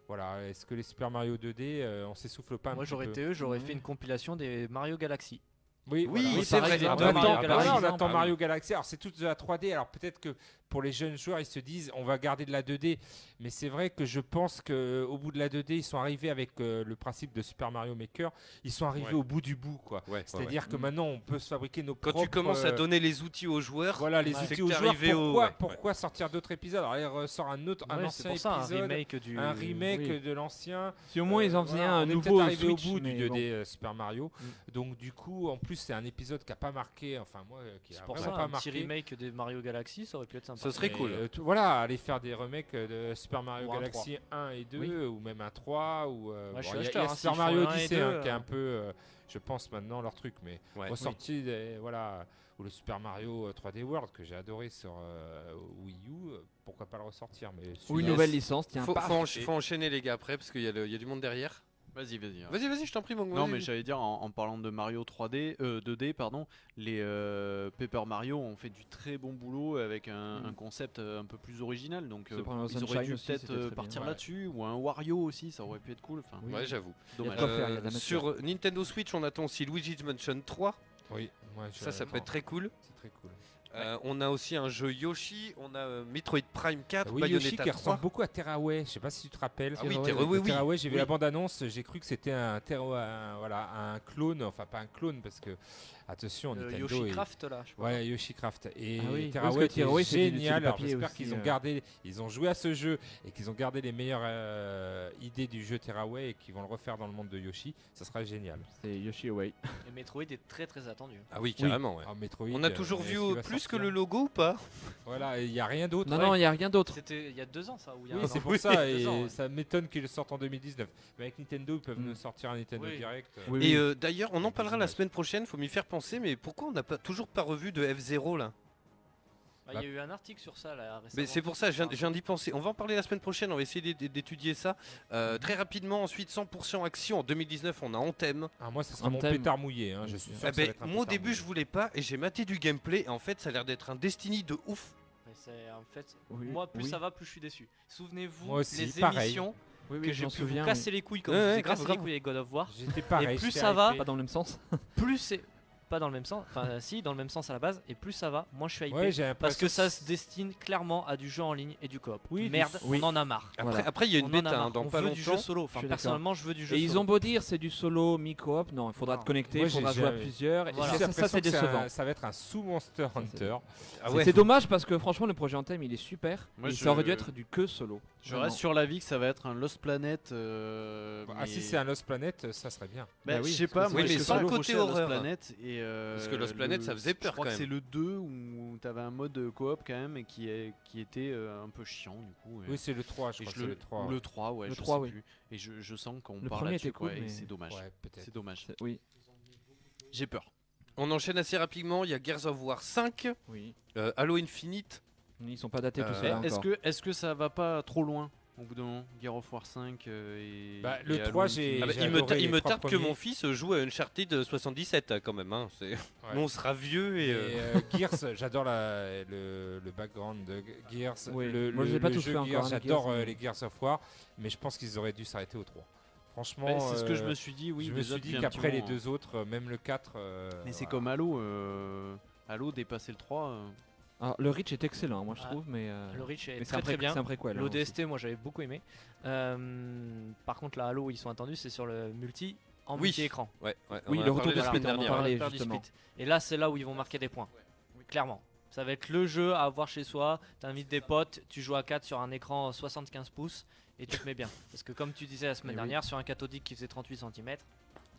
Speaker 6: Voilà, est-ce que les Super Mario 2D, euh, on s'essouffle pas un
Speaker 5: Moi
Speaker 6: petit
Speaker 5: j'aurais
Speaker 6: peu
Speaker 5: été eux, j'aurais fait une compilation des Mario Galaxy.
Speaker 6: oui, voilà.
Speaker 5: c'est vrai.
Speaker 6: On
Speaker 5: Mario
Speaker 6: attend,
Speaker 5: Galaxy.
Speaker 6: voilà, on
Speaker 5: Ah oui.
Speaker 6: attend Mario Galaxy. Alors, c'est toute de la 3D. Alors, peut-être que pour les jeunes joueurs, ils se disent on va garder de la 2D. Mais c'est vrai que je pense qu'au bout de la 2D, ils sont arrivés avec euh, le principe de Super Mario Maker. Ils sont arrivés
Speaker 4: Ouais.
Speaker 6: au bout du bout. quoi.
Speaker 4: Ouais, ouais,
Speaker 6: C'est-à-dire
Speaker 4: ouais.
Speaker 5: Mm.
Speaker 6: que maintenant, on peut se fabriquer nos
Speaker 4: Quand
Speaker 6: propres.
Speaker 4: tu commences à
Speaker 6: euh,
Speaker 4: donner les outils aux joueurs,
Speaker 6: voilà, les
Speaker 4: c'est
Speaker 6: outils
Speaker 4: que
Speaker 6: aux
Speaker 4: t'es
Speaker 6: joueurs.
Speaker 4: arrivé au-
Speaker 6: Pourquoi,
Speaker 4: ouais.
Speaker 6: pourquoi sortir d'autres épisodes Alors, il ressort un autre, un
Speaker 5: Ouais, c'est
Speaker 6: ancien
Speaker 5: pour ça, un
Speaker 6: Ah épisode,
Speaker 5: remake du-
Speaker 6: un remake
Speaker 5: oui.
Speaker 6: de l'ancien.
Speaker 7: Si au moins ils en faisaient
Speaker 6: voilà,
Speaker 7: un
Speaker 6: on est
Speaker 7: nouveau
Speaker 6: peut-être arrivé
Speaker 7: Switch,
Speaker 6: au bout
Speaker 7: mais
Speaker 6: du 2D
Speaker 7: bon. Mm.
Speaker 6: euh, Super Mario. Donc, du coup, en plus, c'est un épisode qui a pas marqué. Enfin, moi, euh, qui a
Speaker 5: C'est pour
Speaker 6: vraiment
Speaker 5: ça,
Speaker 6: pas
Speaker 5: un
Speaker 6: marqué.
Speaker 5: petit remake des Mario Galaxy, ça aurait pu être sympa.
Speaker 6: Mais, euh, tout- voilà, aller faire des remakes euh, de Super Mario
Speaker 5: Ou un
Speaker 6: Galaxy 1 et 2,
Speaker 5: Oui.
Speaker 6: euh, ou même un 3, ou. euh,
Speaker 5: Moi, je
Speaker 6: bon,
Speaker 5: suis
Speaker 6: il y a-
Speaker 5: acheteur,
Speaker 6: il y a
Speaker 5: hein,
Speaker 6: Super
Speaker 5: s'ils font
Speaker 6: Mario
Speaker 5: un et
Speaker 6: Odyssey
Speaker 5: deux,
Speaker 6: hein, qui est
Speaker 5: euh,
Speaker 6: un peu, euh, je pense maintenant leur truc, mais
Speaker 4: Ouais.
Speaker 6: ressorti des- voilà ou le Super Mario euh, 3D World que j'ai adoré sur euh, Wii U, euh, pourquoi pas le ressortir mais
Speaker 7: Ou une
Speaker 6: celui-là,
Speaker 7: nouvelle
Speaker 6: c'est-
Speaker 7: licence, tiens.
Speaker 4: Faut,
Speaker 7: paf.
Speaker 4: faut encha- faut enchaîner les gars après parce qu'il y, a le- il y a du monde derrière.
Speaker 8: Vas-y, vas-y.
Speaker 4: Vas-y, vas-y, je t'en prie, mon
Speaker 8: Non, mais j'allais dire, en, en parlant de Mario 3D, euh, 2D, pardon, les euh, Paper Mario ont fait du très bon boulot avec un,
Speaker 7: Mm.
Speaker 8: un concept euh, un peu plus original. Donc,
Speaker 7: C'est
Speaker 8: euh,
Speaker 7: pour le
Speaker 8: ils auraient
Speaker 7: Sunshine
Speaker 8: dû
Speaker 7: aussi,
Speaker 8: peut-être
Speaker 7: c'était
Speaker 8: euh,
Speaker 7: très bien.
Speaker 8: partir
Speaker 7: Ouais.
Speaker 8: là-dessus, ou un Wario aussi, ça aurait pu être cool. Enfin,
Speaker 4: Ouais, j'avoue.
Speaker 7: Il y a de
Speaker 8: Dommage.
Speaker 7: quoi faire, il y a de la
Speaker 4: Euh,
Speaker 7: matière.
Speaker 4: sur Nintendo Switch, on attend aussi Luigi's Mansion 3.
Speaker 6: Oui, moi, je-
Speaker 4: ça, ça peut être très cool.
Speaker 6: C'est très cool.
Speaker 4: Euh, on a aussi un jeu Yoshi, on a euh, Metroid Prime 4,
Speaker 6: Ah Oui,
Speaker 4: Bayonetta
Speaker 6: Yoshi qui
Speaker 4: 3.
Speaker 6: ressemble beaucoup à Terraway. Je sais pas si tu te rappelles.
Speaker 4: Ah oui, Terraway, oui.
Speaker 6: Terraway, j'ai vu
Speaker 4: Oui.
Speaker 6: la bande-annonce, j'ai cru que c'était un, Terraway, un- voilà, un clone, enfin pas un clone parce que attention,
Speaker 4: Euh,
Speaker 5: Le
Speaker 6: Nintendo
Speaker 5: euh, Yoshi
Speaker 6: est-
Speaker 5: Craft, là, je sais pas.
Speaker 6: Ouais, Yoshi Craft et
Speaker 5: Ah oui, parce
Speaker 6: Terraway
Speaker 5: que
Speaker 6: qui est
Speaker 5: Terraway, c'est du- c'est du
Speaker 6: génial. Alors,
Speaker 5: papier
Speaker 6: J'espère
Speaker 5: aussi,
Speaker 6: qu'ils ont
Speaker 5: euh.
Speaker 6: gardé, ils ont joué à ce jeu et qu'ils ont gardé les meilleures euh, idées du jeu Terraway et qu'ils vont le refaire dans le monde de Yoshi. Ça sera génial.
Speaker 7: C'est Yoshi Away.
Speaker 5: Et Metroid est très très attendu.
Speaker 4: Ah oui, carrément. ouais.
Speaker 6: Ah, Metroid,
Speaker 4: on a
Speaker 6: euh,
Speaker 4: toujours
Speaker 6: est-ce
Speaker 4: vu
Speaker 6: qu'il
Speaker 4: euh,
Speaker 6: va
Speaker 4: plus que
Speaker 6: sortir
Speaker 4: le logo ou pas
Speaker 6: Voilà, il n'y a rien d'autre.
Speaker 7: Non, non, il n'y a rien d'autre.
Speaker 5: C'était il y a deux ans ça ou il y a
Speaker 6: Oui,
Speaker 5: un
Speaker 6: c'est
Speaker 5: an.
Speaker 6: pour
Speaker 5: Oui, (laughs)
Speaker 6: ça,
Speaker 5: deux
Speaker 6: et
Speaker 5: ans, ouais. Mm.
Speaker 6: ça m'étonne qu'ils le sortent en 2019. Mais avec Nintendo, ils peuvent nous sortir un Nintendo
Speaker 5: Oui.
Speaker 6: Direct. euh.
Speaker 4: Et euh, d'ailleurs, on en parlera la semaine prochaine, faut m'y faire penser, mais pourquoi on n'a pas, toujours pas revu de F0 là
Speaker 5: Bah, Il y a eu un article sur ça là récemment.
Speaker 4: Mais c'est pour ça, je viens- je viens d'y penser. On va en parler la semaine prochaine, on va essayer d'é- d'étudier ça. Euh, très rapidement, ensuite, 100% action en 2019, on a Anthem.
Speaker 6: Ah, moi, ça sera mon pétard mouillé. hein, Je suis sûr
Speaker 4: Ah
Speaker 6: que ça va
Speaker 4: ben,
Speaker 6: être un
Speaker 4: moi au
Speaker 6: pétard
Speaker 4: début
Speaker 6: mouillé.
Speaker 4: je voulais pas et j'ai maté du gameplay et en fait ça a l'air d'être un Destiny de ouf.
Speaker 5: Mais c'est en fait,
Speaker 7: Oui,
Speaker 5: moi plus
Speaker 7: oui.
Speaker 5: ça va, plus je suis déçu. Souvenez-vous
Speaker 6: Moi aussi,
Speaker 5: les
Speaker 6: pareil.
Speaker 5: émissions
Speaker 7: Oui, oui,
Speaker 5: que
Speaker 7: je
Speaker 5: j'ai
Speaker 7: m'en
Speaker 5: pu vous
Speaker 7: souviens,
Speaker 5: casser
Speaker 7: oui.
Speaker 5: les couilles comme
Speaker 7: Ouais,
Speaker 5: vous
Speaker 7: ouais,
Speaker 5: vous êtes cassé
Speaker 7: grave,
Speaker 5: les
Speaker 7: grave.
Speaker 5: couilles avec God of War.
Speaker 6: J'étais
Speaker 5: Et
Speaker 6: pareil,
Speaker 5: plus
Speaker 6: j'étais
Speaker 5: ça va,
Speaker 6: hypé.
Speaker 7: Pas dans le même sens.
Speaker 5: plus c'est pas dans le même sens. Enfin, (laughs) euh, si, dans le même sens à la base. Et plus ça va, moins je suis hypé.
Speaker 6: Ouais, j'ai
Speaker 5: parce
Speaker 6: l'impression
Speaker 5: que ça se destine clairement à du jeu en ligne et du coop.
Speaker 7: Oui, du-
Speaker 5: Merde,
Speaker 7: oui.
Speaker 5: on en a marre.
Speaker 7: Après- après, il y a une
Speaker 5: On en
Speaker 7: bêta,
Speaker 5: marre.
Speaker 7: hein, dans
Speaker 5: on
Speaker 7: pas
Speaker 5: veut du
Speaker 7: longtemps.
Speaker 5: jeu solo. Enfin,
Speaker 7: Je suis d'accord.
Speaker 5: personnellement, je veux du jeu
Speaker 7: Et
Speaker 5: solo.
Speaker 7: ils ont beau dire c'est du solo, mi-coop, non, il faudra te connecter, il faudra jouer à plusieurs. Et ça, ça, c'est décevant.
Speaker 6: Ça va être un sous-Monster Hunter.
Speaker 7: C'est- C'est dommage parce que franchement, le projet en thème, il est super.
Speaker 8: Moi,
Speaker 7: et
Speaker 8: je-
Speaker 7: Ça aurait dû être du que solo.
Speaker 8: Je
Speaker 7: Vraiment.
Speaker 8: reste sur l'avis que ça va être un Lost Planet. euh,
Speaker 6: Ah, si
Speaker 8: mais-
Speaker 6: c'est un Lost Planet, ça serait bien.
Speaker 8: Bah, je sais pas, moi
Speaker 4: Oui, mais
Speaker 8: je
Speaker 4: sans le
Speaker 8: côté
Speaker 4: côté
Speaker 8: Lost
Speaker 4: horreur.
Speaker 8: Planet et euh,
Speaker 4: Parce que Lost Planet,
Speaker 8: le-
Speaker 4: ça faisait peur
Speaker 8: je crois
Speaker 4: quand
Speaker 8: que
Speaker 4: même.
Speaker 8: c'est le 2 où t'avais un mode euh, coop quand même et qui est qui était euh, un peu chiant du coup. et-
Speaker 6: Oui, c'est le 3, je
Speaker 8: et
Speaker 6: crois que c'est le 3,
Speaker 8: ou
Speaker 6: ouais.
Speaker 8: le 3 ouais,
Speaker 6: Le
Speaker 8: je
Speaker 6: 3,
Speaker 8: sais
Speaker 6: oui.
Speaker 8: plus. Et je, je sens qu'on
Speaker 6: Le
Speaker 8: parle
Speaker 6: premier
Speaker 8: là-dessus
Speaker 6: était cool,
Speaker 8: ouais, et
Speaker 6: mais-
Speaker 8: c'est dommage.
Speaker 6: Ouais, peut-être.
Speaker 8: C'est dommage.
Speaker 7: Oui.
Speaker 8: J'ai peur.
Speaker 4: On enchaîne assez rapidement. Il y a Gears of War 5,
Speaker 7: Oui.
Speaker 4: euh, Halo Infinite.
Speaker 7: Ils sont pas datés
Speaker 4: Euh,
Speaker 7: tout ça.
Speaker 8: Est-ce que est-ce que ça va pas trop loin au bout d'un moment Gear of War 5 euh, et
Speaker 6: Bah, le
Speaker 8: et Halo
Speaker 6: 3,
Speaker 8: Infinite.
Speaker 6: j'ai-
Speaker 4: Ah bah,
Speaker 6: j'ai
Speaker 4: il me,
Speaker 6: adoré
Speaker 4: ta- il
Speaker 6: les
Speaker 4: me
Speaker 6: trois
Speaker 4: tape que
Speaker 6: premiers.
Speaker 4: mon fils joue à Uncharted 77 hein, quand même. hein. C'est- (laughs) Nous, on sera vieux et. euh,
Speaker 6: euh, Gears, j'adore la- le, le background de Ge- Gears.
Speaker 7: Oui.
Speaker 6: Le,
Speaker 7: Moi, je
Speaker 6: le-
Speaker 7: l'ai pas
Speaker 6: le
Speaker 7: tous
Speaker 6: jeu
Speaker 7: fait encore, hein,
Speaker 6: Gears,
Speaker 7: les
Speaker 6: J'adore
Speaker 7: Gears,
Speaker 6: euh,
Speaker 7: mais-
Speaker 6: les Gears of War, mais je pense qu'ils auraient dû s'arrêter au 3. Franchement,
Speaker 8: Mais Ben, c'est ce que je
Speaker 6: euh,
Speaker 8: me suis dit, oui,
Speaker 6: Je me
Speaker 8: des
Speaker 6: suis
Speaker 8: autres
Speaker 6: dit
Speaker 8: depuis un
Speaker 6: qu'après
Speaker 8: petit
Speaker 6: les
Speaker 8: moment. hein.
Speaker 6: deux autres, euh, même le 4. euh,
Speaker 8: Mais c'est
Speaker 6: voilà.
Speaker 8: comme Halo euh, Halo dépasser le 3 euh,
Speaker 7: Alors, le Reach est excellent, moi je
Speaker 5: Ah,
Speaker 7: trouve, mais. euh,
Speaker 5: le Reach est
Speaker 7: mais c'est
Speaker 5: très
Speaker 7: un
Speaker 5: très
Speaker 7: pré-
Speaker 5: bien.
Speaker 7: C'est un préquel. hein, aussi.
Speaker 5: L'ODST, moi j'avais beaucoup aimé. Euh, par contre, là, Halo, ils sont attendus, c'est sur le multi en
Speaker 4: Oui.
Speaker 5: multi-écran.
Speaker 4: Ouais, ouais, on Oui, en a le retour parlé de la split, semaine on en dernière.
Speaker 7: parlait,
Speaker 5: On a parlé du
Speaker 7: justement.
Speaker 5: split. Et là, c'est là où ils vont marquer des points. Clairement. Ça va être le jeu à avoir chez soi. T'invites des potes, tu joues à 4 sur un écran 75 pouces et tu te mets bien. Parce que, comme tu disais la semaine
Speaker 7: Eh oui.
Speaker 5: dernière, sur un cathodique qui faisait 38 cm.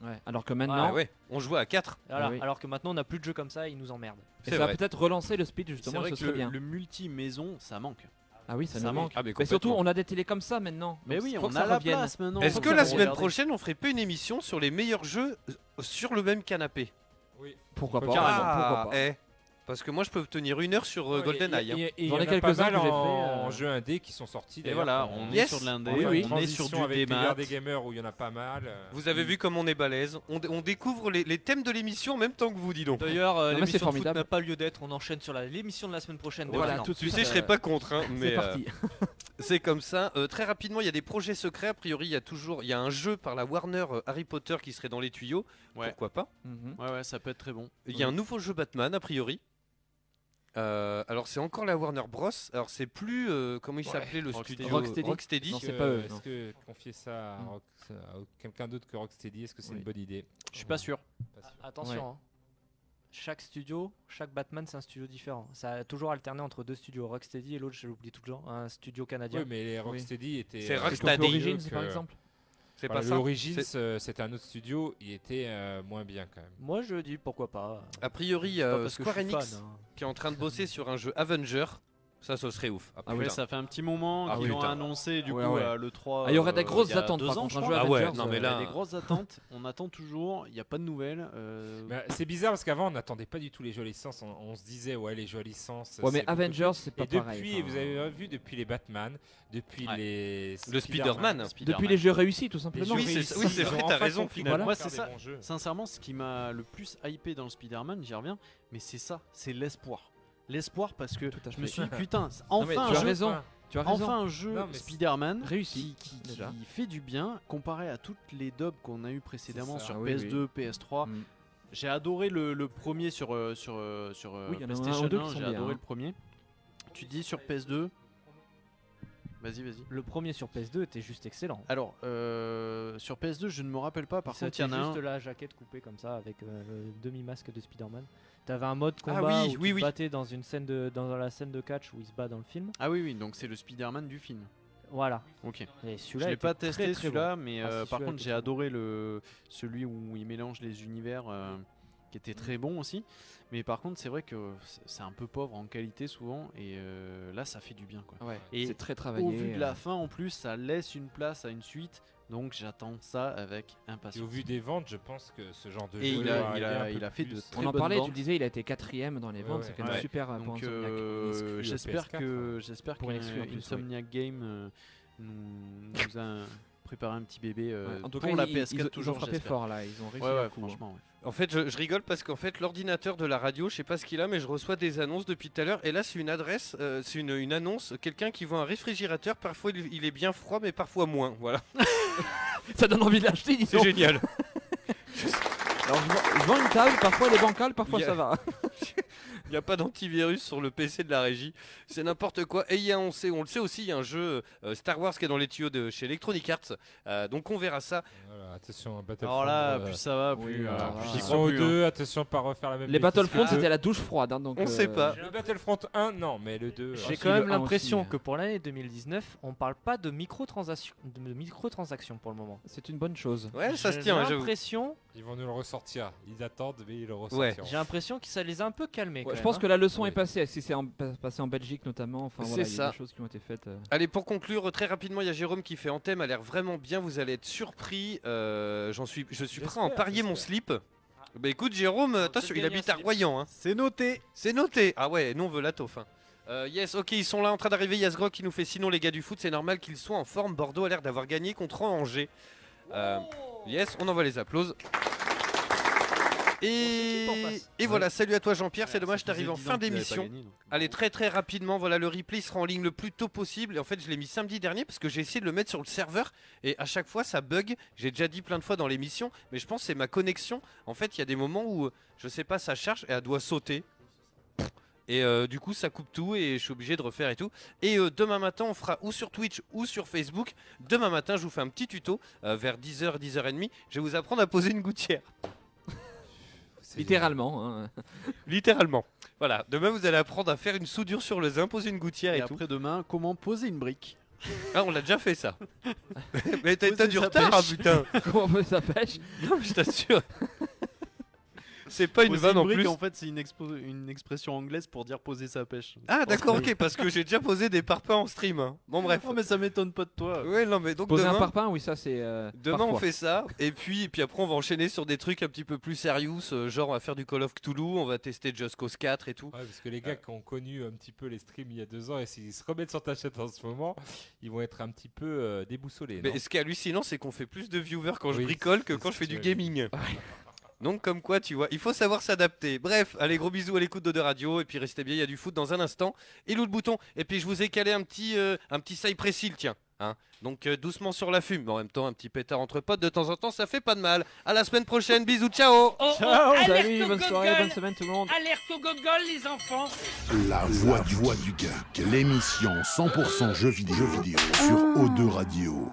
Speaker 7: Ouais, Alors que maintenant.
Speaker 4: Ah ouais, on jouait à 4.
Speaker 5: Voilà,
Speaker 7: Ah oui.
Speaker 5: Alors que maintenant, on n'a plus de jeu comme ça, ils
Speaker 4: (laughs)
Speaker 5: nous emmerdent.
Speaker 7: Et ça va peut-être relancer le speed
Speaker 8: C'est
Speaker 7: justement,
Speaker 8: vrai
Speaker 7: ce
Speaker 8: que
Speaker 7: serait
Speaker 8: le,
Speaker 7: bien.
Speaker 8: le multi-maison, ça manque.
Speaker 7: Ah oui,
Speaker 8: Ça
Speaker 7: ça, nous
Speaker 8: manque.
Speaker 7: manque.
Speaker 8: Ah, mais
Speaker 7: mais,
Speaker 8: complètement.
Speaker 7: surtout, on a des télés comme ça maintenant.
Speaker 8: Mais
Speaker 7: Donc,
Speaker 8: oui,
Speaker 7: faut
Speaker 8: on
Speaker 7: que
Speaker 8: a
Speaker 7: ça
Speaker 8: la
Speaker 7: revienne.
Speaker 8: place maintenant.
Speaker 4: Est-ce
Speaker 8: Faut
Speaker 4: que
Speaker 8: que
Speaker 4: la
Speaker 8: ça
Speaker 4: semaine
Speaker 8: regarde.
Speaker 4: prochaine, on ferait pas une émission sur les meilleurs jeux euh, sur le même canapé
Speaker 6: Oui.
Speaker 7: Pourquoi pas
Speaker 4: Ah,
Speaker 7: pourquoi pas.
Speaker 4: eh. Parce que moi, je peux tenir une heure sur euh,
Speaker 6: Ouais,
Speaker 4: GoldenEye.
Speaker 6: et-
Speaker 4: hein.
Speaker 6: et- et il y en a pas mal en, en jeu indé qui sont sortis.
Speaker 8: Et
Speaker 6: d'ailleurs,
Speaker 8: voilà,
Speaker 6: qu'on-
Speaker 8: on est Yes. sur de l'indé,
Speaker 6: fait
Speaker 8: oui,
Speaker 6: une
Speaker 8: on est sur
Speaker 6: transition
Speaker 8: du
Speaker 6: avec les
Speaker 8: démat.
Speaker 6: guerres des gamers où il y en a pas mal. euh.
Speaker 4: Vous avez vu comme on est balèze. On, d- on découvre les, les thèmes de l'émission en même temps que vous, dis donc.
Speaker 5: D'ailleurs,
Speaker 4: Non,
Speaker 5: euh,
Speaker 4: mais c'est
Speaker 5: l'émission de foot
Speaker 4: formidable.
Speaker 5: n'a pas lieu d'être. On enchaîne sur la- l'émission de la semaine prochaine. dès maintenant.
Speaker 4: tu sais, je serais pas contre, hein, mais euh,
Speaker 5: parti.
Speaker 4: c'est comme ça. Euh, très rapidement, il y a des projets secrets. A priori, il y a toujours, il y a un jeu par la Warner euh, Harry Potter qui serait dans les tuyaux. Pourquoi pas
Speaker 8: Ouais, ouais, ça peut être très bon.
Speaker 4: Il y a un nouveau jeu Batman a priori. Euh, alors c'est encore la Warner Bros. Alors c'est plus euh, comment il
Speaker 6: Ouais.
Speaker 4: s'appelait le
Speaker 6: Rocksteady.
Speaker 4: studio
Speaker 6: Rocksteady.
Speaker 7: Non, c'est
Speaker 4: Euh,
Speaker 7: pas eux,
Speaker 6: Est-ce
Speaker 7: non.
Speaker 6: que confier ça à,
Speaker 7: Mm.
Speaker 6: Rock- à quelqu'un d'autre que Rocksteady, est-ce que c'est
Speaker 7: Oui.
Speaker 6: une bonne idée
Speaker 8: Je suis pas sûr.
Speaker 5: Attention. hein. Chaque studio, chaque Batman, c'est un studio différent. Ça a toujours alterné entre deux studios, Rocksteady et l'autre, je l'oublie tout le temps, un studio canadien.
Speaker 6: Oui, mais les Rocksteady étaient.
Speaker 4: C'est
Speaker 6: euh,
Speaker 4: Rocksteady.
Speaker 6: plutôt
Speaker 4: Origins,
Speaker 6: que-
Speaker 4: par exemple C'est
Speaker 6: Voilà,
Speaker 4: pas
Speaker 6: le
Speaker 4: ça.
Speaker 6: Origins,
Speaker 4: C'est-
Speaker 6: euh, c'était un autre studio, il était euh, moins bien quand même.
Speaker 5: Moi, je dis pourquoi pas.
Speaker 4: A priori, il y
Speaker 5: C'est
Speaker 4: a
Speaker 5: pas
Speaker 4: euh,
Speaker 5: parce que je
Speaker 4: Square
Speaker 5: suis
Speaker 4: Enix
Speaker 5: fan, hein.
Speaker 4: qui est en train de bosser sur un jeu Avenger. Ça, ce serait ouf.
Speaker 8: Ah oui,
Speaker 4: putain.
Speaker 8: ça fait un petit moment
Speaker 4: Ah
Speaker 8: qu'ils
Speaker 4: oui,
Speaker 8: l'ont
Speaker 4: putain.
Speaker 8: annoncé du
Speaker 4: Ouais,
Speaker 8: coup
Speaker 4: ouais.
Speaker 8: à le euh, 3.
Speaker 7: Ah, il y aurait des grosses attentes,
Speaker 8: deux
Speaker 7: par
Speaker 8: ans,
Speaker 7: contre,
Speaker 8: je
Speaker 7: un
Speaker 8: crois.
Speaker 7: jeu
Speaker 4: Ah ouais, Avengers, non, mais
Speaker 8: Il y a
Speaker 4: là-
Speaker 8: des grosses attentes, on attend toujours, il n'y a pas de nouvelles. euh,
Speaker 6: Bah, c'est bizarre parce qu'avant on n'attendait pas du tout les jeux à licence, on, on se disait ouais les jeux à licence.
Speaker 7: Ouais, mais
Speaker 6: beaucoup
Speaker 7: Avengers,
Speaker 6: de-
Speaker 7: c'est pas
Speaker 6: Et depuis,
Speaker 7: pareil, enfin.
Speaker 6: vous avez vu depuis les Batman, depuis
Speaker 8: Ouais.
Speaker 6: les
Speaker 4: Le Spider-Man.
Speaker 7: Depuis les jeux réussis, tout simplement.
Speaker 4: Oui, c'est- oui, c'est vrai, t'as raison, finalement.
Speaker 8: Moi,
Speaker 4: Faire
Speaker 8: c'est
Speaker 4: des
Speaker 8: ça.
Speaker 4: bons jeux.
Speaker 8: Sincèrement, ce qui m'a le plus hypé dans le Spider-Man, j'y reviens, mais c'est ça, c'est l'espoir. L'espoir parce que je me
Speaker 7: fait.
Speaker 8: suis dit, putain, c'est
Speaker 7: (laughs) Non, mais
Speaker 8: enfin
Speaker 7: tu
Speaker 8: un
Speaker 7: as
Speaker 8: jeu,
Speaker 7: raison, tu as raison.
Speaker 8: enfin un jeu
Speaker 7: Non, mais c'est-
Speaker 8: Spider-Man
Speaker 7: Réussi,
Speaker 8: qui, qui-
Speaker 7: déjà.
Speaker 8: qui fait du bien comparé à toutes les dobs qu'on a eu précédemment
Speaker 7: ça,
Speaker 8: sur
Speaker 7: oui,
Speaker 8: PS2, PS3.
Speaker 7: Mm.
Speaker 8: J'ai adoré le, le premier sur euh, sur euh, sur euh,
Speaker 7: Oui, il y en a un ou
Speaker 8: PlayStation
Speaker 7: deux
Speaker 8: 1,
Speaker 7: qui sont
Speaker 8: j'ai
Speaker 7: bien,
Speaker 8: adoré
Speaker 7: hein.
Speaker 8: le premier. Tu dis sur PS2 Vas-y, vas-y.
Speaker 5: Le premier sur PS2 était juste excellent.
Speaker 8: Alors, euh, sur PS2, je ne me rappelle pas. Par
Speaker 5: C'était
Speaker 8: contre, il y en a un.
Speaker 5: juste la jaquette coupée comme ça avec euh, le demi-masque de Spider-Man. T'avais un mode
Speaker 4: Ah
Speaker 5: combat
Speaker 4: oui,
Speaker 5: où
Speaker 4: oui,
Speaker 5: tu te
Speaker 4: oui.
Speaker 5: battais dans une scène de dans la scène de catch où il se bat dans le film.
Speaker 8: Ah oui, oui, donc c'est le Spider-Man du film.
Speaker 5: Voilà.
Speaker 8: Ok.
Speaker 5: Et celui-là
Speaker 8: je l'ai
Speaker 5: était
Speaker 8: pas
Speaker 5: très,
Speaker 8: testé
Speaker 5: très
Speaker 8: celui-là,
Speaker 5: bon.
Speaker 8: mais
Speaker 5: Ah,
Speaker 8: euh,
Speaker 5: si,
Speaker 8: par
Speaker 5: celui-là
Speaker 8: contre,
Speaker 5: était
Speaker 8: j'ai
Speaker 5: très
Speaker 8: adoré le celui où il mélange les univers, euh, qui était très bon aussi. Mais par contre, c'est vrai que c'est- c'est un peu pauvre en qualité souvent, et euh, là, ça fait du bien, quoi.
Speaker 7: Ouais,
Speaker 8: Et
Speaker 7: c'est très
Speaker 8: Au
Speaker 7: travaillé,
Speaker 8: vu de
Speaker 7: euh.
Speaker 8: la fin, en plus, ça laisse une place à une suite, donc j'attends ça avec
Speaker 6: Et au
Speaker 8: impatience.
Speaker 6: vu des ventes, je pense que ce genre de
Speaker 8: Et
Speaker 6: jeu
Speaker 8: il a-
Speaker 6: doit
Speaker 8: il a-
Speaker 6: aller un peu
Speaker 8: il a fait
Speaker 6: plus. euh,
Speaker 8: de très
Speaker 7: On en
Speaker 8: bonnes
Speaker 7: parlait, tu
Speaker 8: ventes.
Speaker 7: le disais, il a été quatrième dans les
Speaker 6: Ouais,
Speaker 7: ventes,
Speaker 6: ouais.
Speaker 7: c'est quand même
Speaker 8: Ouais.
Speaker 7: super euh, pour
Speaker 8: Donc,
Speaker 7: Insomniac.
Speaker 8: euh,
Speaker 7: Une exclue, euh,
Speaker 8: j'espère
Speaker 7: PS4,
Speaker 8: que
Speaker 7: hein.
Speaker 8: j'espère
Speaker 7: Pour une exclue, en plus, oui.
Speaker 8: qu'Insomniac Game euh, nous, nous a préparé un petit bébé euh,
Speaker 7: Ouais, en tout
Speaker 8: pour
Speaker 7: cas,
Speaker 8: la
Speaker 7: ils-
Speaker 8: PS4
Speaker 7: ils ont- ils ont
Speaker 8: toujours.
Speaker 7: frappé
Speaker 8: j'espère.
Speaker 7: fort, là, ils ont réussi
Speaker 8: Ouais,
Speaker 7: un
Speaker 8: ouais,
Speaker 7: coup, hein.
Speaker 8: franchement. ouais.
Speaker 4: En fait, je, je rigole parce qu'en fait, l'ordinateur de la radio, je sais pas ce qu'il a, mais je reçois des annonces depuis tout à l'heure. Et là, c'est une adresse, euh, c'est une, une annonce. Quelqu'un qui vend un réfrigérateur, parfois il, il est bien froid,
Speaker 7: (laughs)
Speaker 4: mais parfois moins. Voilà.
Speaker 7: Ça donne envie de l'acheter, dis
Speaker 4: C'est
Speaker 7: donc.
Speaker 4: génial.
Speaker 7: hein. Alors je vends, je vends une table, parfois elle est bancale, parfois
Speaker 4: Il y a-
Speaker 7: ça va.
Speaker 4: Il n'y a pas d'antivirus sur le PC de la régie. C'est n'importe quoi. Et il y a, on, sait, on le sait aussi, il y a un jeu euh, Star Wars qui est dans les tuyaux de chez Electronic Arts. Euh, donc on verra ça.
Speaker 6: attention,
Speaker 8: Alors là, plus ça va, plus, euh, plus j'y crois
Speaker 6: aux
Speaker 8: plus,
Speaker 6: deux,
Speaker 8: hein.
Speaker 6: attention pas refaire la même
Speaker 7: Les Battlefront
Speaker 6: bêtise que-
Speaker 7: c'était la douche froide hein, donc.
Speaker 6: On sait
Speaker 7: euh,
Speaker 6: pas. Le Battlefront 1, non, mais le 2.
Speaker 7: J'ai
Speaker 6: ah,
Speaker 5: J'ai
Speaker 6: si,
Speaker 5: quand
Speaker 6: le
Speaker 5: même
Speaker 6: 1 aussi.
Speaker 5: l'impression que pour l'année 2019, on parle pas de microtransactions, de de microtransactions pour le moment.
Speaker 7: C'est une bonne chose.
Speaker 5: Ouais, ça se tient, J'ai j'avoue. l'impression-
Speaker 6: euh, Ils vont nous le ressortir. Ils attendent, mais ils le
Speaker 5: Ouais.
Speaker 6: ressortiront.
Speaker 5: J'ai l'impression que ça les a un peu calmés.
Speaker 7: Ouais, je
Speaker 8: hein.
Speaker 7: pense que la leçon est passée, si c'est en- pas- passé en Belgique notamment, enfin voilà,
Speaker 4: C'est
Speaker 7: il y a
Speaker 4: ça.
Speaker 7: des choses qui ont été faites. euh.
Speaker 4: Allez, pour conclure, très rapidement, il y a Jérôme qui fait en thème, a l'air vraiment bien, vous allez être surpris. Euh, J'en suis, je suis prêt à en
Speaker 8: J'espère,
Speaker 4: parier mon slip. Bah écoute, Jérôme, attention, il
Speaker 8: gagner
Speaker 4: habite
Speaker 8: un
Speaker 4: à Royan.
Speaker 8: C'est noté.
Speaker 4: C'est noté. Ah ouais, nous on veut la taufe. hein. Euh, yes, ok, ils sont là en train d'arriver. Il y a ce grog qui nous fait sinon, les gars du foot, c'est normal qu'ils soient en forme. Bordeaux a l'air d'avoir gagné contre Angers. Euh, yes, on envoie les applauses. Et, et voilà, salut à toi Jean-Pierre, c'est dommage, t'arrives
Speaker 8: faisait
Speaker 4: en
Speaker 8: 10
Speaker 4: fin
Speaker 8: ans qu'il avait pas
Speaker 4: d'émission.
Speaker 8: gagné, donc.
Speaker 4: Allez, très très rapidement, voilà, le replay sera en ligne le plus tôt possible. Et en fait, je l'ai mis samedi dernier parce que j'ai essayé de le mettre sur le serveur et à chaque fois ça bug. J'ai déjà dit plein de fois dans l'émission, mais je pense que c'est ma connexion. En fait, il y a des moments où, euh, je sais pas, ça charge et elle doit sauter. Et euh, du coup, ça coupe tout et je suis obligé de refaire et tout. Et euh, demain matin, on fera ou sur Twitch ou sur Facebook. Demain matin, je vous fais un petit tuto euh, vers 10h, 10h30. Je vais vous apprendre à poser une gouttière. (laughs)
Speaker 7: Littéralement. hein. (laughs)
Speaker 4: Littéralement. Voilà, demain vous allez apprendre à faire une soudure sur le zinc, poser une gouttière et,
Speaker 8: Et
Speaker 4: tout.
Speaker 8: après-demain, comment poser une brique
Speaker 4: Ah, on l'a déjà fait ça. (laughs) Mais t'as t'as du
Speaker 8: sa
Speaker 4: retard,
Speaker 8: pêche.
Speaker 4: hein, putain.
Speaker 7: Comment poser sa pêche
Speaker 4: Non, mais je t'assure. (laughs) C'est pas une
Speaker 8: Poser
Speaker 4: vanne en
Speaker 8: brique,
Speaker 4: plus.
Speaker 8: En fait, c'est une, expo- une expression anglaise pour dire poser sa pêche.
Speaker 4: Ah, d'accord,
Speaker 8: En
Speaker 4: ok,
Speaker 8: stream.
Speaker 4: parce que j'ai déjà posé des parpaings en stream. hein. Bon, bref.
Speaker 8: Non, oh, mais ça m'étonne pas de toi.
Speaker 4: Ouais, non, mais donc
Speaker 7: Poser
Speaker 4: demain.
Speaker 7: un parpaing, oui ça c'est. euh,
Speaker 4: Demain on
Speaker 7: parfois.
Speaker 4: fait ça et puis et puis après on va enchaîner sur des trucs un petit peu plus sérieux, euh, genre on va faire du Call of Cthulhu, on va tester Just Cause 4 et tout.
Speaker 6: Ouais, parce que les gars qui ont connu un petit peu les streams il y a deux ans et s'ils se remettent sur ta chaîne en ce moment, ils vont être un petit peu euh, déboussolés. non
Speaker 4: Mais ce qui est hallucinant, c'est qu'on fait plus de viewers quand je
Speaker 6: Oui,
Speaker 4: bricole que
Speaker 6: c'est
Speaker 4: quand
Speaker 6: ce
Speaker 4: je fais
Speaker 6: que
Speaker 4: du
Speaker 6: j'allais
Speaker 4: gaming. Donc comme quoi, tu vois, il faut savoir s'adapter. Bref, allez, gros bisous à l'écoute de deux radio et puis restez bien, il y a du foot dans un instant. Et le bouton. Et puis je vous ai calé un petit, euh, un petit Cypress Hill, tiens. hein. Donc euh, doucement sur la fume, mais en même temps un petit pétard entre potes de temps en temps, ça fait pas de mal. À la semaine prochaine, bisous, ciao.
Speaker 8: Ah,
Speaker 1: Ciao, Oh, alerte au Google.
Speaker 7: tout le monde.
Speaker 1: Alerte au Google, les enfants.
Speaker 2: La voix du, geek, l'émission 100% jeux vidéo, jeux vidéo sur O2 Radio.